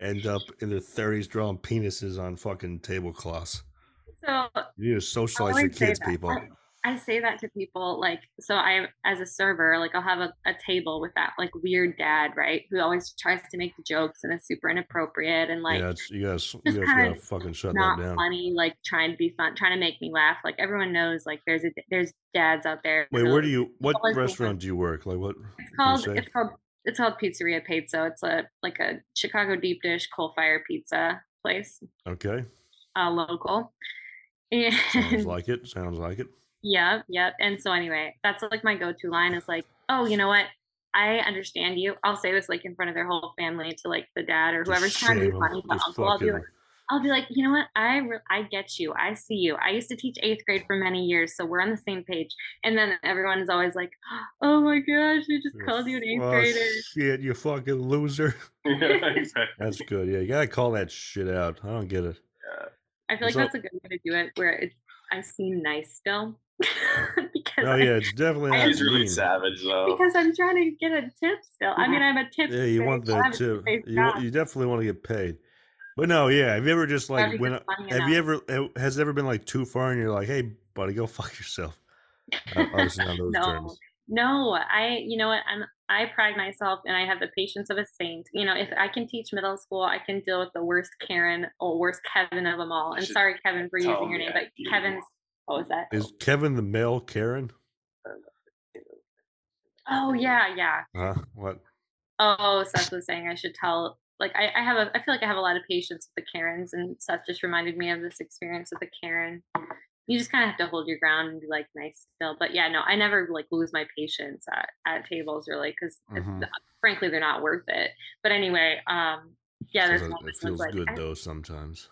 end up in their thirties drawing penises on fucking tablecloths.
So
You need to socialize your
always say
kids,
that.
people.
I- I say that to people like so I as a server like I'll have a, a table with that like weird dad right who always tries to make jokes and is super inappropriate and like
yeah, it's, you gotta s- you
just
guys
kinda
gotta fucking shut that
not
down.
funny like trying to be fun trying to make me laugh like everyone knows like there's a there's dads out there
Wait,
who-
where do you? What
always the one-
restaurant do you work? Like what?
it's called
say?
it's called it's called Pizzeria Pizza it's a like a Chicago deep dish coal fire pizza place
Okay,
<laughs> uh local and
sounds like it. Sounds like it.
Yep, yep. And so anyway, that's like my go-to line is like, oh, you know what? I understand you. I'll say this like in front of their whole family to like the dad or
Just
whoever's trying to
shame
be
'em.
funny. The
Just
uncle. I'll be
fucking-
like, I'll be like, you know what? I re- I get you. I see you. I used to teach eighth grade for many years, so we're on the same page. And then everyone is always like, oh my gosh, we just
You're a
called you an eighth
Oh,
grader.
shit, you fucking loser.
<laughs>
<laughs>
yeah, exactly.
That's good. Yeah, you gotta call that shit out. I don't get it.
I feel like
So-
that's a good way to do it, where it, I seem nice still <laughs> because
Oh
I-
yeah, it's definitely
I-
not
He's really
mean.
savage though.
because I'm trying to get a tip still. I mean, I'm a tip.
Yeah, you want the tip. You, wa- you definitely want to get paid. But no, yeah. Have you ever just like when? Have you ever? ha- Has it ever been like too far and you're like, hey, <laughs> buddy, go fuck yourself? Uh, Obviously, not those
No.
terms.
No, I. You know what? I'm. I pride myself and I have the patience of a saint. You know, if I can teach middle school, I can deal with the worst Karen or worst Kevin of them all.
You
And
should
sorry, Kevin, for
tell
using your
me
name,
I
but
do.
Kevin's what was that?
Is Kevin the male Karen?
Oh yeah, yeah.
Huh? What?
Oh, Seth was saying I should tell. Like I, I have a, I feel like I have a lot of patience with the Karens, and Seth just reminded me of this experience with the Karen. You just kind of have to hold your ground and be like nice still. But yeah, no, I never like lose my patience at, at tables really because
Mhm.
frankly they're not worth it. But anyway, um, yeah, there's
Feels- it
moments when
feels
it's like,
good
I-
though sometimes.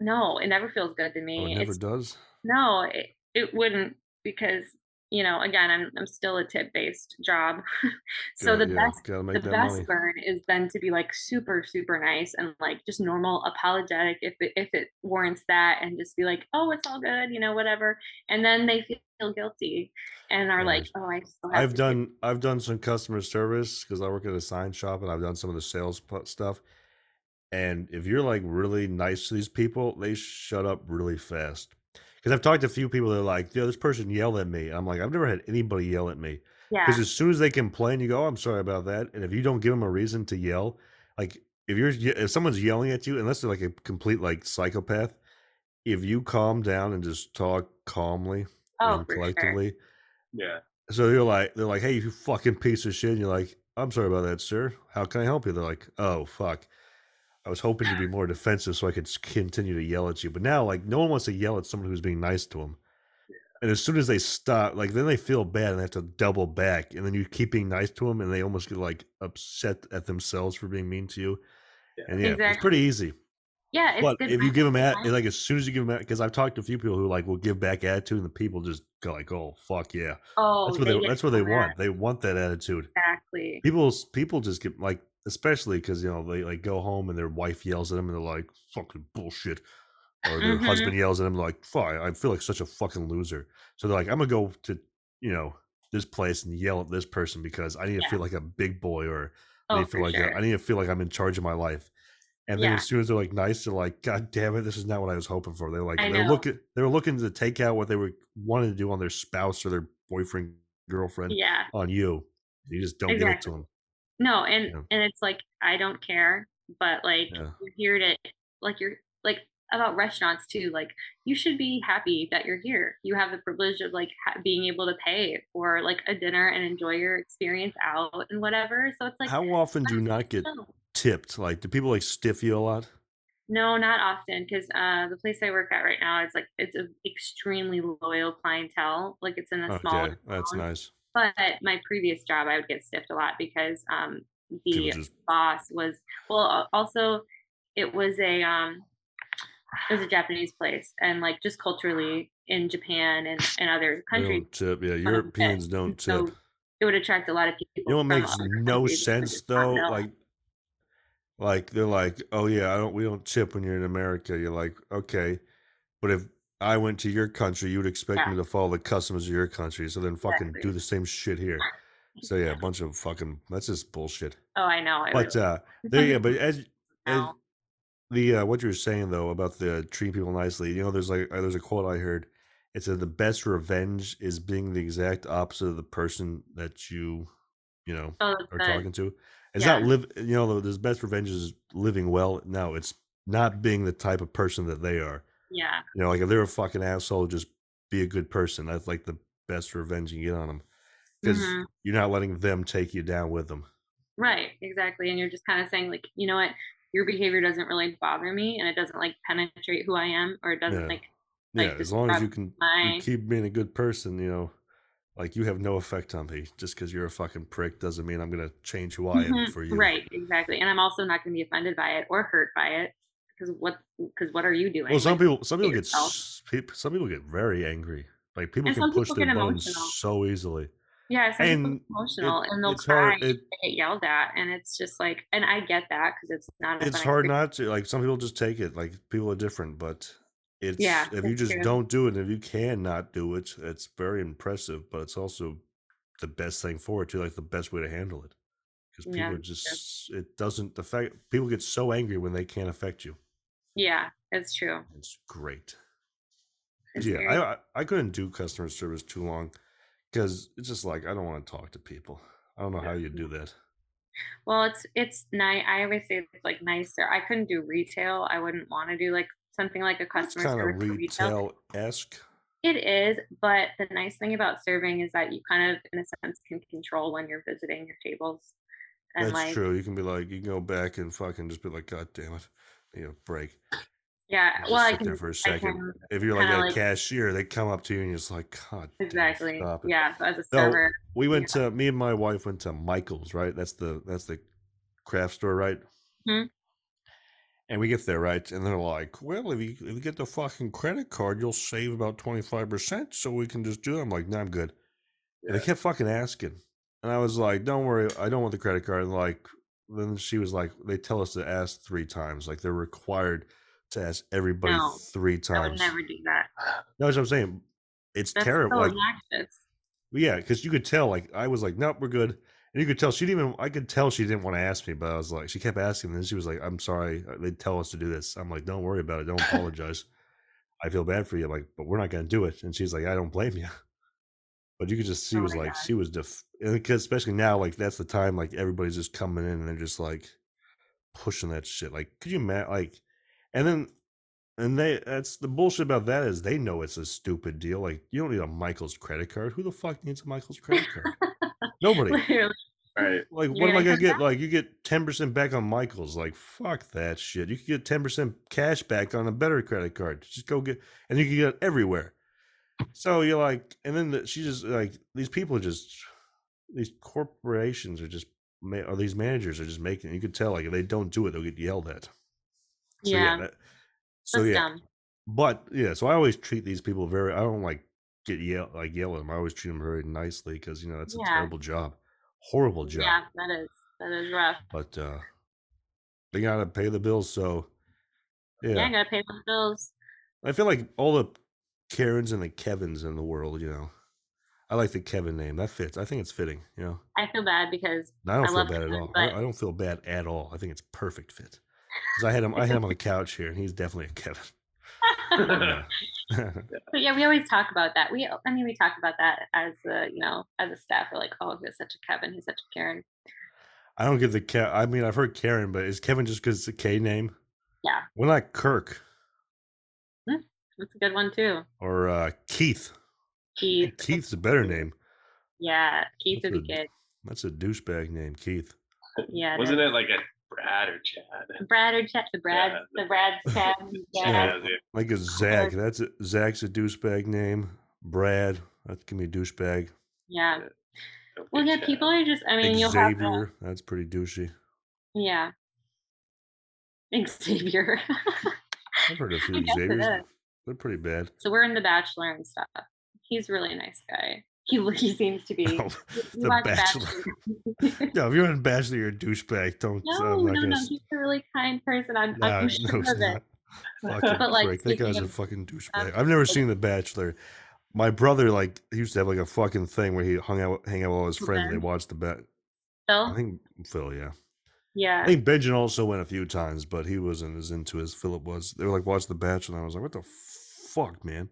No, it never feels good to
Oh,
me.
it never
it's
does.
no, it, it wouldn't because you know again I'm I'm still a tip based job, <laughs> so
Gotta-
the
yeah,
best
gotta
the
make that
best
money.
burn is then to be like super super nice and like just normal apologetic if it, if it warrants that and just be like oh it's all good you know whatever and then they feel guilty and are
Yeah,
like oh i still have
I've
to do-"
done I've done some customer service because I work at a sign shop and I've done some of the sales pu- stuff. And if you're like really nice to these people, they shut up really fast. Because I've talked to a few people that are like, "Yeah, this person yelled at me." I'm like, I've never had anybody yell at me. Because
yeah
as soon as they complain, you go, oh, "I'm sorry about that." And if you don't give them a reason to yell, like if you're ye- if someone's yelling at you, unless they're like a complete like psychopath, if you calm down and just talk calmly
oh
and
for sure
collectively,
Yeah.
so they're like, they're like, hey, you fucking piece of shit. And you're like, I'm sorry about that, sir. How can I help you? They're like, oh fuck. I was hoping you'd be more defensive so I could s- continue to yell at you. But now, like, no one wants to yell at someone who's being nice to them. And as soon as they stop, like, then they feel bad and they have to double back. And then you keep being nice to them, and they almost get like upset at themselves for being mean to you.
Yeah.
And yeah, it's
Exactly.
pretty easy.
yeah it's
But
good
if you
practice,
give them at
right?
like as soon as you give them at because I've talked to a few people who like will give back attitude, and the people just go like, "Oh fuck yeah."
oh
That's what
they
they.
get
That's what
so
they
mad.
want. They want that attitude.
exactly
People. People just get like, especially because you know they like go home and their wife yells at them and they're like, "Fucking bullshit," or their
Mhm.
husband yells at them like, "Fuck, I feel like such a fucking loser." So they're like, "I'm gonna go to you know this place and yell at this person because I need to
yeah
feel like a big boy or I
oh
need to feel
for
like a,
sure
I need to feel like I'm in charge of my life." And then
yeah
as soon as they're like nice, they're like, "God damn it, this is not what I was hoping for." They're like,
i
they're
know
looking, they're looking to take out what they were wanting to do on their spouse or their boyfriend, girlfriend,
yeah
on you. You just don't give it
exactly
to them.
No, and
Yeah,
and it's like I don't care, but like
yeah,
you're here to like you're like about restaurants too. Like you should be happy that you're here. You have the privilege of like ha- being able to pay for like a dinner and enjoy your experience out and whatever. So it's like
How often do you
sometimes
not get
it's no,
tipped? Like, do people like stiff you a lot?
no, not often because uh the place I work at right now it's like it's an extremely loyal clientele. Like it's in
Oh,
a smaller
Okay, that's
town,
nice.
but my previous job I would get stiffed a lot because um
People
the
just
boss was well al- also it was a um it was a Japanese place and like just culturally in Japan and, and other
they
countries
don't tip. Yeah,
um, that-
Europeans don't tip.
so it would attract a lot of
Oh, You know what
people from <laughs>
makes
other
no
countries that would <laughs>
sense
just not
though?
know.
Like, like they're like, oh yeah, I don't. We don't tip when you're in America. You're like, okay, but if I went to your country, you would expect
Yeah,
me to follow the customs of your country. So then fucking do
exactly.
the same shit
<laughs>
here. So yeah, a bunch of fucking that's just bullshit.
Oh, I know. It was
But
<laughs>
uh there
something
yeah, but as as
now.
the uh, what you were saying though about the treating people nicely, you know, there's like uh, there's a quote I heard. It said the best revenge is being the exact opposite of the person that you you know
Oh,
are
the
talking to. It's not
yeah,
live you know the best revenge is living well. No, it's not being the type of person that they are.
yeah,
You know, like if they're a fucking asshole, just be a good person. That's like the best revenge you can get on them because
hmm
you're not letting them take you down with them.
right, exactly. And you're just kind of saying like, you know what, your behavior doesn't really bother me, and it doesn't like penetrate who I am, or it doesn't
Yeah.
like
Yeah,
like
as long as
describe
you can you
my
keep being a good person, you know, like you have no effect on me. Just because you're a fucking prick doesn't mean I'm gonna change who I am
Mhm,
for you.
Right, exactly. And I'm also not going to be offended by it or hurt by it because what because what are you
Well,
doing?
some
Like
people some
hate
people get
yourself.
s- peop- some people get very angry. Like people
And
can
some
push
people
their
get
buttons
emotional.
so easily,
Yeah, some people
and
get emotional
it
and they'll
it's hard
cry
it
and get yelled at, and it's just like, and I get that because it's not a
it's
fun
hard
experience.
not to. Like some people just take it. Like people are different, but it's
Yeah,
if you
that's
just
true.
don't do it, and if you can not do it, it's very impressive. But it's also the best thing for it too. Like the best way to handle it. because people
Yeah,
are
that's
just it doesn't affect people get so angry when they can't affect you
true. yeah, it's true.
it's great
It's
yeah
very
i i I couldn't do customer service too long because it's just like i don't want to talk to people i I don't know how you do that.
Well, it's it's nice. I always say it's like nicer. I couldn't do retail. I wouldn't want to do like something like a
It's
customer
kind
service
of
for retail.
retail esque.
It is, but the nice thing about serving is that you kind of, in a sense, can control when you're visiting your tables. And
That's
like,
true. You can be like, you can go back and fucking just be like, God damn it, you know, break.
yeah,
Just
Uh, well, I
sit there
can,
for a
I
second.
can
If you're like a
kinda like-
cashier, they come up to you and you're just like, God, damn,
exactly,
stop it."
yeah. So as a
No,
server,
We went to me and my wife went to Michael's, right? That's the that's the craft store, right?
Mhm.
And we get there, right? And they're like, "Well, if you if you get the fucking credit card, you'll save about twenty five percent, so we can just do it." I'm like, "No, I'm good." And they
Yeah.
kept fucking asking, and I was like, "Don't worry, I don't want the credit card." And like, then she was like, "They tell us to ask three times, like they're required to ask everybody
No,
three
I would
times."
never do that.
That's what I'm saying. It's
That's
terrible.
so
like,
obnoxious. <laughs>
yeah, because you could tell, like, I was like, nope, we're good. And you could tell she didn't even, I could tell she didn't want to ask me, but I was like, she kept asking. And then she was like, I'm sorry. uh, They tell us to do this. I'm like, don't worry about
<laughs>
it. Don't apologize. I feel bad for you. like, but we're not going to do it. And she's like, I don't blame you. <laughs> But you could just, she
Oh
was
my
like, she was def, because especially now, like, that's the time, like, everybody's just coming in and they're just like pushing that shit. Like, could you imagine, like, and then, and they, that's the bullshit about that is they know it's a stupid deal. Like, you don't need a Michael's credit card. Who the fuck needs a Michael's credit
<laughs>
card? Nobody.
Literally, <laughs>
Right. <laughs>
Like,
You're
what am I
gonna
gonna
come
get?
back?
Like, you get ten percent back on Michaels. Like, fuck that shit. You can get ten percent cash back on a better credit card. Just go get, and you can get it everywhere. So you're like, and then the, she just like these people are just these corporations are just ma- or these managers are just making. You could tell like if they don't do it, they'll get yelled at. So,
yeah,
that- so
that's
yeah,
dumb.
but yeah, so I always treat these people very. I don't like get yell like yell at them. I always treat them very nicely because you know that's a
Yeah.
terrible job, horrible job.
Yeah, that is that is rough.
But uh they gotta pay the bills. So yeah.
Yeah, I gotta pay those bills.
I feel like all the Karens and the Kevins in the world. You know, I like the Kevin name. That fits. I think it's fitting. You know,
I feel bad because
And I don't
I
feel
love
bad at
Kevin,
all. I don't-
but-
I don't feel bad at all. I think it's perfect fit. 'Cause I had him. I had him on
<laughs>
the couch here, and he's definitely a Kevin. <laughs> uh, Yeah.
<laughs>
<laughs>
But yeah, we always talk about that. We, I mean, we talk about that as a, you know, as a staff. We're like, oh, he's such a Kevin. He's such a Karen.
I don't get the Ke- I mean, I've heard Karen, but is Kevin just because it's a K name?
Yeah.
We're not Kirk
That's a good one too.
or uh, Keith.
<laughs>
<laughs>
Keith.
Keith's a better name.
Yeah, Keith would be
That's
good.
That's a douchebag name, Keith.
Yeah.
Wasn't it like a Brad or Chad?
Brad or Chad? The Brad,
Yeah.
the Brad Chad. Yeah.
<laughs> Yeah.
Chad, <laughs> yeah.
Like a Zach. That's a, Zach's a douchebag name. Brad. That can be a douchebag.
yeah.
Don't
Well, yeah,
forget
people are just. I mean, you'll have. uh, the-
Xavier. That's pretty douchey.
Yeah. Xavier.
I've heard a
<laughs> I
few
guess it
Xaviers.
is.
They're pretty bad.
So we're in The Bachelor and stuff. He's a really nice guy. He look. he seems
<laughs>
to be.
Oh,
You
The
watch
Bachelor. <laughs> no, if you're in Bachelor, you're a douchebag. Don't.
<laughs>
uh,
No,
I'm not
no, no.
gonna s-
He's a really kind person. I'm,
Nah,
I'm
<laughs>
sure
no,
of
it's
it.
not. Fucking
But, <laughs> like,
prick. That
speaking
guy's a
of-
fucking douchebag.
um,
I've never seen The Bachelor. My brother, like, he used to have like a fucking thing where he hung out, hang out with all his friends. and They
Okay.
watched the bat. I
Phil?
think Phil, yeah. I
Yeah.
think Benjamin also went a few times, but he wasn't as into as Philip was. They were like, watch The Bachelor. And I was like, what the fuck, man?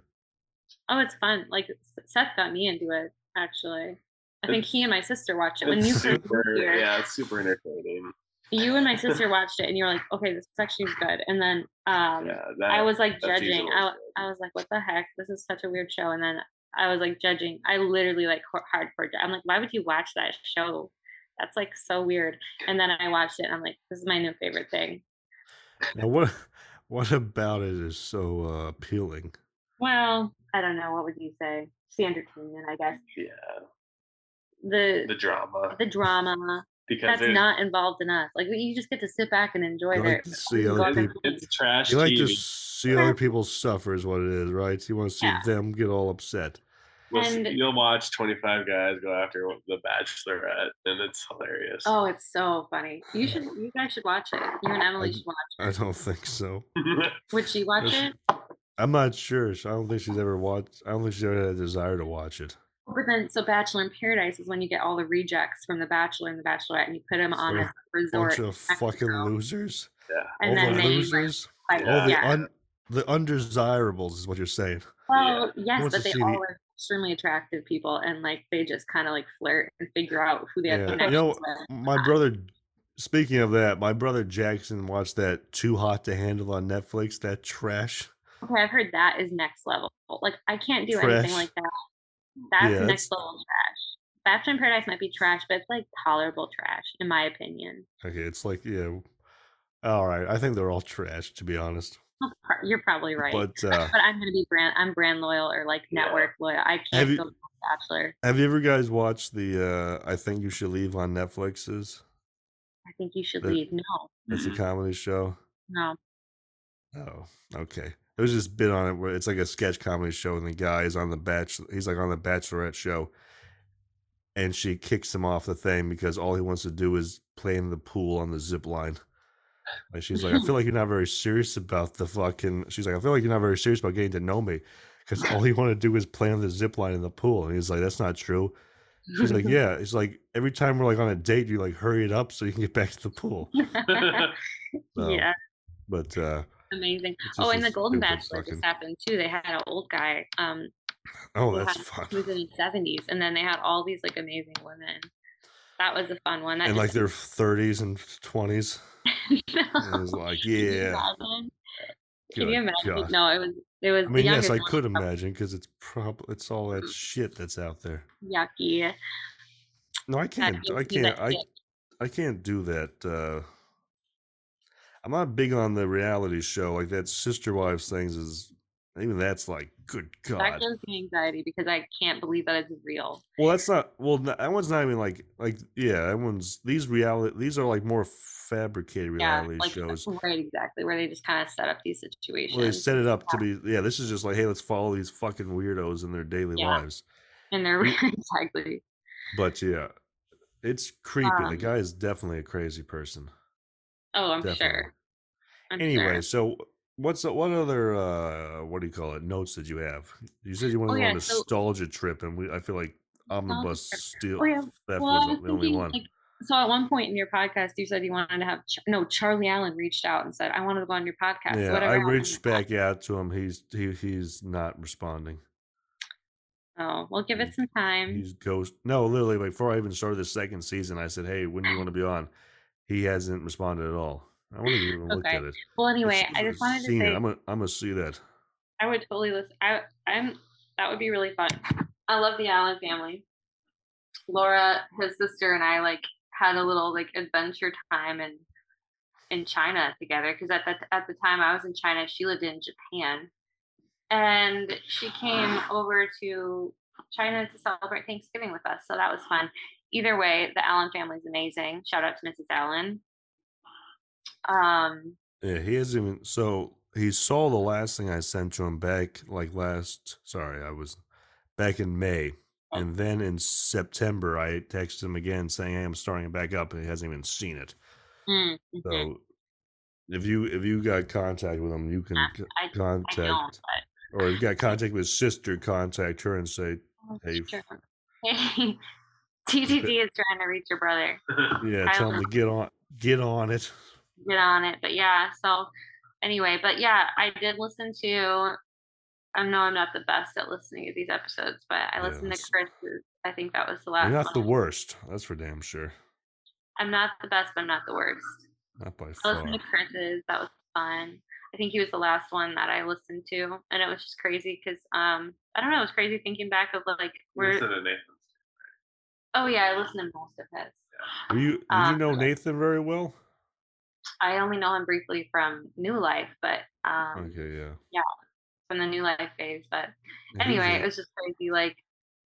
Oh, it's fun. Like S- Seth got me into it actually. I think he and my sister watched it when
It's
you
<laughs>
first
super,
moved here.
yeah, it's super entertaining.
You and my sister watched it, and you were like, "Okay, this is actually good." And then um,
yeah, that,
I was like
that's
judging.
usually
I,
good.
I was like, "What the heck? This is such a weird show." And then I was like judging. I literally like ho- hardcore. ju- I'm like, "Why would you watch that show? That's like so weird." And then I watched it, and I'm like, "This is my new favorite thing."
Now, what, <laughs> what about it is so uh, appealing?
Well, I don't know. What would you say? It's the entertainment, I guess.
yeah, the
The
drama
the drama.
because
that's
there's-
not involved enough. Like you just get to sit back and enjoy
You
their.
like to see
own
other
garden.
people.
it's trash
You like to
TV.
see other people suffer, is what it is, right? You want to see
Yeah.
them get all upset.
We'll see-
And-
you'll watch 25 guys go after the Bachelorette, and it's hilarious.
<laughs>
<laughs>
Oh, it's so funny. You should, you guys should watch it. You and Emily
I-
should watch.
I don't think so.
it. Would she watch
Yes.
it?
I'm not sure. so I don't think she's ever watched. I don't think she's ever had a desire to watch it.
But then, so Bachelor in Paradise is when you get all the rejects from the Bachelor and the Bachelorette, and you put them on
Sure.
a resort,
Bunch of
Mexico.
fucking losers.
and
all
then
the
they
losers.
like,
All the
yeah.
un, the undesirables is what you're saying.
Well, yes,
wants
but
to
they
see the-
all are extremely attractive people and like they just kind of like flirt and figure out who they have
Yeah. You
connections
know,
with.
My brother, speaking of that, my brother Jackson watched that Too Hot to Handle on Netflix. That trash.
Okay, I've heard that is next level. Like I can't do
Trash.
anything like that. That's
Yeah,
next level trash. Bachelor in Paradise might be trash, but it's like tolerable trash in my opinion.
Okay, it's like yeah. All right, I think they're all trash to be honest.
Pro- You're probably right. But,
But uh,
I'm gonna be brand I'm brand loyal or like
Yeah.
network loyal. I
Have
can't
you-
go with Bachelor.
have you ever guys watched the uh, I Think You Should Leave on Netflix's?
I think you should
The-
leave. No,
It's a <laughs>
<laughs> Mhm.
comedy show.
no.
Oh, okay. There was this bit on it where it's like a sketch comedy show, and the guy is on the bachelor. He's like on the Bachelorette show, and she kicks him off the thing because all he wants to do is play in the pool on the zip line. Like she's like, I feel like you're not very serious about the fucking. She's like, I feel like you're not very serious about getting to know me because all you want to do is play on the zip line in the pool. And he's like, that's not true. She's
<laughs>
like, yeah. It's like every time we're like on a date, you like hurry it up so you can get back to the pool.
<laughs>
So,
yeah,
But uh,
amazing.
it's
Oh,
just
and
a
the Golden
stupid
Bachelor
fucking-
just happened too. They had an old guy, um,
Oh,
who
that's
had-
fun.
who was in his seventies, and then they had all these like amazing women. That was a fun one. That
in
just-
like their
<laughs>
30s and 20s. And it was
No.
like,
Can you
yeah.
imagine? Can
good
you imagine?
God.
No, it was it was
I
the
mean, yes,
youngest
I
one
could
was
imagine because it's prob it's all that shit that's out there.
yucky.
No, I
That
can't.
gives
I
me
can't.
that
I
ick.
I can't do that. Uh, I'm not big on the reality show like that. Sister Wives things is even that's like, good
that
God.
gives me anxiety because I can't believe that it's real.
Well, that's not. Well, n- that one's not even like like yeah. That one's these reality. These are like more fabricated
Yeah,
reality
like uh,
shows.
right, exactly, where they just kind of set up these situations.
Well, they set it up to be yeah. This is just like hey, let's follow these fucking weirdos in their daily
Yeah.
lives.
and they're <laughs> exactly.
But yeah, it's creepy. the
Um,
guy is definitely a crazy person.
Oh, I'm
Definitely.
sure. I'm
anyway,
sure.
so what's the, what other uh what do you call it notes did you have? You said you want to
Oh,
go
yeah,
on a
so-
nostalgia trip, and we I feel like omnibus
trip.
steal
Oh, yeah.
theft
Well, I was
was the only
thinking,
one.
like, so at one point in your podcast, you said you wanted to have Ch- no. Charlie Allen reached out and said, "I wanted to go on your podcast."
yeah,
whatever
I
happened
reached
to that?
back out to him. He's he he's not responding.
Oh, we'll give
He-
it some time.
He's ghost. No, literally, like, before I even started the second season, I said, "Hey, when do you want to be on?" He hasn't responded at all. I haven't even looked
Okay.
at it.
Well,
It's-
anyway, I
I've
just wanted to
seen it.
say
I'm gonna I'm gonna see that.
I would totally listen. I I'm that would be really fun. I love the Allen family. Laura, his sister, and I like had a little like adventure time and in China together because at that at the time I was in China, she lived in Japan, and she came over to China to celebrate Thanksgiving with us. So that was fun. Either way, the Allen family's amazing. Shout out to Mrs. Allen. Um,
Yeah, he hasn't even. So he saw the last thing I sent to him back, like last. Sorry, I was back in May,
Oh.
and then in September I texted him again saying, "Hey, I'm starting it back up," and he hasn't even seen it.
mm, mhm.
So if you if you got contact with him, you can c-
I, I don't,
contact,
but
or if you got contact with his sister, contact her and say,
Oh,
Hey,
it's true. <laughs> Hey, TTD is trying to reach your brother.
"Yeah,
I
tell him to get on, get on it."
Get on it. But yeah, so anyway, but yeah, I did listen to. I know I'm not the best at listening to these episodes, but I
Yeah,
listened
that's-
to Chris's. I think that was the
You're
last
not the
one.
worst. That's for damn sure.
I'm not the best, but I'm not the worst.
Not by
I
far.
listened to Chris's. That was fun. I think he was the last one that I listened to, and it was just crazy because um I don't know. It was crazy thinking back of like
Listen
where.
to Nathan's.
Oh yeah, I listened to most of his.
Were you did you
um,
know Nathan very well?
I only know him briefly from New Life, but um,
Okay, yeah.
from the New Life phase. But
Yeah, he's
anyway,
a-
it was just crazy. Like,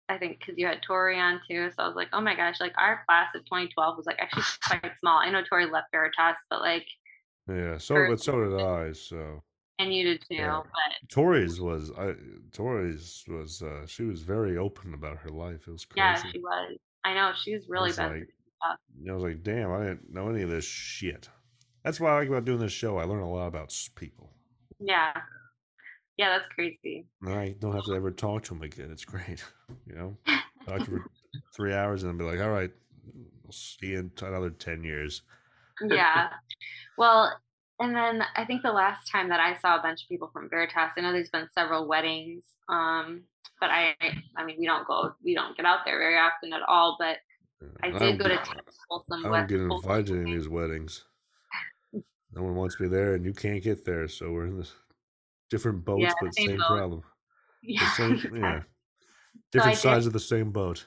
I think because you had Tori on too, so I was like, oh my gosh, like our class of 2012 was like
<laughs>
actually quite small. I know Tori left Veritas, but like,
Yeah, so
or-
but so did I. So
and you did too.
Yeah.
But
Tori's was I Tori's was uh she was very open about her life. It was crazy.
yeah, she was. I know she's
I
really
was
bad.
like,
stuff.
I was like, damn, I didn't know any of this shit. That's why I like about doing this show. I learn a lot about s- people.
yeah, yeah, that's crazy.
And I don't have to ever talk to them again. It's great. <laughs> You know? Talk to 'em for three hours and then be like, all right, we'll see you in t- another ten years. <laughs>
yeah. Well, and then I think the last time that I saw a bunch of people from Veritas, I know there's been several weddings um, but I, I mean, we don't go, we don't get out there very often at all. But I
I
did
don't
go to
get-
Folsom
I
West.
don't get
Folsom
invited to any of
West.
these weddings. No one wants me there, and you can't get there, so we're in this different boats,
Yeah,
but
same
same,
boat.
problem. The
<laughs> <laughs> Yeah,
same,
exactly.
yeah,
I
different
did-
sides of the same boat.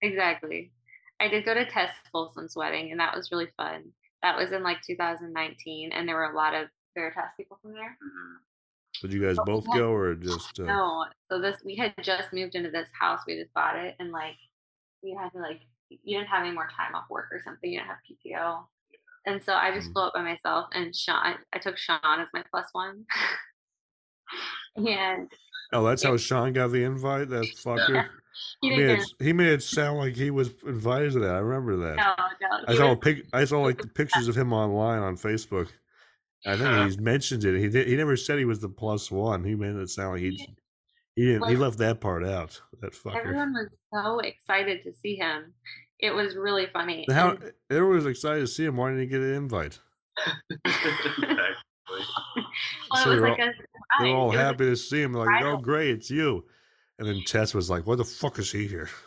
Exactly. I did go to Tess Folsom's wedding, and that was really fun. That was in like 2019, and there were a lot of Veritas people from there.
Did you guys
But we
both
had-
go, or just? Uh,
Oh, No, so this we had just moved into this house. We just bought it, and like we had to like you didn't have any more time off work or something. You didn't have PTO, and so I just
Mm.
flew up by myself. And Sean, I took Sean as my plus one, <laughs> and
Oh, that's how Sean got the invite.
<laughs>
That fucker.
he
He
didn't.
made,
Get,
it, he made it sound like he was invited to that. I remember that.
no, no,
I
he
saw a
was-
pic. I saw like the pictures of him online on Facebook. I think
Yeah.
he's mentioned it. He did, he never said he was the plus one. He made it sound like he
Yeah.
he didn't, he
Well-
left that part out. That fucker.
everyone was so excited to see him. It was really funny.
Then How <laughs>
and- <laughs>
everyone was excited to see him. Why didn't he get an invite?
Exactly.
well,
so
it was
they're
like
all-
a
They
surprise.
were all
It was-
happy to see him. Like, oh
surprise.
great, it's you. And then Tess was like, "What the fuck is he here?" <laughs>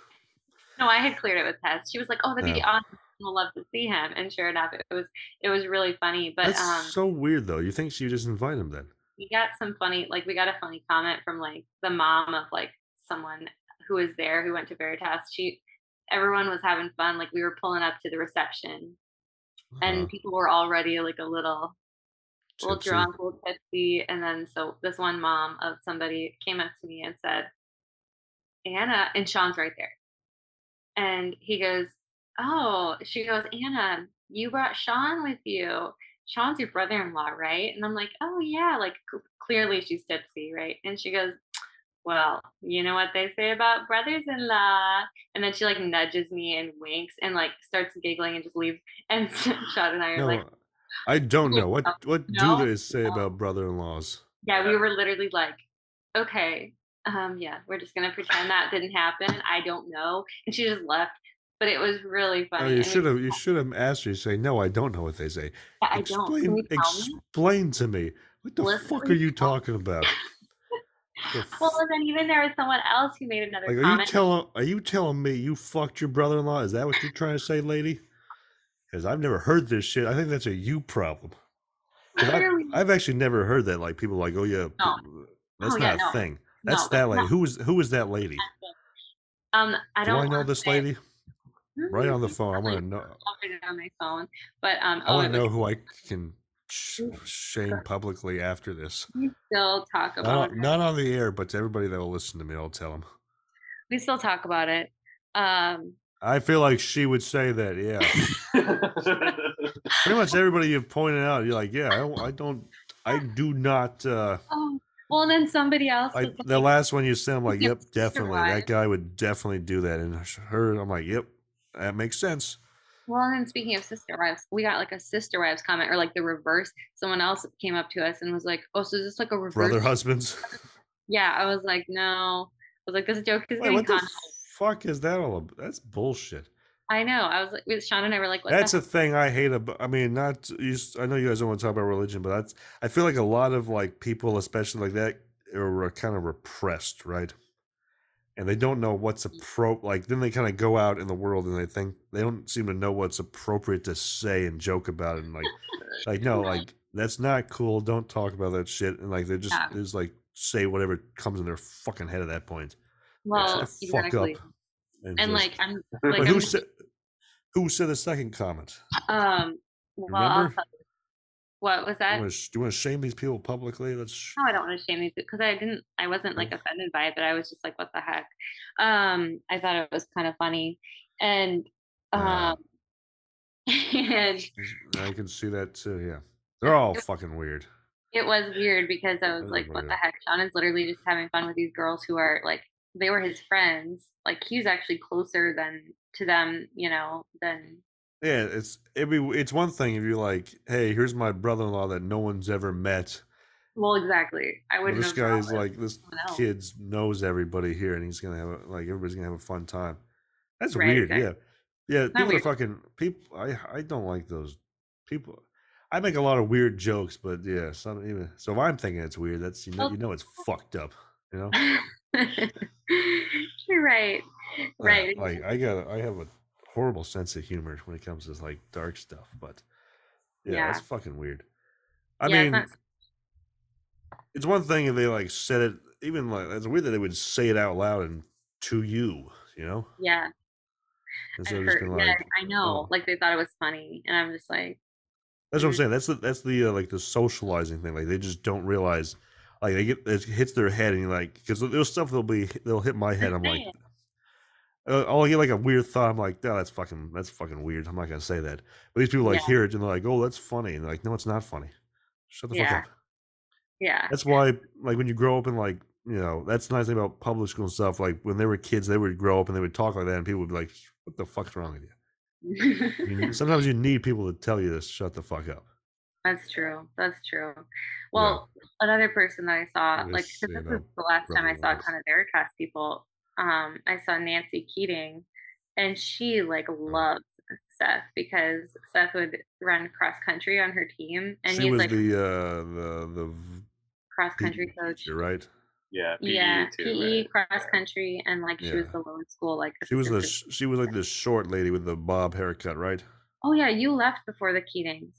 No, I had cleared it with Tess. She was like, "Oh, that'd be
Oh.
awesome. We'll love to see him." And sure enough, it was it was really funny. But
That's
um,
so weird, though. You think she would just invite him then?
we got some funny, like we got a funny comment from like the mom of like someone who was there who went to Veritas. She, everyone was having fun. Like we were pulling up to the reception,
Uh,
and people were already like a little a little
tipsy.
drunk, a little tipsy. And then so this one mom of somebody came up to me and said, Anna, and Sean's right there. And he goes, Oh, she goes, Anna, you brought Sean with you. Sean's your brother in law, right? And I'm like, Oh, yeah. Like c- clearly she's tipsy, right? And she goes, well, you know what they say about brothers in law. And then she like nudges me and winks and like starts giggling and just leaves. And <laughs> Sean and I are
No,
like,
I don't know what
no,
what
no,
do they say
no.
about brother-in-laws.
yeah, we were literally like, okay, um, yeah, we're just gonna pretend that didn't happen. I don't know. And she just left. But it was really funny.
Oh,
and
you
we-
should have you should have asked her. You say, "No, I don't know what they say."
Yeah, I don't. Can
explain
you tell me?
explain to me what the
Listen
fuck
to
are you
me.
talking
<laughs>
about? The
Well,
f-
and then even there was someone else who made another
like, are you
comment.
telling are you telling me you fucked your brother-in-law? Is that what you're trying to say, lady? Because I've never heard this shit. I think that's a you problem. 'Cause I've,
Literally,
I've actually never heard that. Like people like, oh yeah, p- that's
Oh, yeah,
not
no.
a thing. That's
no,
that
not
lady. Who is who is that lady?
happening. Um, I
Do
don't
I know
wanna
this
say-
lady? Right
<laughs>
on the
Mhm.
phone. I want
like-
to know.
I'll write it on my phone. But um,
I
oh,
want
it
to
was,
know who
<laughs>
I can sh- shame publicly after this.
we still talk about
Not,
it.
not on the air, but to everybody that will listen to me, I'll tell them.
We still talk about it. Um,
I feel like she would say that. Yeah,
<laughs>
pretty much everybody you've pointed out, you're like, yeah, I, don't- I don't, I do not. uh
oh, well, and then somebody else.
I,
<laughs> was
the
like-
last one you said, I'm like,
Yeah,
yep, definitely.
survive.
That guy would definitely do that. And her, I'm like, yep, that makes sense.
Well, and speaking of sister wives, we got like a sister wives comment or like the reverse. Someone else came up to us and was like, "Oh, so is this like a reverse?"
Brother husbands. <laughs>
Yeah, I was like, "No." I was like, "This joke is
Wait,
getting
what the
con."
fuck is that all about? That's bullshit.
I know. I was like, with Sean and I were like, what
that's
the
a thing I hate about. I mean, not you. s- I know you guys don't want to talk about religion, but that's. I feel like a lot of like people, especially like that, are kind of repressed, right? And they don't know what's appro. Like then they kind of go out in the world and they think they don't seem to know what's appropriate to say and joke about it. And
<laughs>
like, like no, like that's not cool. Don't talk about that shit. And like they just
Yeah.
they just like say whatever comes in their fucking head at that point.
well,
Shut the fuck
exactly.
up.
And
just-
like, I'm
But
like,
but
I'm,
who said? Who said the second comment?
um, well, I'll
Remember?
tell you. what was that?
you want to, you want to shame these people publicly? That's sh-
No, I don't want to shame these because I didn't, I wasn't like offended by it, but I was just like, what the heck? Um, I thought it was kind of funny, and
Yeah.
um, <laughs> and
I can see that too.
<laughs>
Yeah, they're all fucking weird.
It was weird because I was
Oh,
like, what the
yeah.
heck? Sean is literally just having fun with these girls who are like, they were his friends. Like, he was actually closer than to them, you know, than
Yeah, it's it'd be it's one thing if you're like, hey, here's my brother-in-law that no one's ever met.
well, exactly. I
But
wouldn't.
this
have thought
guy's
it.
like, this
someone else.
kid's knows everybody here, and he's gonna have a, like everybody's gonna have a fun time. That's
Right,
weird.
exactly.
Yeah, yeah. People
weird.
are fucking people. I I don't like those people. I make a lot of weird jokes, but yeah, some even so. If I'm thinking it's weird, that's you know
Well-
you know it's fucked up. You know.
<laughs> You're right. Right.
Uh, like
<laughs>
I got, I have a horrible sense of humor when it comes to like dark stuff, but yeah,
Yeah.
that's fucking weird. I
Yeah, it's
mean,
not-
it's, one thing if they like said it, even like it's weird that they would say it out loud and to you, you know,
yeah. I
instead of just
heard.
being
yeah,
like,
I know.
oh.
Like they thought it was funny, and I'm just like,
That's what I'm
Mhm.
saying. That's the that's the uh, like the socializing thing. Like they just don't realize, like they get it hits their head and you're like because there's stuff they'll be they'll hit my head. I'm like,
saying.
uh, I'll get like a weird thought. I'm like, no, that's fucking that's fucking weird. I'm not gonna say that. But these people like
Yeah.
hear it and they're like, oh, that's funny. And they're like, no, it's not funny. Shut the
Yeah.
fuck up.
yeah,
That's why like when you grow up and like you know that's the nice thing about public school and stuff. Like when they were kids, they would grow up and they would talk like that, and people would be like, what the fuck's wrong with you?
<laughs>
I mean, sometimes you need people to tell you to shut the fuck up.
that's true. That's true. Well, another person that I saw,
Yes,
like 'cause
yeah,
this
no,
is the last time I
probably
saw a
was.
ton of Veritas people. Um, I saw Nancy Keating, and she like
Mm.
loves Seth because Seth would run cross country on her team, and
she
he's
was
like
the uh the the v-
cross
PE
country coach.
teacher, right?
<laughs>
E
Yeah. PE
Yeah, E
too,
PE
right?
cross
Yeah.
country, and like she was
Yeah.
the lower school like.
She was the
assistant
sh- she was like the short lady with the bob haircut, right?
Oh yeah, you left before the Keatings.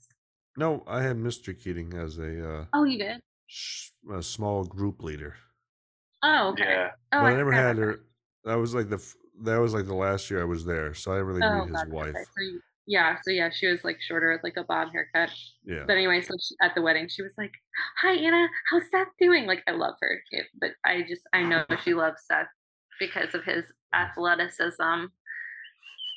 No, I had Mr. Keating as a uh
Oh, you did.
sh- a small group leader,
Oh, okay.
Yeah.
Oh,
but I never
forgot
had
about
her. That was like the f- that was like the last year I was there, so I didn't really
that.
meet his
gotcha,
wife.
okay. Oh, So you- yeah, so yeah, she was like shorter with like a bob haircut.
Yeah,
But anyway, so she, at the wedding, she was like, "Hi, Anna, how's Seth doing?" Like, I love her, it- but I just I know she loves Seth because of his
Mm.
athleticism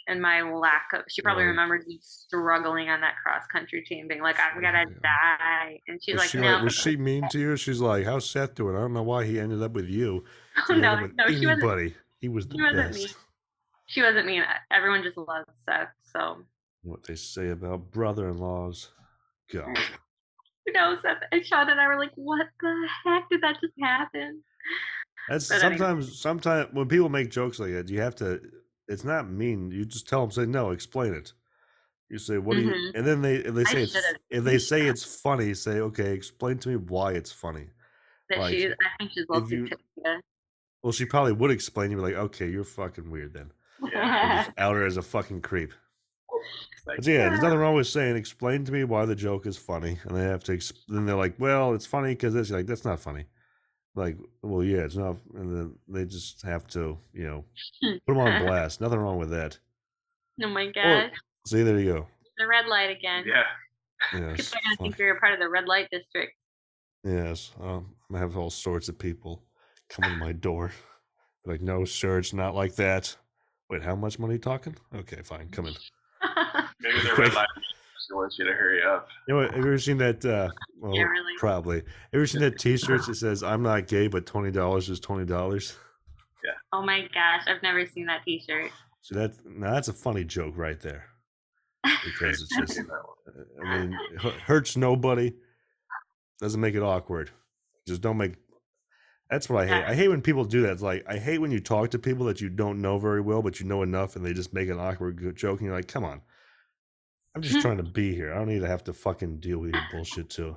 and my lack of. She probably
Right.
remembers me struggling on that cross country team, being like, "I'm gonna
Yeah.
die," and she's
was
like,
she
"No,
like, was she mean to you? She's like, "How's Seth doing? I don't know why he ended up with
<laughs>
you.
no,
He ended up
no,
with
no, she wasn't
anybody. He was the
she wasn't mean.
best."
she wasn't mean. Everyone just loves Seth, so
What they say about brother-in-laws, God.
Mm, who knows? Seth and Sean and I were like, "What the heck did that just happen?"
That's
But anyway.
sometimes, sometimes when people make jokes like that, you have to, it's not mean. You just tell them, say, no, explain it. You say, what do you,
Mhm.
and then they, if they say, it's,
should've
if they
used
say
that.
it's funny, say, okay, explain to me why it's funny.
That
Like,
she, I think she's loves
you-
Utopia.
Well, she probably would explain. You'd be like, okay, you're fucking weird then. Or
<laughs>
Yeah.
just out her as a fucking creep.
It's like,
But yeah, there's nothing wrong with saying, explain to me why the joke is funny. And they have to, ex- then they're like, well, it's funny because this. You're like, that's not funny. Like, well, yeah, it's not. And then they just have to, you know, put them on blast. Nothing wrong with that.
oh my gosh,
See, there you go.
the red light again.
yeah.
Yes.
People are gonna think
fuck.
you're a part of the red light district. <laughs>
Yes. Um, I have all sorts of people coming to my door. Like, no, sir, it's not like that. Wait, how much money you talking? Okay, fine, come in. Oh,
Maybe the
Quick.
red light she wants you to hurry
<laughs>
up.
You know, what, have you ever seen that? Uh, well,
yeah, really.
probably. Have you ever seen that T-shirt that says "I'm not gay, but twenty dollars is twenty dollars"?
Oh my gosh, I've never seen that T-shirt. <sighs>
So that now that's a funny joke right there, because it's just.
<laughs> Seen that one.
I mean, it hu- hurts nobody. Doesn't make it awkward. Just don't make. That's what I hate. I hate when people do that. It's like I hate when you talk to people that you don't know very well, but you know enough, and they just make an awkward go- joke, and you're like, "Come on, I'm just trying to be here. I don't need to have to fucking deal with your bullshit too."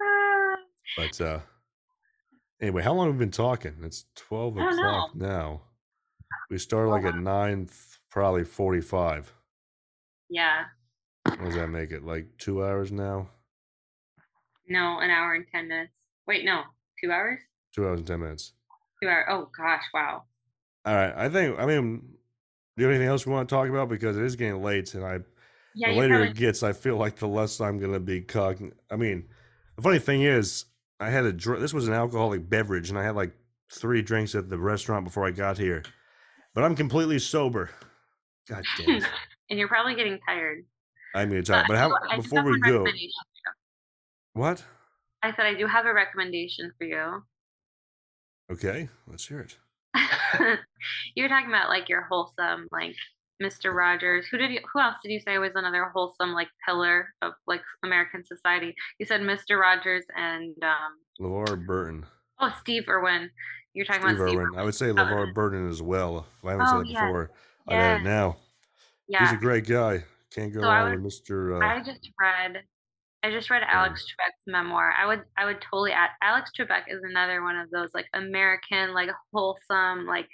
Ah,
But uh anyway, how long have we been talking? It's twelve
I don't
o'clock now. We started like at nine, probably forty-five.
yeah,
What does that make it? Like two hours now?
no, an hour and ten minutes. Wait, no, two hours.
Two hours and ten minutes.
Two hour. Oh gosh, wow.
All right. I think, I mean, do you have anything else we want to talk about? Because it is getting late, and I,
Yeah,
the
you
later it
probably.
gets, I feel like the less I'm going to be cogn. I mean, the funny thing is, I had a drink. This was an alcoholic beverage, and I had like three drinks at the restaurant before I got here, but I'm completely sober.
<laughs>
God damn it.
And you're probably getting tired.
I mean, it's all right. But how,
I do- I do
before
have
we
one
go,
recommendation.
what?
I said I do have a recommendation for you.
Okay. Let's hear it.
<laughs> you were talking about like your wholesome like mr rogers who did you who else did you say was another wholesome like pillar of like american society you said mr rogers and um
LeVar Burton.
oh steve irwin you're talking
Steve
about steve
Irwin. I would say LeVar Burton as well. If I haven't
Oh,
said it
yeah.
before, I got
yeah
it now. He's
yeah
a great guy. Can't go
So I
wrong with Mr. Uh,
i just read I just read Alex Trebek's memoir. I would I would totally add Alex Trebek is another one of those like American like wholesome like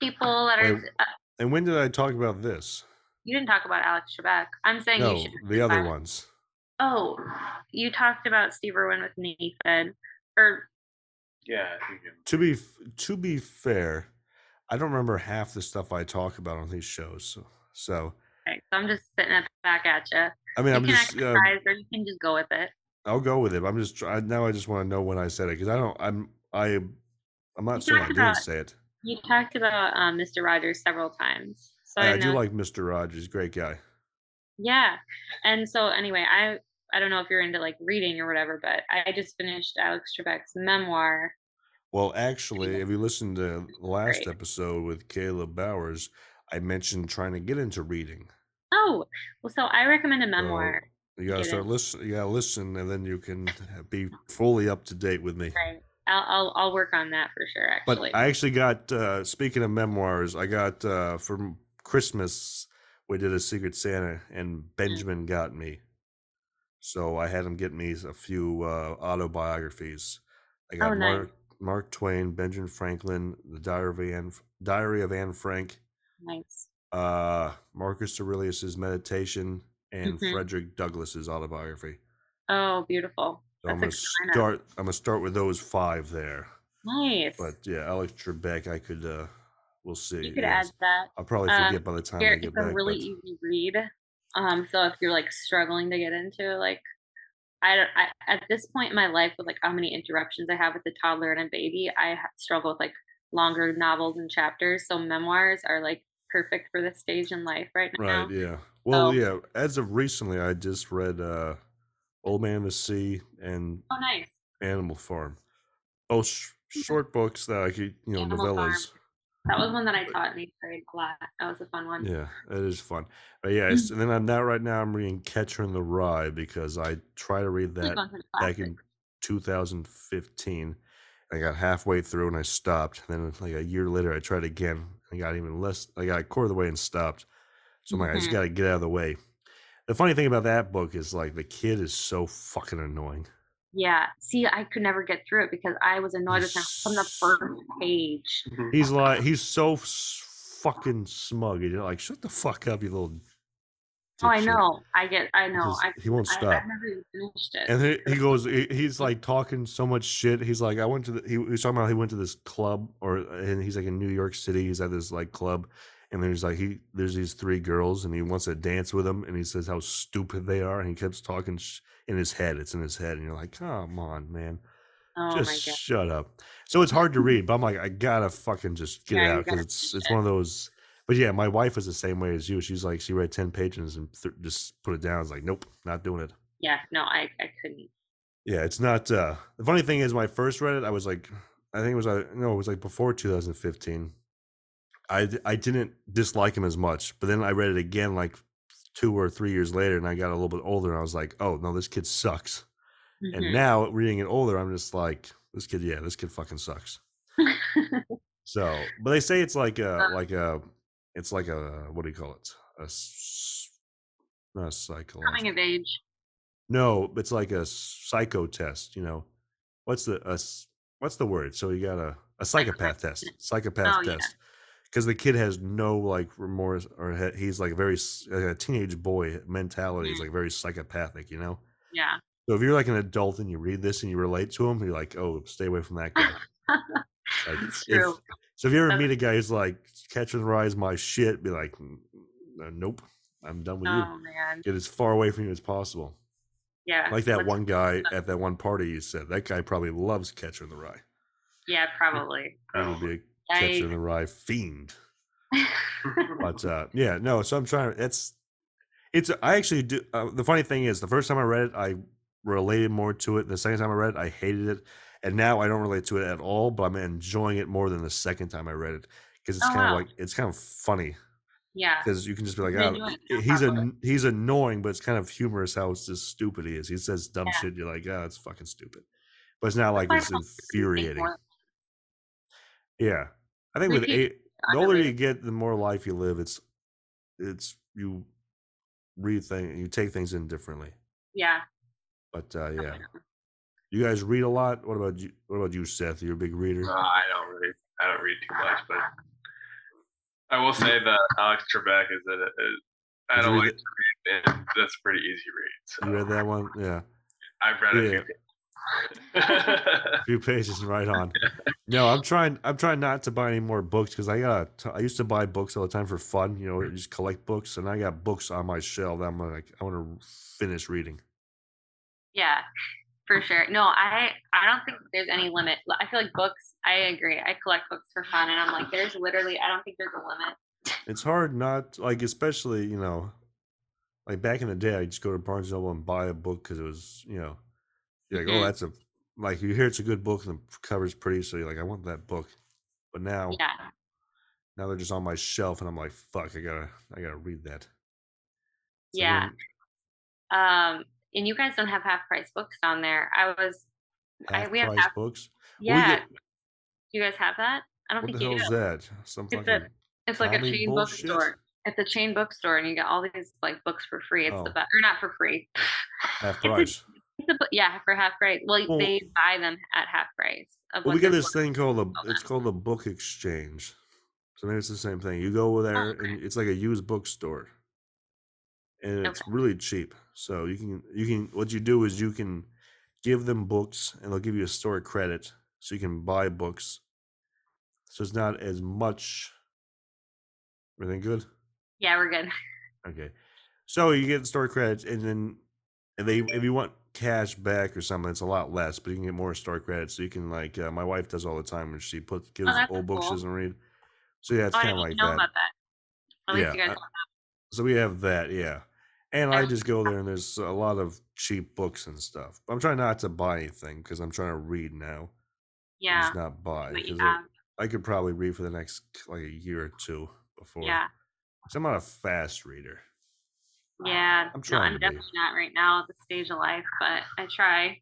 people that are. uh,
Wait. And when did I talk about this?
you didn't talk about Alex Trebek. I'm saying you
No,
should.
the other
Violet.
ones.
Oh, you talked about Steve Irwin with Nathan, or
Yeah, I think it-
To be f- to be fair, I don't remember half the stuff I talk about on these shows. So, so
okay, so I'm just sitting it back at you.
I mean,
You
I'm
can
just uh,
exercise, or you can just go with it.
I'll go with it. but I'm just try- now. I just want to know when I said it because I don't. I'm I I'm
You
not certain I
talked
didn't
about-
say it.
You talked about um, Mr. Rogers several times, so
I, I
I, know.
do like Mr. Rogers. Great guy.
yeah, and so anyway, I I don't know if you're into like reading or whatever, but I just finished Alex Trebek's memoir.
Well, actually, if you listen to the last
Great.
episode with Caleb Bowers, I mentioned trying to get into reading.
Oh, well, so I recommend a
So
memoir.
you gotta
Get
start
in.
listen. You gotta listen, and then you can be fully up to date with me.
Right, I'll, I'll I'll work on that for sure.
But
Actually,
I actually got uh, speaking of memoirs, I got uh, from Christmas we did a Secret Santa,
Mm.
and Benjamin got me. So I had him get me a few uh, autobiographies. I got
Oh, nice.
Mark Mark Twain, Benjamin Franklin, The Diary of Anne, Diary of Anne Frank,
nice.
uh, Marcus Aurelius's Meditation, and
Mhm.
Frederick Douglass's autobiography.
Oh, beautiful.
So I'm gonna
That's a good lineup.
start. I'm gonna start with those five there.
Nice.
But yeah, Alex Trebek, I could. uh We'll see.
you could
yes.
add that.
I'll probably
um,
forget by the time
Here,
I
it's a
get back.
really
but-
easy read. Um, so if you're like struggling to get into like, I don't. I, at this point in my life, with like how many interruptions I have with a toddler and a baby, I ha- struggle with like longer novels and chapters. So memoirs are like perfect for this stage in life right now.
right? Yeah. Well,
Oh.
yeah. As of recently, I just read uh "Old Man and the Sea" and
Oh, nice.
"Animal Farm." Both sh- short books that I could, you know,
Mm-hmm. Animal Farm.
novellas.
That was one that I taught in eighth grade a lot. That was a fun one. Mm-hmm.
Yeah, that is fun. But yeah, it's, and then I'm now right now I'm reading Catcher in the Rye because I try to read
Keep
that
on to the
back
classics.
in 2015. I got halfway through and I stopped. And then like a year later, I tried again. I got even less. I got a quarter of the way and stopped. So I'm like, I just
Mhm.
got to get out of the way. The funny thing about that book is like the kid is so fucking annoying.
Yeah. See, I could never get through it because I was annoyed with him from the first page. <laughs>
He's like, he's so s- fucking smug. You're like, shut the fuck up, you little.
Oh, I
dipshit."
know. I get. I
He
know.
just-
I.
he won't
I,
stop.
I've never even finished it.
And he, he goes, he, he's like talking so much shit. He's like, I went to the, he, was talking about he went to this club or, and he's like in New York City. He's at this like club and there's like, he, there's these three girls and he wants to dance with them and he says how stupid they are. And he keeps talking sh- in his head. It's in his head. And you're like, come on, man.
oh my
just
god.
shut up. So it's hard to read, but I'm like, I gotta fucking just get
Yeah,
it
you
out because
gotta
it's,
finish
it's
it.
one of those. But yeah, my wife is the same way as you. She's like, she read 10 pages and th- just put it down. It's like, nope, not doing it.
Yeah. No, I. I couldn't.
Yeah, it's not. Uh, the funny thing is, when I first read it, I was like, I think it was, uh, no, it was like before 2015. I d- I didn't dislike him as much, but then I read it again like two or three years later, and I got a little bit older, and I was like, oh no, this kid sucks.
Mhm.
And now reading it older, I'm just like, this kid, yeah, this kid fucking sucks. So, but they say it's like a like a it's like a what do you call it? A s- not a
Coming
psychological.
of age.
No, it's like a psycho test. You know, what's the a, s- what's the word? So you got a a psychopath test, psychopath
Oh, yeah.
test, because the kid has no like remorse or he- he's like very s- like a teenage boy mentality. He's
Mhm.
like very psychopathic. You know.
Yeah. <laughs>
So if you're like an adult and you read this and you relate to him, you're like, oh, stay away from that
<laughs>
guy. Like,
It's
if-
true.
so if you ever
That's-
meet a guy who's like catching the rise my shit, be like, "N- uh, nope, I'm done with
Oh
you.
man.
Get as far away from you as possible.
Yeah.
Like that
let's-
one guy at that one party you said. That guy probably loves Catcher in the Rye.
Yeah. Probably.
He would be a Catcher in the Rye fiend. But uh, yeah, no. So I'm trying. It's it's. I actually do. Uh, the funny thing is, the first time I read it, I related more to it. The second time I read it, I hated it, and now I don't relate to it at all. But I'm enjoying it more than the second time I read it because it's
Oh,
kind of
wow.
like it's kind of funny
<laughs> yeah.
because you can just be like,
Then
oh,
you wouldn't
he-
know
he's
properly.
a he's annoying, but it's kind of humorous how it's just stupid he is. He says dumb
Yeah.
shit. You're like, oh, it's fucking stupid. But it's not like
why
it's
I don't
infuriating.
more-
Yeah, I think
We
with
keep
eight, the older you get, the more life you live. It's it's you read things, you take things in differently.
Yeah.
But
Oh
uh, yeah, you guys read a lot. What about you? What about you, Seth? You're a big reader.
<laughs> Uh, I don't really, I don't read too much, but I will say that Alex Trebek is that
Did
I
you
don't
read
like to read, and that's a pretty easy read. So
You read that one? Yeah,
I've read a
Yeah.
<laughs> few.
a few pages and right on. No, I'm trying. I'm trying not to buy any more books because I got. T- I used to buy books all the time for fun. You know, just collect books, and I got books on my shelf that I'm like, I want to finish reading.
Yeah, for sure. No, I I don't think there's any limit. L- I feel like books. I agree. I collect books for fun, and I'm like, there's literally. I don't think there's a limit.
It's hard not like, especially you know, like back in the day, I just go to Barnes and Noble and buy a book because it was you know, you're like,
Mhm.
oh, that's a like you hear it's a good book and the cover's pretty, so you're like, I want that book. But now,
Yeah.
now they're just on my shelf, and I'm like, fuck, I gotta, I gotta read that. So
Yeah.
then
Um, and you guys don't have half price books down there. I was. I,
half
we have
price
half.
books. We
Yeah.
get-
you guys have that? I don't
what the
think
hell
you do.
is that? Some
It's a-
fucking
It's like a
Tommy
chain
bullshit?
bookstore. It's a chain bookstore, and you get all these like books for free. It's the
Oh.
best, or not for free. <laughs>
half
a-
price.
It's a, bu- yeah, for half price. Well,
Well-
they buy them at half price.
Well,
of what
we got
they're
this
worth.
thing called a it's called a book exchange. So maybe it's the same thing. You go over there
Oh, okay.
and it's like a used bookstore. And it's really cheap. So you can you can what you do is you can give them books and they'll give you a store credit so you can buy books. So it's not as much everything good?
Yeah, we're good.
Okay. So you get the store credits and then and they if you want cash back or something, it's a lot less, but you can get more store credits. So you can like uh, my wife does all the time when she puts gives
Oh, that's
old books she
cool.
doesn't read. So yeah, it's
Oh, I
kinda
didn't
like
know
that.
about that. At least
Yeah,
you guys
I- So we have that, yeah. And I
That's-
just
<laughs>
go there and there's a lot of cheap books and stuff. I'm trying not to buy anything because I'm trying to read now. and
Yeah.
Just not buy.
But
'cause
yeah,
I, I could probably read for the next like a year or two before.
yeah,
'Cause I'm not a fast reader.
yeah.
I'm
No,
trying
I'm
to be.
definitely not right now at the stage of life, but I try.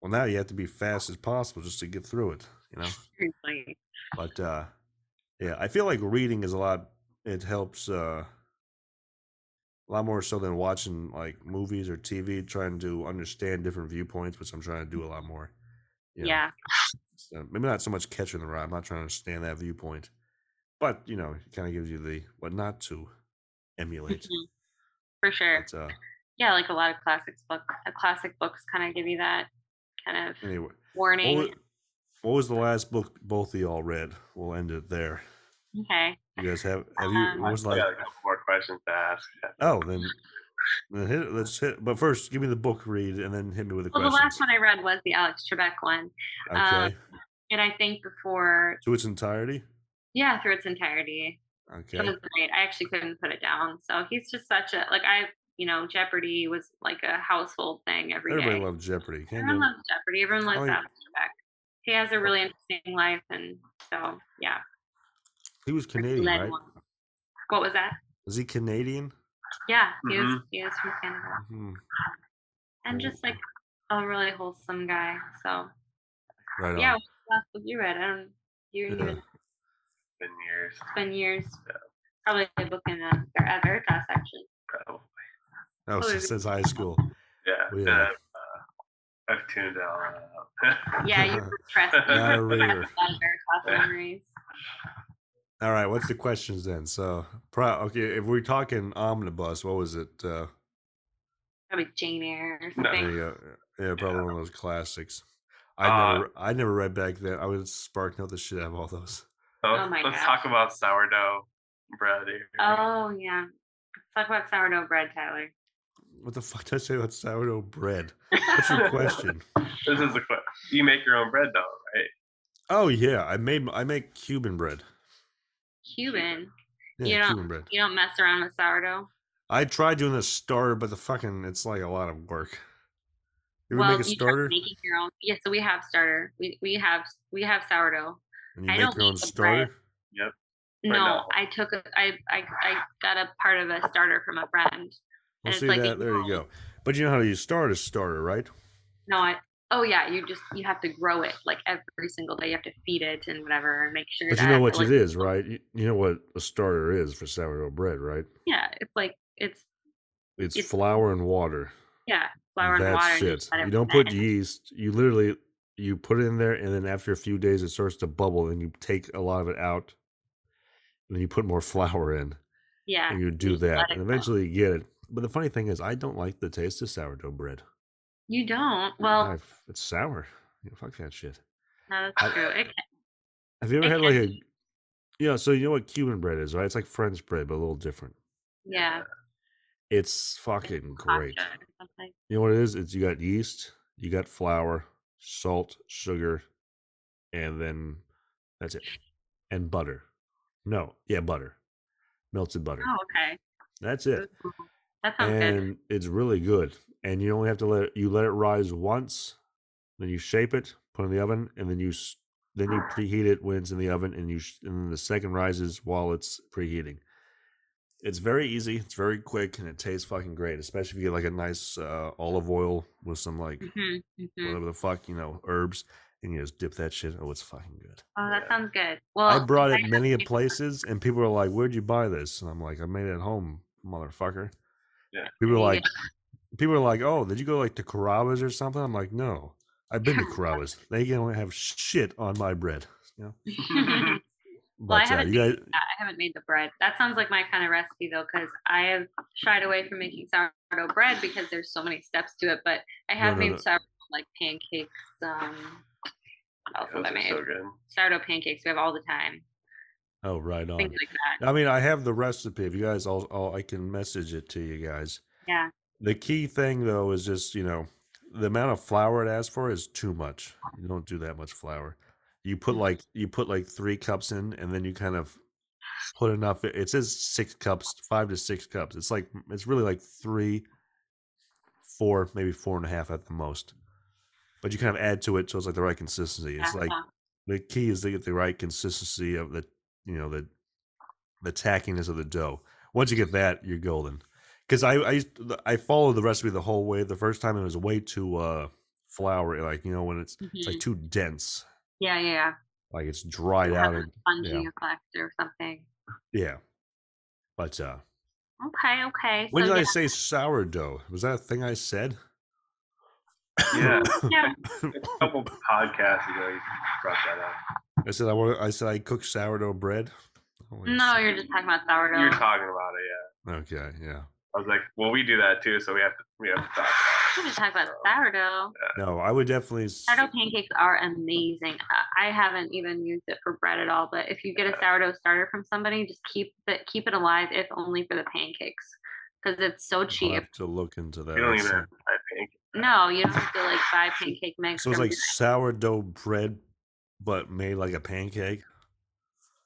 Well, now you have to be fast as possible just to get through it, you know.
Seriously.
But uh yeah, I feel like reading is a lot. It helps uh a lot more so than watching like movies or TV. Trying to understand different viewpoints, which I'm trying to do a lot more. you know.
Yeah.
So maybe not so much catching the rod. I'm not trying to understand that viewpoint, but you know, it kind of gives you the what not to
<laughs>
emulate.
mhm, For sure.
But uh,
Yeah, like a lot of classics book, uh, classic books kind of give you that kind of
anyway, Mm. what
warning.
was, what was the last book both of y'all read? We'll end it there.
okay.
You guys have have you?
Um,
What was
I
like?
got a couple more questions to ask.
Oh, then, then hit, let's hit. But first, give me the book read, and then hit me with the
Well, the
questions.
last one I read was the Alex Trebek one, um,
okay,
and I think before,
to its entirety.
yeah, through its entirety, It
Okay,
was great. I actually couldn't put it down. So he's just such a like I, you know, Jeopardy was like a household thing every day.
everybody loved Jeopardy. Can't
Everyone
do-
loves Jeopardy. Everyone loves
Oh,
oh,
yeah.
Alex Trebek. He has a really interesting life, and so yeah.
he was Canadian,
led
right?
one. What was that?
Is he Canadian?
Yeah, he was
Mm-hmm.
he was from Canada,
hmm
and just like a really wholesome guy. So
Right on.
yeah, what's the last book you read? I don't. You
Yeah.
even
Ten years,
it's been years. Probably a book in a, or at Veritas actually.
probably.
That was
Oh,
since,
is
since high
<laughs>
school.
Yeah.
Well,
and
yeah.
I've, uh, I've tuned out. uh, <laughs>
<laughs>
Yeah, you were stressed. You
Not a
<laughs> were stressed
reader.
about
<laughs>
Veritas memories.
All right, what's the questions then? So, pro- okay, if we're talking omnibus, what was it? Uh,
Probably Jane Eyre or
there
something.
you go. yeah, probably one of those classics. I
Uh,
never, I never read back then. I would spark note the shit out of all those.
So
Oh
let's,
my
let's
gosh.
talk about sourdough bread. here.
Oh yeah. Let's talk about sourdough bread, Tyler.
What the fuck did I say about sourdough bread? What's
<laughs>
your question?
This is the question. You make your own bread though, right?
Oh yeah, I made I make Cuban bread.
Cuban.
Yeah,
You don't-
Cuban bread.
You don't mess around with sourdough.
I tried doing a starter, but the fucking it's like a lot of work. You ever
well,
make a
you try
starter
Making your own. Yeah, so we have starter. We we have we have sourdough.
and you
I
make
don't
your own
make the bread.
starter?
No,
no.
I took a, I, I I got a part of a starter from a friend.
Well,
it's
see
like
that
a
there you
grow.
go. But you know how you start a starter, right?
No, I oh yeah, you just you have to grow it like every single day. You have to feed it and whatever and make sure.
But
that
you know what
like,
it is, right? You, you know what a starter is for sourdough bread, right?
Yeah, it's like it's
It's
It's-
flour and water.
yeah, flour and water.
That's
and you
it.
let it
You don't put
ferment.
yeast. You literally you put it in there, and then after a few days, it starts to bubble, and you take a lot of it out, and then you put more <laughs> flour in,
Yeah.
and you do
just
that,
let
and
it go.
eventually you get it. But the funny thing is, I don't like the taste of sourdough bread.
You don't. Well,
I've, it's sour. You know, fuck that shit.
no,
I-
that's true. It can,
Have you ever
It
had
can
like a? Yeah, so you know what Cuban bread is, right? It's like French bread, but a little different.
yeah.
It's fucking great.
Gotcha. or something.
You know what it is? It's you got yeast, you got flour, salt, sugar, and then that's it. And butter. No, yeah, butter. Melted butter.
Oh, okay.
That's it.
Ooh, cool. That sounds good.
And it's really good. And you only have to let it, you let it rise once, then you shape it, put it in the oven, and then you s- then
Ah.
you preheat it when it's in the oven, and you sh- and then the second rises while it's preheating. It's very easy. It's very quick, and it tastes fucking great. Especially if you get like a nice uh, olive oil with some like
hmm hmm
whatever the fuck you know herbs, and you just dip that shit. Oh, it's fucking good.
Oh, that
Yeah.
sounds good. Well,
I brought it
have
many a
to-
places, and people are like, "Where'd you buy this?" And I'm like, "I made it at home, motherfucker."
Yeah.
People are
Yeah.
like, people are like, "Oh, did you go like to Carrabba's or something?" I'm like, "No, I've been to
<laughs>
Carrabba's. They don't have shit on my bread." You know?
<laughs>
<laughs>
Well, I
But uh,
haven't
you guys,
I haven't made the bread. That sounds like my kind of recipe though, because I have shied away from making sourdough bread because there's so many steps to it. But I have
no,
made
no.
sourdough like pancakes. Um, what else have
Those
I
are
made?
so good.
<laughs>
sourdough pancakes we have all the time.
oh, right on.
Things like that.
I mean, I have the recipe. If you guys, all, all I can message it to you guys.
Yeah.
The key thing though is just, you know, the amount of flour it asks for is too much. You don't do that much flour. You put like you put like three cups in and then you kind of put enough it says six cups, five to six cups. It's like it's really like three, four, maybe four and a half at the most. But you kind of add to it so it's like the right consistency. It's
Yeah.
like the key is to get the right consistency of the you know the the tackiness of the dough once you get that you're golden because i i used to- i followed the recipe the whole way the first time it was way too uh floury like you know when it's it's
Mhm.
like too dense
yeah, yeah, yeah.
like it's dried
Have
out
a
and
spongy
yeah.
effect or something.
yeah but uh
Okay, okay.
when
so
did i
yeah,
say sourdough was that a thing i said
Yeah.
<laughs>
yeah,
A couple podcasts ago, you brought that up.
i said i want i said i cook sourdough bread Oh, I
no,
said-
you're just talking about
You were
sourdough.
talking about it, yeah.
okay yeah
I was like, well, we do that too, so we have to, we have to talk.
We're just talking about sourdough.
no i would definitely s-
Sourdough pancakes are amazing. I- I haven't even used it for bread at all, but if you get a sourdough starter from somebody, just keep it keep it alive, if only for the pancakes, because it's so
I'll
cheap.
have to look into that
You don't
That's
even
some-
have to buy pancakes.
No, you don't have to like buy pancake mix.
So it's
or-
like sourdough bread, but made like a pancake.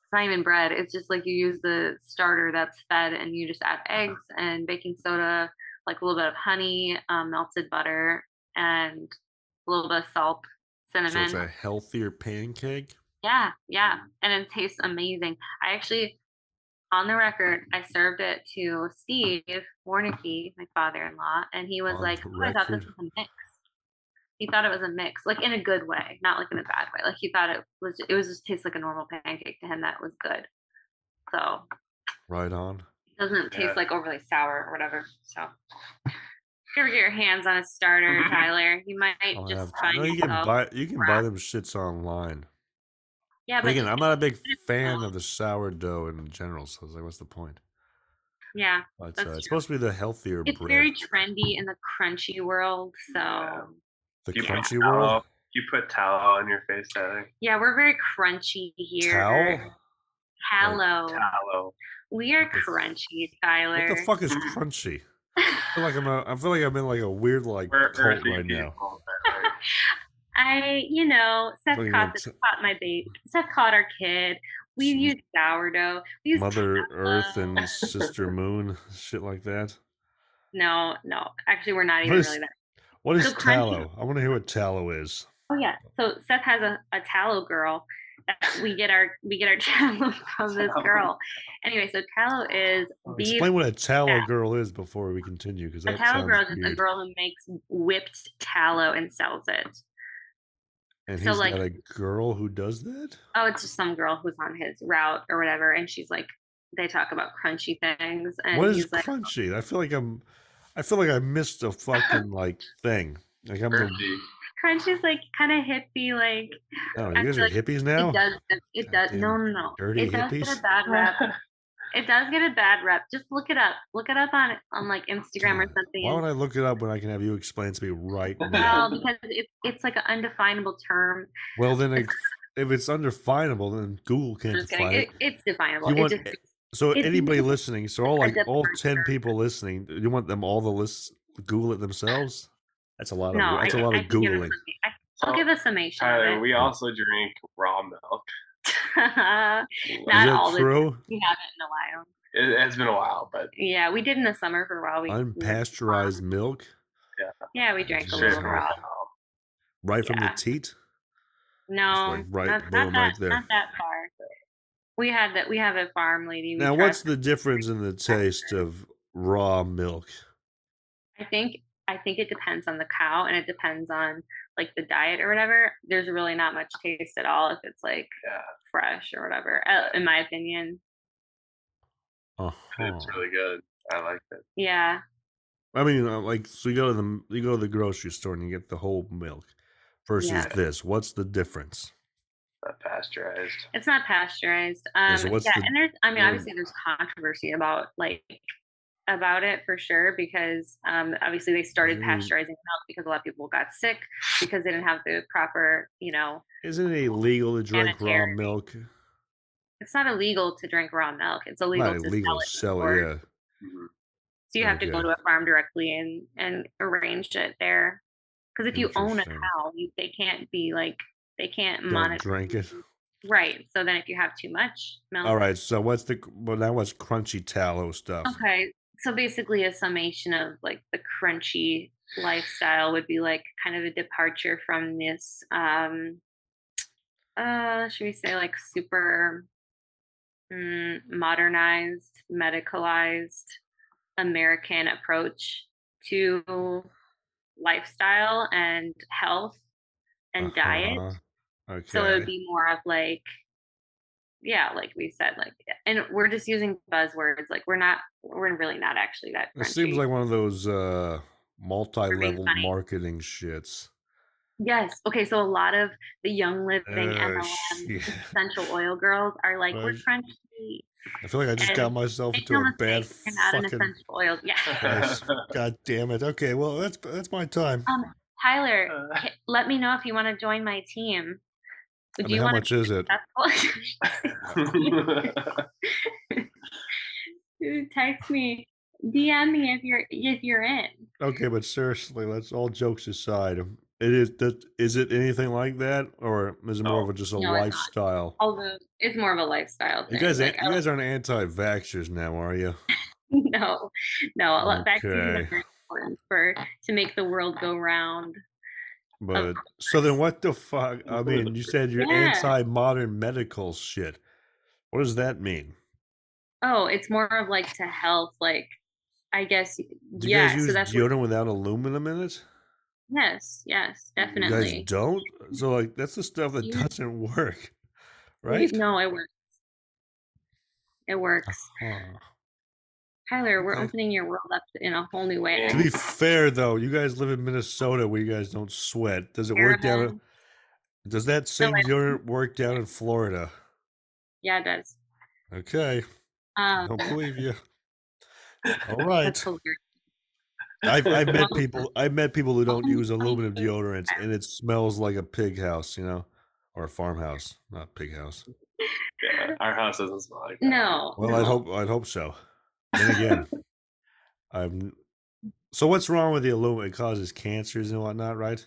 it's not even bread. It's just like you use the starter that's fed and you just add
Uh-huh.
eggs and baking soda, like a little bit of honey, um, melted butter, and a little bit of salt,
So
cinnamon.
it's a healthier pancake.
Yeah, yeah. And it tastes amazing. I actually, on the record, I served it to Steve Warnicki, my father in law, and he was
On
like,
the
oh, I thought this
record.
was a mix. He thought it was a mix, like in a good way, not like in a bad way. Like he thought it was, it was just tastes like a normal pancake to him that was good. So
Right on.
it doesn't
Yeah.
taste like overly sour or whatever. So if you ever get your hands on
<laughs>
a starter, Tyler, you might
I'll
just um,
have-
find
no, you can
yourself.
buy you can buy
wrap.
them shits online.
yeah,
But
but
again,
just-
I'm not a big
it's
fan
all-
of the sourdough in general. So I was like, what's the point?
yeah.
But
That's
uh, it's
true.
supposed to be the healthier
it's
bread,
very trendy in the crunchy world. So
Yeah.
yeah,
the
You put
crunchy
tallow-
world.
You put tallow on your face, Tyler.
we're very crunchy here.
Towel?
Hello.
Tallow.
We are
What the f-
crunchy, Tyler.
What the fuck is
Mm-hmm.
crunchy? I feel like I'm a, I feel like I'm in like a weird like
We're
cult
earthy
right now.
people,
<laughs>
Tyler.
<laughs> I, you know, Seth
Don't even
caught,
t-
caught my baby. Seth caught our kid. We
Sm-
use sourdough. We use
Mother Earth
tallow.
and
<laughs>
Sister Moon, shit like that.
no, no. Actually, we're not even
What is-
really that.
What is
So crunchy-
tallow? I want to hear what tallow is.
Oh yeah. So Seth has a, a tallow girl that we get our we get our <laughs> tallow from this
Tallow.
girl. Anyway, so tallow is beef
Explain what a tallow
Yeah.
girl is before we continue, because
A
that
tallow
sounds
girl is a
weird.
girl who makes whipped tallow and sells it.
and
so,
he's
like-
got a girl who does that.
Oh, it's just some girl who's on his route or whatever, and she's like, they talk about crunchy things, and
What is
he's like, "Oh."
crunchy? I feel like I'm. I feel like I missed a fucking like thing. Like I'm.
<laughs>
the-
Earthy.
Crunch is like kind of hippie, like
Oh,
I
you guys
feel
are
like
hippies now.
it does. It does. No, no, no.
dirty
it does get
hippies.
a bad rep. It does get a bad rep. Just look it up. Look it up on on like Instagram or
God,
something.
Why
and
would I look it up when I can have you explain to me
<laughs>
right now?
Well, because it's it's like an undefinable term.
well, then if, if it's undefinable, then Google can't
I'm just
define
kidding.
it.
It, it's definable.
You
It
want-
just,
So
It's
anybody listening, so all
a
like all
different
ten people listening, you want them all to list Google it themselves? That's a lot of
no, I
that's a
can-
lot
I
of
can give it
googling.
something. I, I'll give a summation. of
Tyler,
it.
we also drink raw milk.
<laughs>
Is
Not
that
all the-
true?
we haven't in a while.
It has been a while, but
Yeah, we did in the summer for raw. We
Unpasteurized milk,
Yeah, we drank a
Sure.
little raw.
right from the
Yeah.
teat.
No,
like right-
not,
boom,
not
right
that,
there.
not that far. We had that. We have a farm lady. We
Now, what's
trust.
the difference in the taste of raw milk?
I think I think it depends on the cow, and it depends on like the diet or whatever. There's really not much taste at all if it's like
Yeah.
fresh or whatever. Uh, in my opinion,
Uh-huh.
it's really good. I like it.
yeah.
I mean, uh, like, so you go to the you go to the grocery store and you get the whole milk versus
Yeah.
this. What's the difference?
Not pasteurized.
It's not pasteurized. Um,
so what's
yeah,
the-
and there's, I mean,
yeah.
obviously there's controversy about like about it for sure because um, obviously they started
do you mean?
pasteurizing milk because a lot of people got sick because they didn't have the proper, you know,
Isn't it illegal to drink raw
Sanitary.
milk?
it's not illegal to drink raw milk. It's illegal
Not
to
illegal.
sell it. in
Sell
stores.
it, yeah.
Mhm.
So you have to go
Okay.
to a farm directly and and arrange it there. Because if you own a
Interesting.
cow, you, they can't be like they can't
Don't
monitor.
drink
<laughs>
it.
Right. So then if you have too much milk,
All right. So what's the well now what's crunchy tallow stuff?
Okay. So basically, a summation of like the crunchy lifestyle would be like kind of a departure from this, um, uh, should we say like super mm, modernized, medicalized American approach to lifestyle and health and diet.
Uh-huh. Okay.
So it would be more of like, yeah, like we said, like, and we're just using buzzwords. Like we're not, we're really not actually that.
it seems
crunchy.
like one of those uh multi-level
funny.
marketing shits.
yes, okay. So a lot of the Young Living
Uh,
MLM
shit.
essential oil girls are like, we're
Right.
crunchy.
I feel like I just got
and
myself
Make
into
no
a bad
mistake, you're not an
fucking
essential oil.
<laughs>
Yeah,
Nice. God damn it. Okay, well that's that's my time.
Oh, Tyler,
Uh,
ca- let me know if you want to join my team.
I
Do
mean,
you
how
want
much is it?
to? <laughs> Text me, DM me if you're if you're in.
Okay, but seriously, let's all jokes aside. um, It is that is it anything like that, or is it more
No.
of a, just a
Oh, No, it's not.
lifestyle?
although it's more of a lifestyle thing.
You guys,
like,
a- you
I-
guys aren't anti-vaxxers now, are you?
<laughs> no, no, well, vaccines are
Okay.
very important for to make the world go round.
But so then, what the fuck?
<laughs>
I mean, you said you're
Yeah.
anti-modern medical shit. What does that mean?
Oh, it's more of like to health, like I guess.
Do you
yeah,
guys use
so that's what,
deodorant without aluminum in it?
yes, yes,
You guys
definitely.
don't. So like, that's the stuff that
Yeah.
doesn't work,
We-
right?
No, <laughs> it works. It works,
Huh.
Tyler. We're
Okay.
opening your world up in a whole new way.
To be fair, though, you guys live in Minnesota where you guys don't sweat. Does it work down?
Pheromone.
Does that same
I-
deodorant work down in Florida?
Yeah, it does.
Okay, I
Um,
don't believe you.
<laughs>
All right,
that's hilarious.
I've, I've
<laughs>
met
Well-
people. I've met people who don't
Oh
use
my
aluminum
goodness.
deodorants, and it smells like a pig house, you know, or a farmhouse, not pig house.
yeah, <laughs> our house doesn't smell like that.
No.
Well,
no.
I'd hope. I'd hope so. And
<laughs>
again, I'm. So what's wrong with the aluminum? It causes cancers and whatnot, right?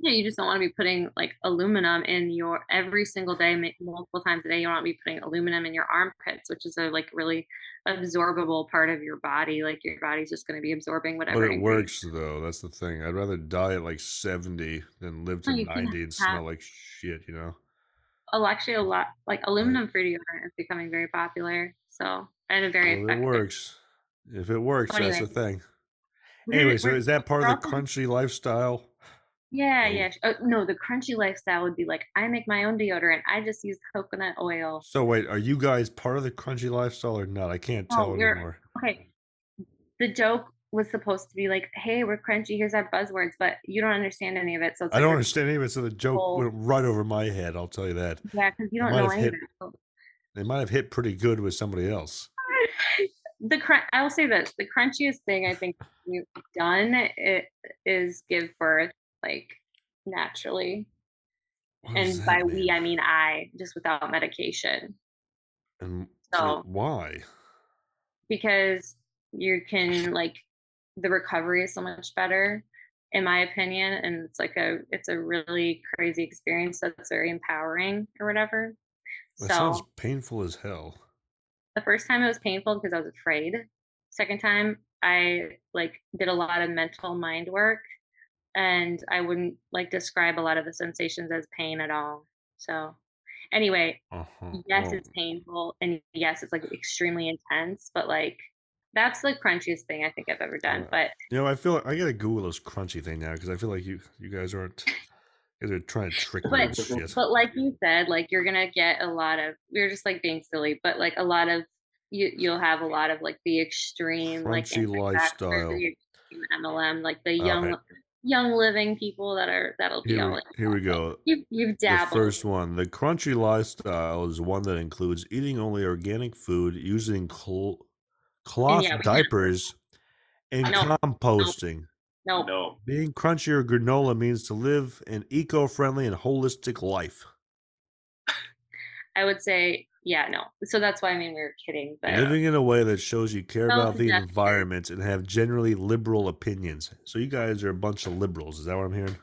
Yeah, you just don't want to be putting like aluminum in your every single day, ma- multiple times a day. You don't want to be putting aluminum in your armpits, which is a like really absorbable part of your body. Like your body's just going to be absorbing whatever.
But it
ingredient-
works though. That's the thing. I'd rather die at like seventy than live to
you can
ninety and
have-
smell like shit. You know.
Oh, actually, a lot like aluminum free deodorant is becoming very popular. So and a very
Well, Oh, it
effective.
works. If it works,
So
that's the
anyway.
thing.
We're gonna-
Anyway, so
we're-
is that part of the
we're also-
crunchy lifestyle?
Yeah,
Oh.
yeah. sh- Oh, no, the crunchy lifestyle would be like I make my own deodorant. I just use coconut oil.
So wait, are you guys part of the crunchy lifestyle or not? I can't
No,
tell
we're-
anymore.
Okay. The joke was supposed to be like, "Hey, we're crunchy. Here's our buzzwords," but you don't understand any of it. So it's
I
like
don't
we're-
understand any of it. So the joke
Well-
went right over my head. I'll tell you that.
Yeah, because you
I
don't
might
know
have
any of
hit-
it. So-
They might have hit pretty good with somebody else.
the crunch i will say this the crunchiest thing i think we've done it is give birth like naturally
What does
and
that
by
mean?
we i mean i just without medication
And so
so-
why?
because you can like the recovery is so much better in my opinion and it's like a it's a really crazy experience that's very empowering or whatever
That
so
sounds painful as hell.
the first time it was painful because I was afraid. Second time I like did a lot of mental mind work and I wouldn't like describe a lot of the sensations as pain at all. So anyway,
Uh-huh.
yes,
Well,
it's painful and yes, it's like extremely intense, but like that's the crunchiest thing I think I've ever done.
Uh,
But
you know, I feel like I gotta Google this crunchy thing now because I feel like you you guys aren't you guys are trying to trick me.
But-
with shit.
but like you said, like you're gonna get a lot of we were just like being silly, but like a lot of you you'll have a lot of like the extreme like
Crunchy
anti-vaxxer,
lifestyle.
the extreme MLM, like the
All
young
right.
young living people that are that'll be
Here,
all
we-
like
here we go.
you <laughs> you've
The
dabbled.
first one, the crunchy lifestyle is one that includes eating only organic food, using cl- cloth
we can't-
diapers, and
No.
composting.
Um no, <laughs>
No.
Being crunchy or granola means to live an eco-friendly and holistic life.
I would say yeah, no. So that's why I mean we were kidding, but
Yeah.
Living in a way that shows you care
Well,
about the
that's-
environment and have generally liberal opinions. So you guys are a bunch of liberals. Is that what I'm hearing?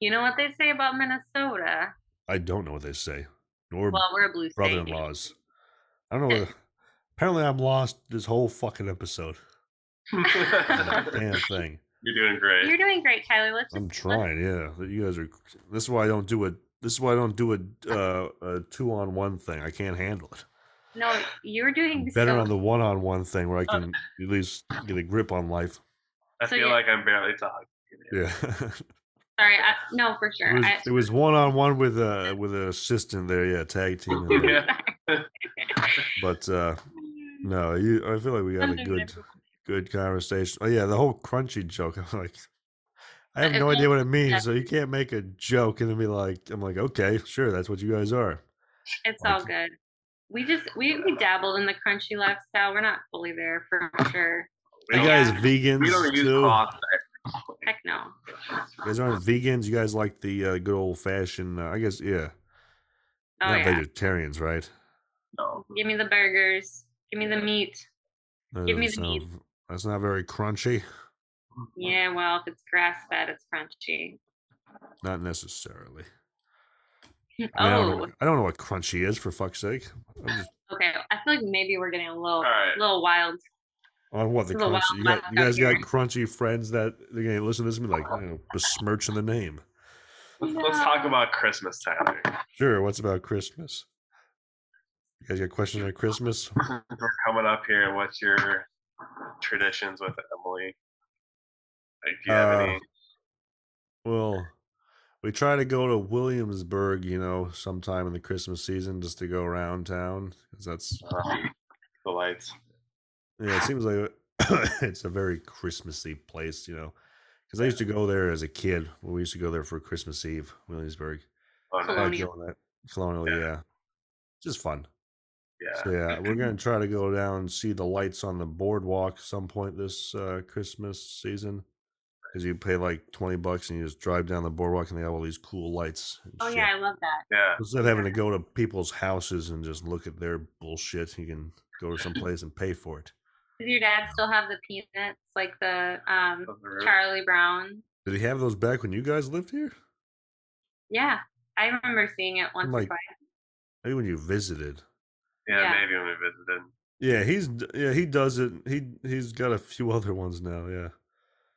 you know what they say about Minnesota?
I don't know what they say. Nor
Well, Eh. we're a blue state.
brother-in-laws. I don't know. What, apparently, I'm lost this whole fucking
<laughs>
episode. Damn thing.
You're doing
You're
great.
doing great, Tyler. Let's just
I'm
let's-
trying. Yeah, But you guys are. This is why I don't do it. This is why I don't do a, uh, a two-on-one thing. I can't handle it.
No, you're doing
Better
so
on the one-on-one thing
Oh,
where I
Uh,
can at least get a grip on life.
I
So
feel
yeah.
like I'm barely talking. <laughs>
Yeah. <laughs>
sorry. I, no, for sure.
it, was,
I,
it was one-on-one with a with an assistant there. Yeah, tag team. and all.
<laughs>
Yeah.
But uh no, you. I feel like we had a
Something
good. good conversation. Oh yeah, the whole crunchy joke. <laughs> I'm like, I have
It
no idea what it means.
yeah.
So you can't make a joke and then be like, I'm like, okay, sure, that's what you guys are.
It's
Like-
all good. We just we, we dabbled in the crunchy lifestyle. We're not fully there for sure.
We
You
don't-
guys
Yeah.
vegans
we don't use
too.
cloth.
Heck no.
You guys aren't vegans. You guys like the uh, good old fashioned. Uh, I guess yeah,
Oh
not
yeah.
vegetarians, right?
<laughs> No.
Give me the burgers. Give me the meat.
That
Give me
doesn't
the meat.
sound- That's not very crunchy.
Yeah, well, if it's grass fed, it's crunchy.
Not necessarily. I, mean, I don't
Oh,
know, I don't know what crunchy is for fuck's sake. I'm just,
okay. I feel like maybe we're getting a little
All right.
little wild.
on what the
This is a wild
crunchy? You, got,
west
you
out
guys got
here.
crunchy friends that they're gonna listen to this and be like, you know, besmirching the name.
Let's, let's talk about Christmas, Tyler.
Sure. What's about Christmas? You guys got questions on Christmas?
We're coming up here. What's your traditions with Emily? Like, do you have
Uh,
any?
Well, we try to go to Williamsburg, you know, sometime in the Christmas season just to go around town. 'cause that's,
Um, the lights.
yeah, it seems like <coughs> it's a very Christmassy place, you know. Because I used to go there as a kid. When we used to go there for Christmas Eve, Williamsburg.
Oh,
I
no.
like
Colonial.
going that. Colonial,
Yeah.
yeah. Just fun.
Yeah.
So yeah, we're
<clears throat>
gonna try to go down and see the lights on the boardwalk some point this uh, Christmas season. Because you pay like twenty bucks and you just drive down the boardwalk and they have all these cool lights. and
Oh
shit.
yeah, I love that.
Yeah.
Instead of having to go to people's houses and just look at their bullshit, you can go
<laughs>
to some place and pay for it.
Does your dad still have the peanuts like the um
Up the roof.
Charlie Brown?
Did he have those back when you guys lived here?
Yeah. I remember seeing it once or
like-
twice.
Maybe when you visited.
Yeah,
Yeah.
maybe when we visited.
Yeah, he's d- yeah he does it. He he's got a few <laughs> other ones now. Yeah, uh,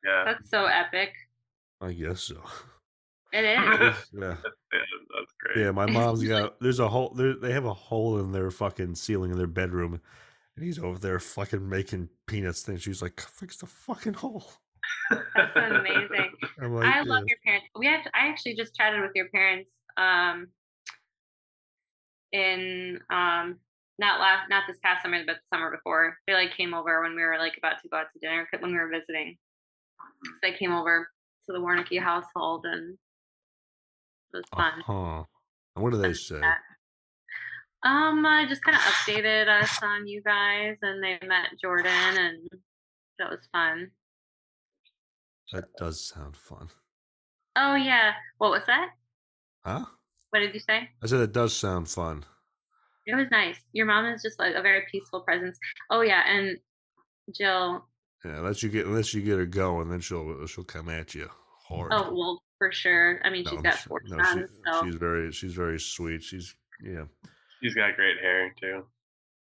Yeah.
That's so epic.
I guess so. <laughs>
It
yeah
is.
that's
Yeah.
great.
Yeah, my
It's <laughs>
mom's
just
got there's a hole there they have a hole in their fucking ceiling in their bedroom and he's over there fucking making peanuts things. She's like, fix the fucking hole.
That's
<laughs>
amazing.
I'm like,
I love
"Yeah."
your parents. We have I actually just chatted with your parents um in um not last, not this past summer, but the summer before. They like came over when we were like about to go out to dinner 'cause- when we were visiting. So they came over to the Warnicki household, and it was fun.
Huh. Uh-huh. What do they say?
Um, I just kind of updated us on you guys, and they met Jordan, and that was fun.
That does sound fun.
Oh yeah, what was that?
Huh?
What did you say?
I said it does sound fun.
It was nice. Your mom is just like a very peaceful presence. Oh yeah, and Jill.
Yeah, unless you get unless you get her going, then she'll she'll come at you hard.
Oh well, for sure. I mean,
No,
she's
I'm
got
s-
four
no, she-
sons, so
she's very she's very sweet. She's yeah.
He's got great hair too.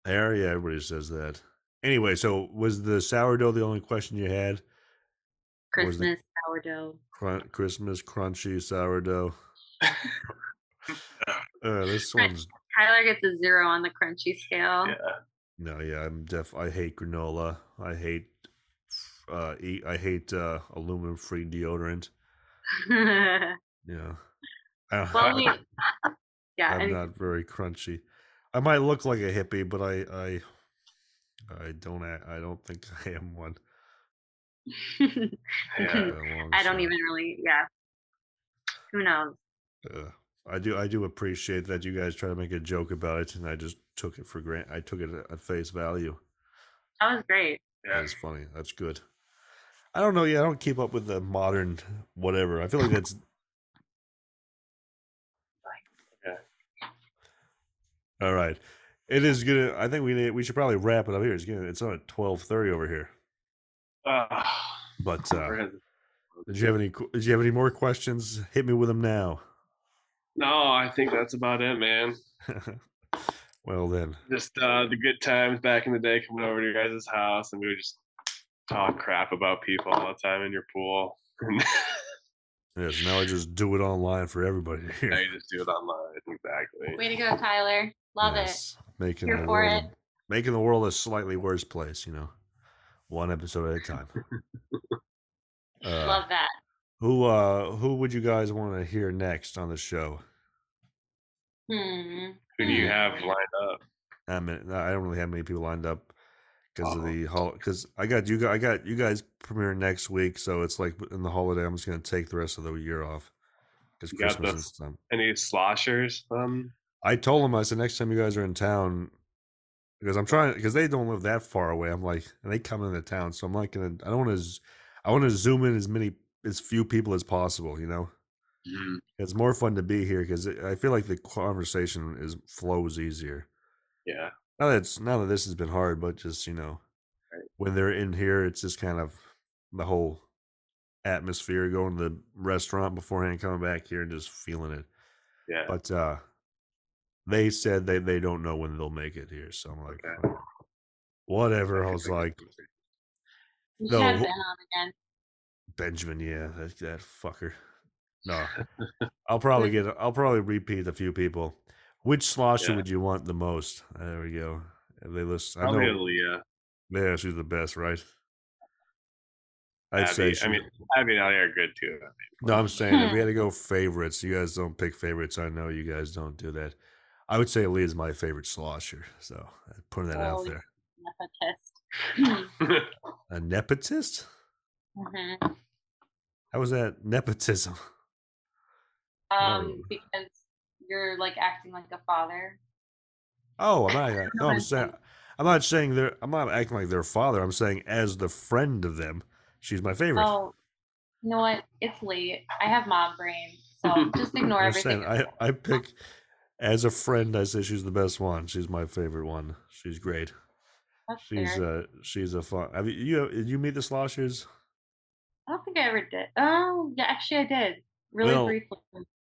There, yeah, everybody says that. Anyway, so was the sourdough the only question you had? was the-
Christmas sourdough.
Crun- Christmas crunchy sourdough. Uh, this
<laughs> Right.
one's
Tyler gets a zero on the crunchy scale.
Yeah.
no, yeah. I'm def. I hate granola. I hate. Uh, eat, I hate uh, aluminum-free deodorant. Yeah, I,
<laughs>
<laughs>
well, we, yeah,
I'm
and <laughs>
not very crunchy. I might look like a hippie, but I, I, I don't. a- I don't think <laughs> I am
<clears throat>
one.
Yeah.
I don't even really. Yeah, who knows?
Uh, I do. I do appreciate that you guys try to make a joke about it, and I just took it for granted. I took it at- at face value.
That was great.
yeah.
That's funny. That's good. I don't know. Yeah, I don't keep up with the modern whatever. I feel like
<laughs>
that's.
Yeah.
All right, it is gonna. I think we need, we should probably wrap it up here. It's gonna. It's on at twelve thirty over here.
Ah,
But uh,
we're-
did you have any? que- Did you have any more questions? Hit me with them now. <laughs>
no, I think that's about it, man.
well then,
Just uh, the good times back in the day, coming over to your guys' house, and we would just talk crap about people all the time in your pool. And
yes. Now I just do it online for everybody to hear.
now you just do it online, exactly.
Way to go, Tyler. Love
Yes, Making
Here
the
for
world,
it.
a- making the world a slightly worse place, you know, one episode at a
<laughs>
time.
it.
Uh,
Love that.
who uh who would you guys want to hear next on the show?
Hmm.
Who do you have lined up?
I mean, I don't really have many people lined up because of
Uh-oh.
the hol. Because I got you, gu- I got you guys premiere next week, so it's like in the holiday. I'm just gonna take the rest of the year off because
You got
Christmas
the-
is um, time.
Any sloshers? Um,
I told them I said next time you guys are in town, because I'm trying because they don't live that far away. I'm like, and they come into town, so I'm not gonna. I don't want to. I want to zoom in as many as few people as possible. You know, it's more fun to be here because I feel like the conversation is flows easier.
yeah,
Now that's now that this has been hard, but just you know,
Right.
when they're in here, it's just kind of the whole atmosphere. Going to the restaurant beforehand, coming back here, and just feeling it
yeah.
but uh they said they they don't know when they'll make it here so i'm like
Okay.
"Well, whatever i was like
You
No,
should have
who-
been on again.
benjamin yeah that, that fucker
<laughs>
no i'll probably get i'll probably repeat a few people which slosher
Yeah.
would you want the most there we go And they list i
probably
know
Aaliyah.
yeah she's the best right i'd say
Abby.
she,
I mean, Abby and Aaliyah are good too.
No,
<laughs>
I'm saying if we had to go favorites, you guys don't pick favorites. I know you guys don't do that. I would say Lee is my favorite slosher. So I'm putting that out
Oh,
there.
<clears throat> Nepotist.
A nepotist?
Mhm.
How was that nepotism? <laughs>
Um,
Oh.
because you're like acting like a father.
Oh, I'm
<laughs>
not. No, I'm
Nepotist.
saying I'm not saying they're. I'm not acting like their father. I'm saying as the friend of them, she's my favorite.
Oh, you know what? It's late. I have mom brain,
<laughs>
so just ignore
I
everything.
understand. I I pick as a friend. I say she's the best one. She's my favorite one. She's great.
That's
She's
fair.
uh she's a fun. Have you you, did you meet the sloshers?
I don't think I ever did. Oh, yeah, actually, I did. Really
Well-
briefly.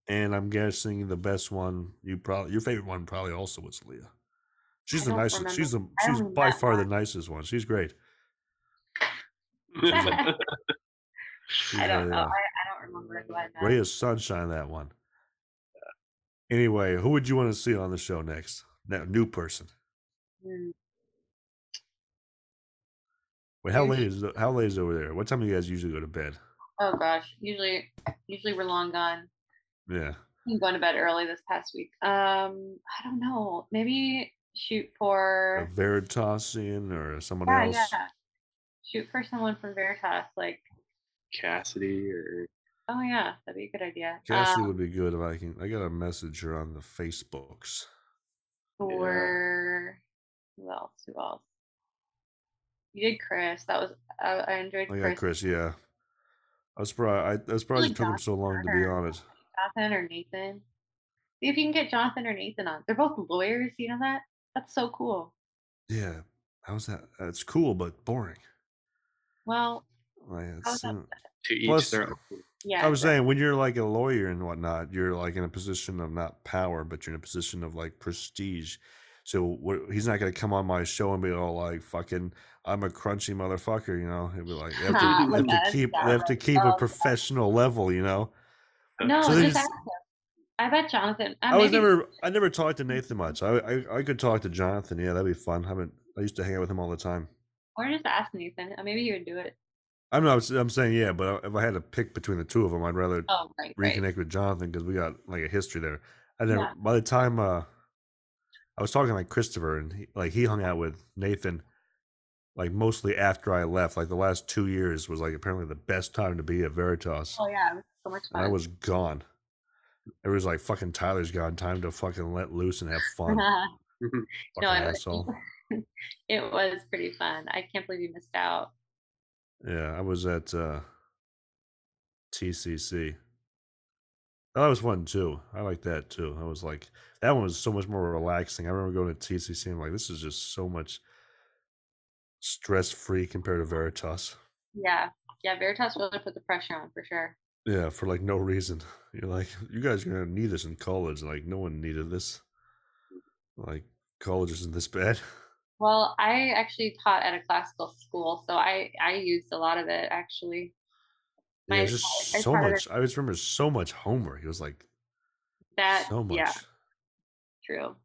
And I'm guessing the best one you probably your favorite one probably also was Leah. She's the
don't
nicest.
remember-
She's the
I
she's
only
by
met
far the nicest one. She's great.
<laughs>
<laughs>
I
She's
I don't
a,
know. I,
uh,
I don't remember who I met.
Ray of sunshine. That one. Anyway, who would you want to see on the show next? Now, new person.
Hmm.
Wait, how
Who's- <laughs>
late is the, how late is it over there? What time do you guys usually go to bed?
Oh gosh, usually, usually we're long gone.
Yeah,
I'm going to bed early this past week. Um, I don't know. Maybe shoot
A
for
Veritasian or someone
yeah,
else?
yeah. Shoot for someone from Veritas. Like,
Cassidy or
oh yeah, that'd be a good idea.
Cassie
Um,
would be good if I can. I got a message her on the Facebooks.
Yeah.
or who else? Who else? You did Chris. That was I, I enjoyed
I got
Chris.
Chris. Oh, Yeah, I was surprised. I, I was surprised it took him
got
so long to be
her.
honest.
Jonathan or Nathan. See if you can get Jonathan or Nathan on. They're both lawyers. You know that? That's so cool.
Yeah, how's that? That's cool, but boring.
Well,
Like,
I
it's,
was,
uh,
upset.
to each
Plus-
their own. <laughs>
yeah.
I was
but-
saying when you're like a lawyer and whatnot, you're like in a position of not power, but you're in a position of like prestige. So what, he's not going to come on my show and be all like, "Fucking, I'm a crunchy motherfucker," you know. He'd be like, "You have
Ah,
to, you have to
yes,
keep, you
yeah,
have to
like,
keep
oh,
a
yeah.
professional level," you know.
No,
So they
just
just-
ask him. I bet Jonathan. Uh,
I was
maybe-
never I never talked to Nathan much. I, I I could talk to Jonathan. Yeah, that'd be fun. I haven't I used to hang out with him all the time.
Or just ask Nathan. Uh, Maybe he would do it.
I'm not I'm saying yeah, but if I had to pick between the two of them, I'd rather
Oh, right.
reconnect
right.
with Jonathan because we got like a history there. I never
Yeah.
by the time uh I was talking like Christopher and he, like he hung out with Nathan like mostly after I left. Like the last 2 years was like apparently the best time to be at Veritas.
Oh yeah, it was so much
and
fun.
I
<laughs>
was gone. It was like fucking Tyler's gone. Time to fucking let loose and have
<laughs>
fun. fucking
I was-
asshole.
<laughs> it was pretty fun. I can't believe you missed out.
Yeah, I was at uh TCC. That Oh, was fun too. I like that too. I was like, that one was so much more relaxing. I remember going to TCC and like, this is just so much stress free compared to Veritas.
Yeah, yeah. Veritas really put the pressure on for sure.
Yeah, for like no reason. <laughs> You're like, you guys are gonna need this in college. Like, no one needed this. Like, college isn't this bad. <laughs>
Well, I actually taught at a classical school, so I I used a lot of it actually.
Yeah,
My
it's just
entire- I
so
started-
much. I always remember so much homework. It was like
That
so much.
yeah, true.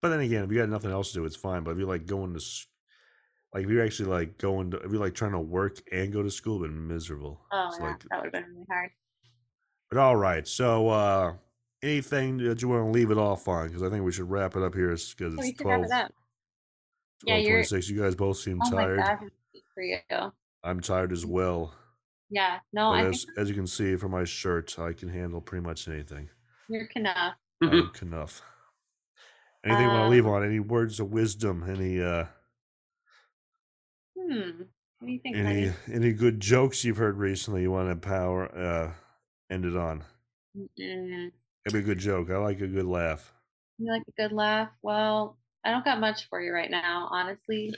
But then again, if you got nothing else to do, it's fine. But if you're like going to, s- like, if you're actually like going to, if you're like trying to work and go to school, it'd been miserable.
Oh
It's
yeah,
like-
that would have been really hard.
but all right. So, uh, anything that you want to leave it off on? Because I think we should wrap it up here because
Yeah, we
it's
should Oh, wrap
12,
it up. Yeah,
12
you're-
26. You guys both seem
Oh my
tired.
gosh, it's late for you.
I'm tired as well.
Yeah, no,
but
Oh, I
as,
think
as you can see from my shirt, I can handle pretty much anything.
you're enough.
I'm enough. Anything you want to leave
Um,
on? Any words of wisdom? Any, uh,
Hmm. What do you think? Lenny?
any any good jokes you've heard recently you want to power uh end it on
Mm-mm.
it'd be a good joke i like a good laugh
You like a good laugh? Well, I don't got much for you right now, honestly.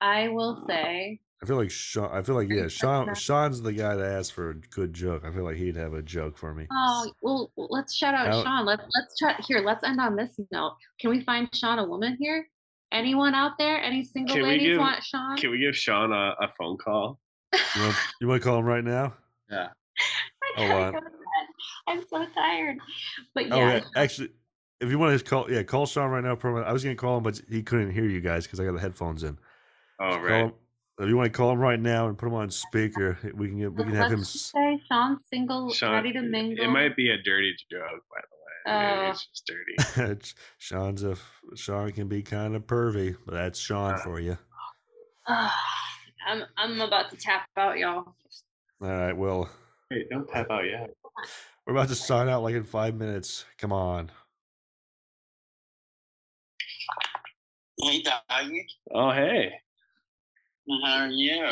I will say,
i feel like sean i feel like yeah
Pretty
sean
personal.
sean's the guy to ask for a good joke i feel like he'd have a joke for me
oh well, let's shout out
Out.
Sean. Let's let's try here. Let's end on this note. Can we find Sean a woman here? Anyone out there? Any single
Can we
ladies
give-
want Sean?
Can we give Sean a, a phone call?
you, want, you want to call him right now
I
Oh,
gotta
uh,
go to bed. I'm so tired. But
oh
yeah,
yeah actually if you want to call yeah call sean right now perma- i was gonna call him but he couldn't hear you guys because i got the headphones in
Oh,
Call
right.
him- if you want to call him right now and put him on speaker we can get we can have
<laughs>
him
let's just
s- <laughs>
say Sean's single,
Sean,
ready to mingle.
it might be a dirty joke, by the way. Maybe
Oh.
it's
<laughs>
just dirty.
sean's a sean can be kind of pervy but that's sean
Uh,
for you
I'm I'm about to tap out, y'all.
All right, well,
Hey, don't tap out yet.
we're about to sign out like in five minutes. Come on.
Hey, dog.
Oh, hey.
How are you?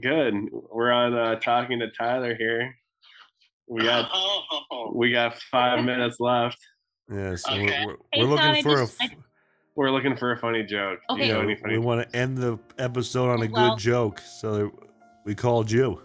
Good. We're on uh, talking to Tyler here. We
<laughs>
got
Oh,
we got
<laughs>
five minutes left.
Yeah, so we're-
Okay.
we're,
Hey,
we're
Sean, I
looking for a.
just- I-
f-
We're looking for a funny joke. Do
Okay.
you
yeah,
know
we,
any funny?
want to end the episode on a good
Oh, Well-
joke, so that we called you.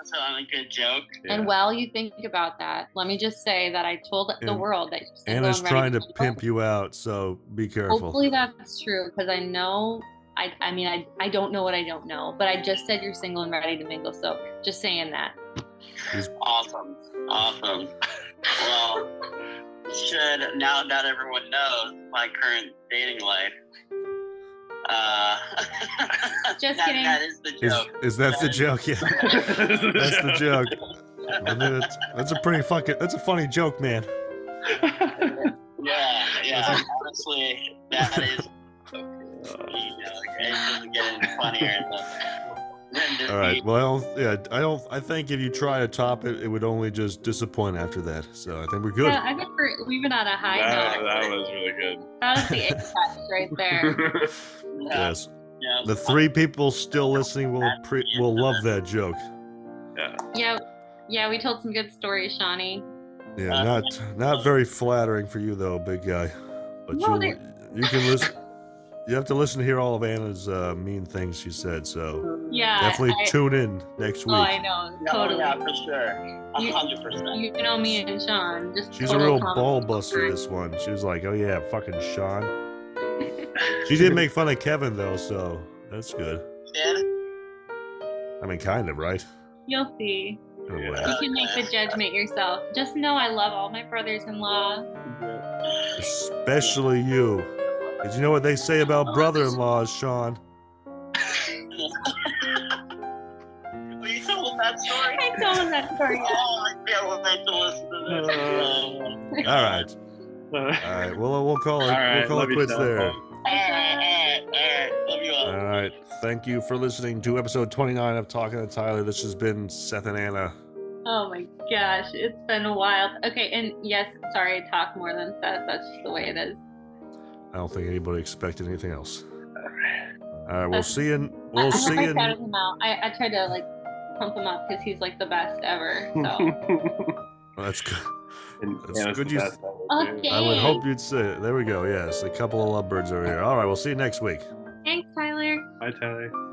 episode on a good joke.
Yeah. <laughs>
And while you think about that, let me just say that I told the
And
world that you're single
Anna's
and ready <laughs>
trying to
mingle.
pimp you out, so be careful.
Hopefully that's true because I know. I, I mean I, I don't know what I don't know, but I just said you're single and ready to mingle. So just saying that.
Awesome. Awesome. well, should now that everyone knows my current dating life. Uh, <laughs>
Just
that-
kidding.
That is the
is,
joke.
is that the
That is-
joke? Yeah, that's the joke. Well, that's, that's a pretty fucking. That's a funny joke, man. <laughs>
yeah, yeah. Honestly, That is, you know, it's just getting funnier and funnier.
All right. Well, I don't, yeah, I don't. I think if you try to top it, it would only just disappoint after that. So I think we're good.
Yeah, I think we're leaving on a high
<laughs> That,
note.
that was really good.
That
<laughs>
was the apex right
<laughs>
there.
yes. The three people still listening will pre- will love that joke.
Yeah, yeah, we told some good stories, Shawnee.
Yeah, not not very flattering for you though, big guy. But
No,
you you can listen. You have to listen to hear all of Anna's uh, mean things she said. So
Yeah,
definitely
Uh, I,
tune in next
oh,
week.
I know
totally.
totally.
Yeah, for sure. A
You-
hundred percent.
You know me and Sean. Just
She's a
total
real
comic
ball
book
buster.
guy.
This one, she was like, "Oh yeah, fucking Sean." She did make fun of Kevin though, so that's good.
Yeah.
I mean, kind of, right?
You'll see.
In a way.
You can make the judgment yourself. Just know I love all my brothers-in-law.
Especially you. Did you know what they say
Oh,
about brother-in-laws, Sean?
Well, you told that story.
I told him that story.
Oh, I can't wait to listen
Uh,
to this.
Uh,
All right,
All
all right. Well, we'll call it.
right,
we'll call
love
it
you,
quits
Sean. <laughs>
there.
All right, all right, all right. Love you all.
All right. Thank you for listening to episode 29 of Talking to Tyler. This has been Seth and Anna.
Oh my gosh, it's been wild. Okay, and yes, sorry, I talk more than Seth. That's just the way it is.
I don't think anybody expected anything else. All right. We'll see you. In, we'll
Uh, I,
see
I
you.
hope I
In,
shouted him out. I, I tried to like pump him up because he's like the best ever.
<laughs>
So
and
Oh, that's good. That's
Anna's
good
the
you-
best ever, too.
Okay.
I would
Yay.
hope you'd say it. There we go. Yes. A couple of lovebirds over here. All right. We'll see you next week.
thanks, Tyler.
Bye, Tyler.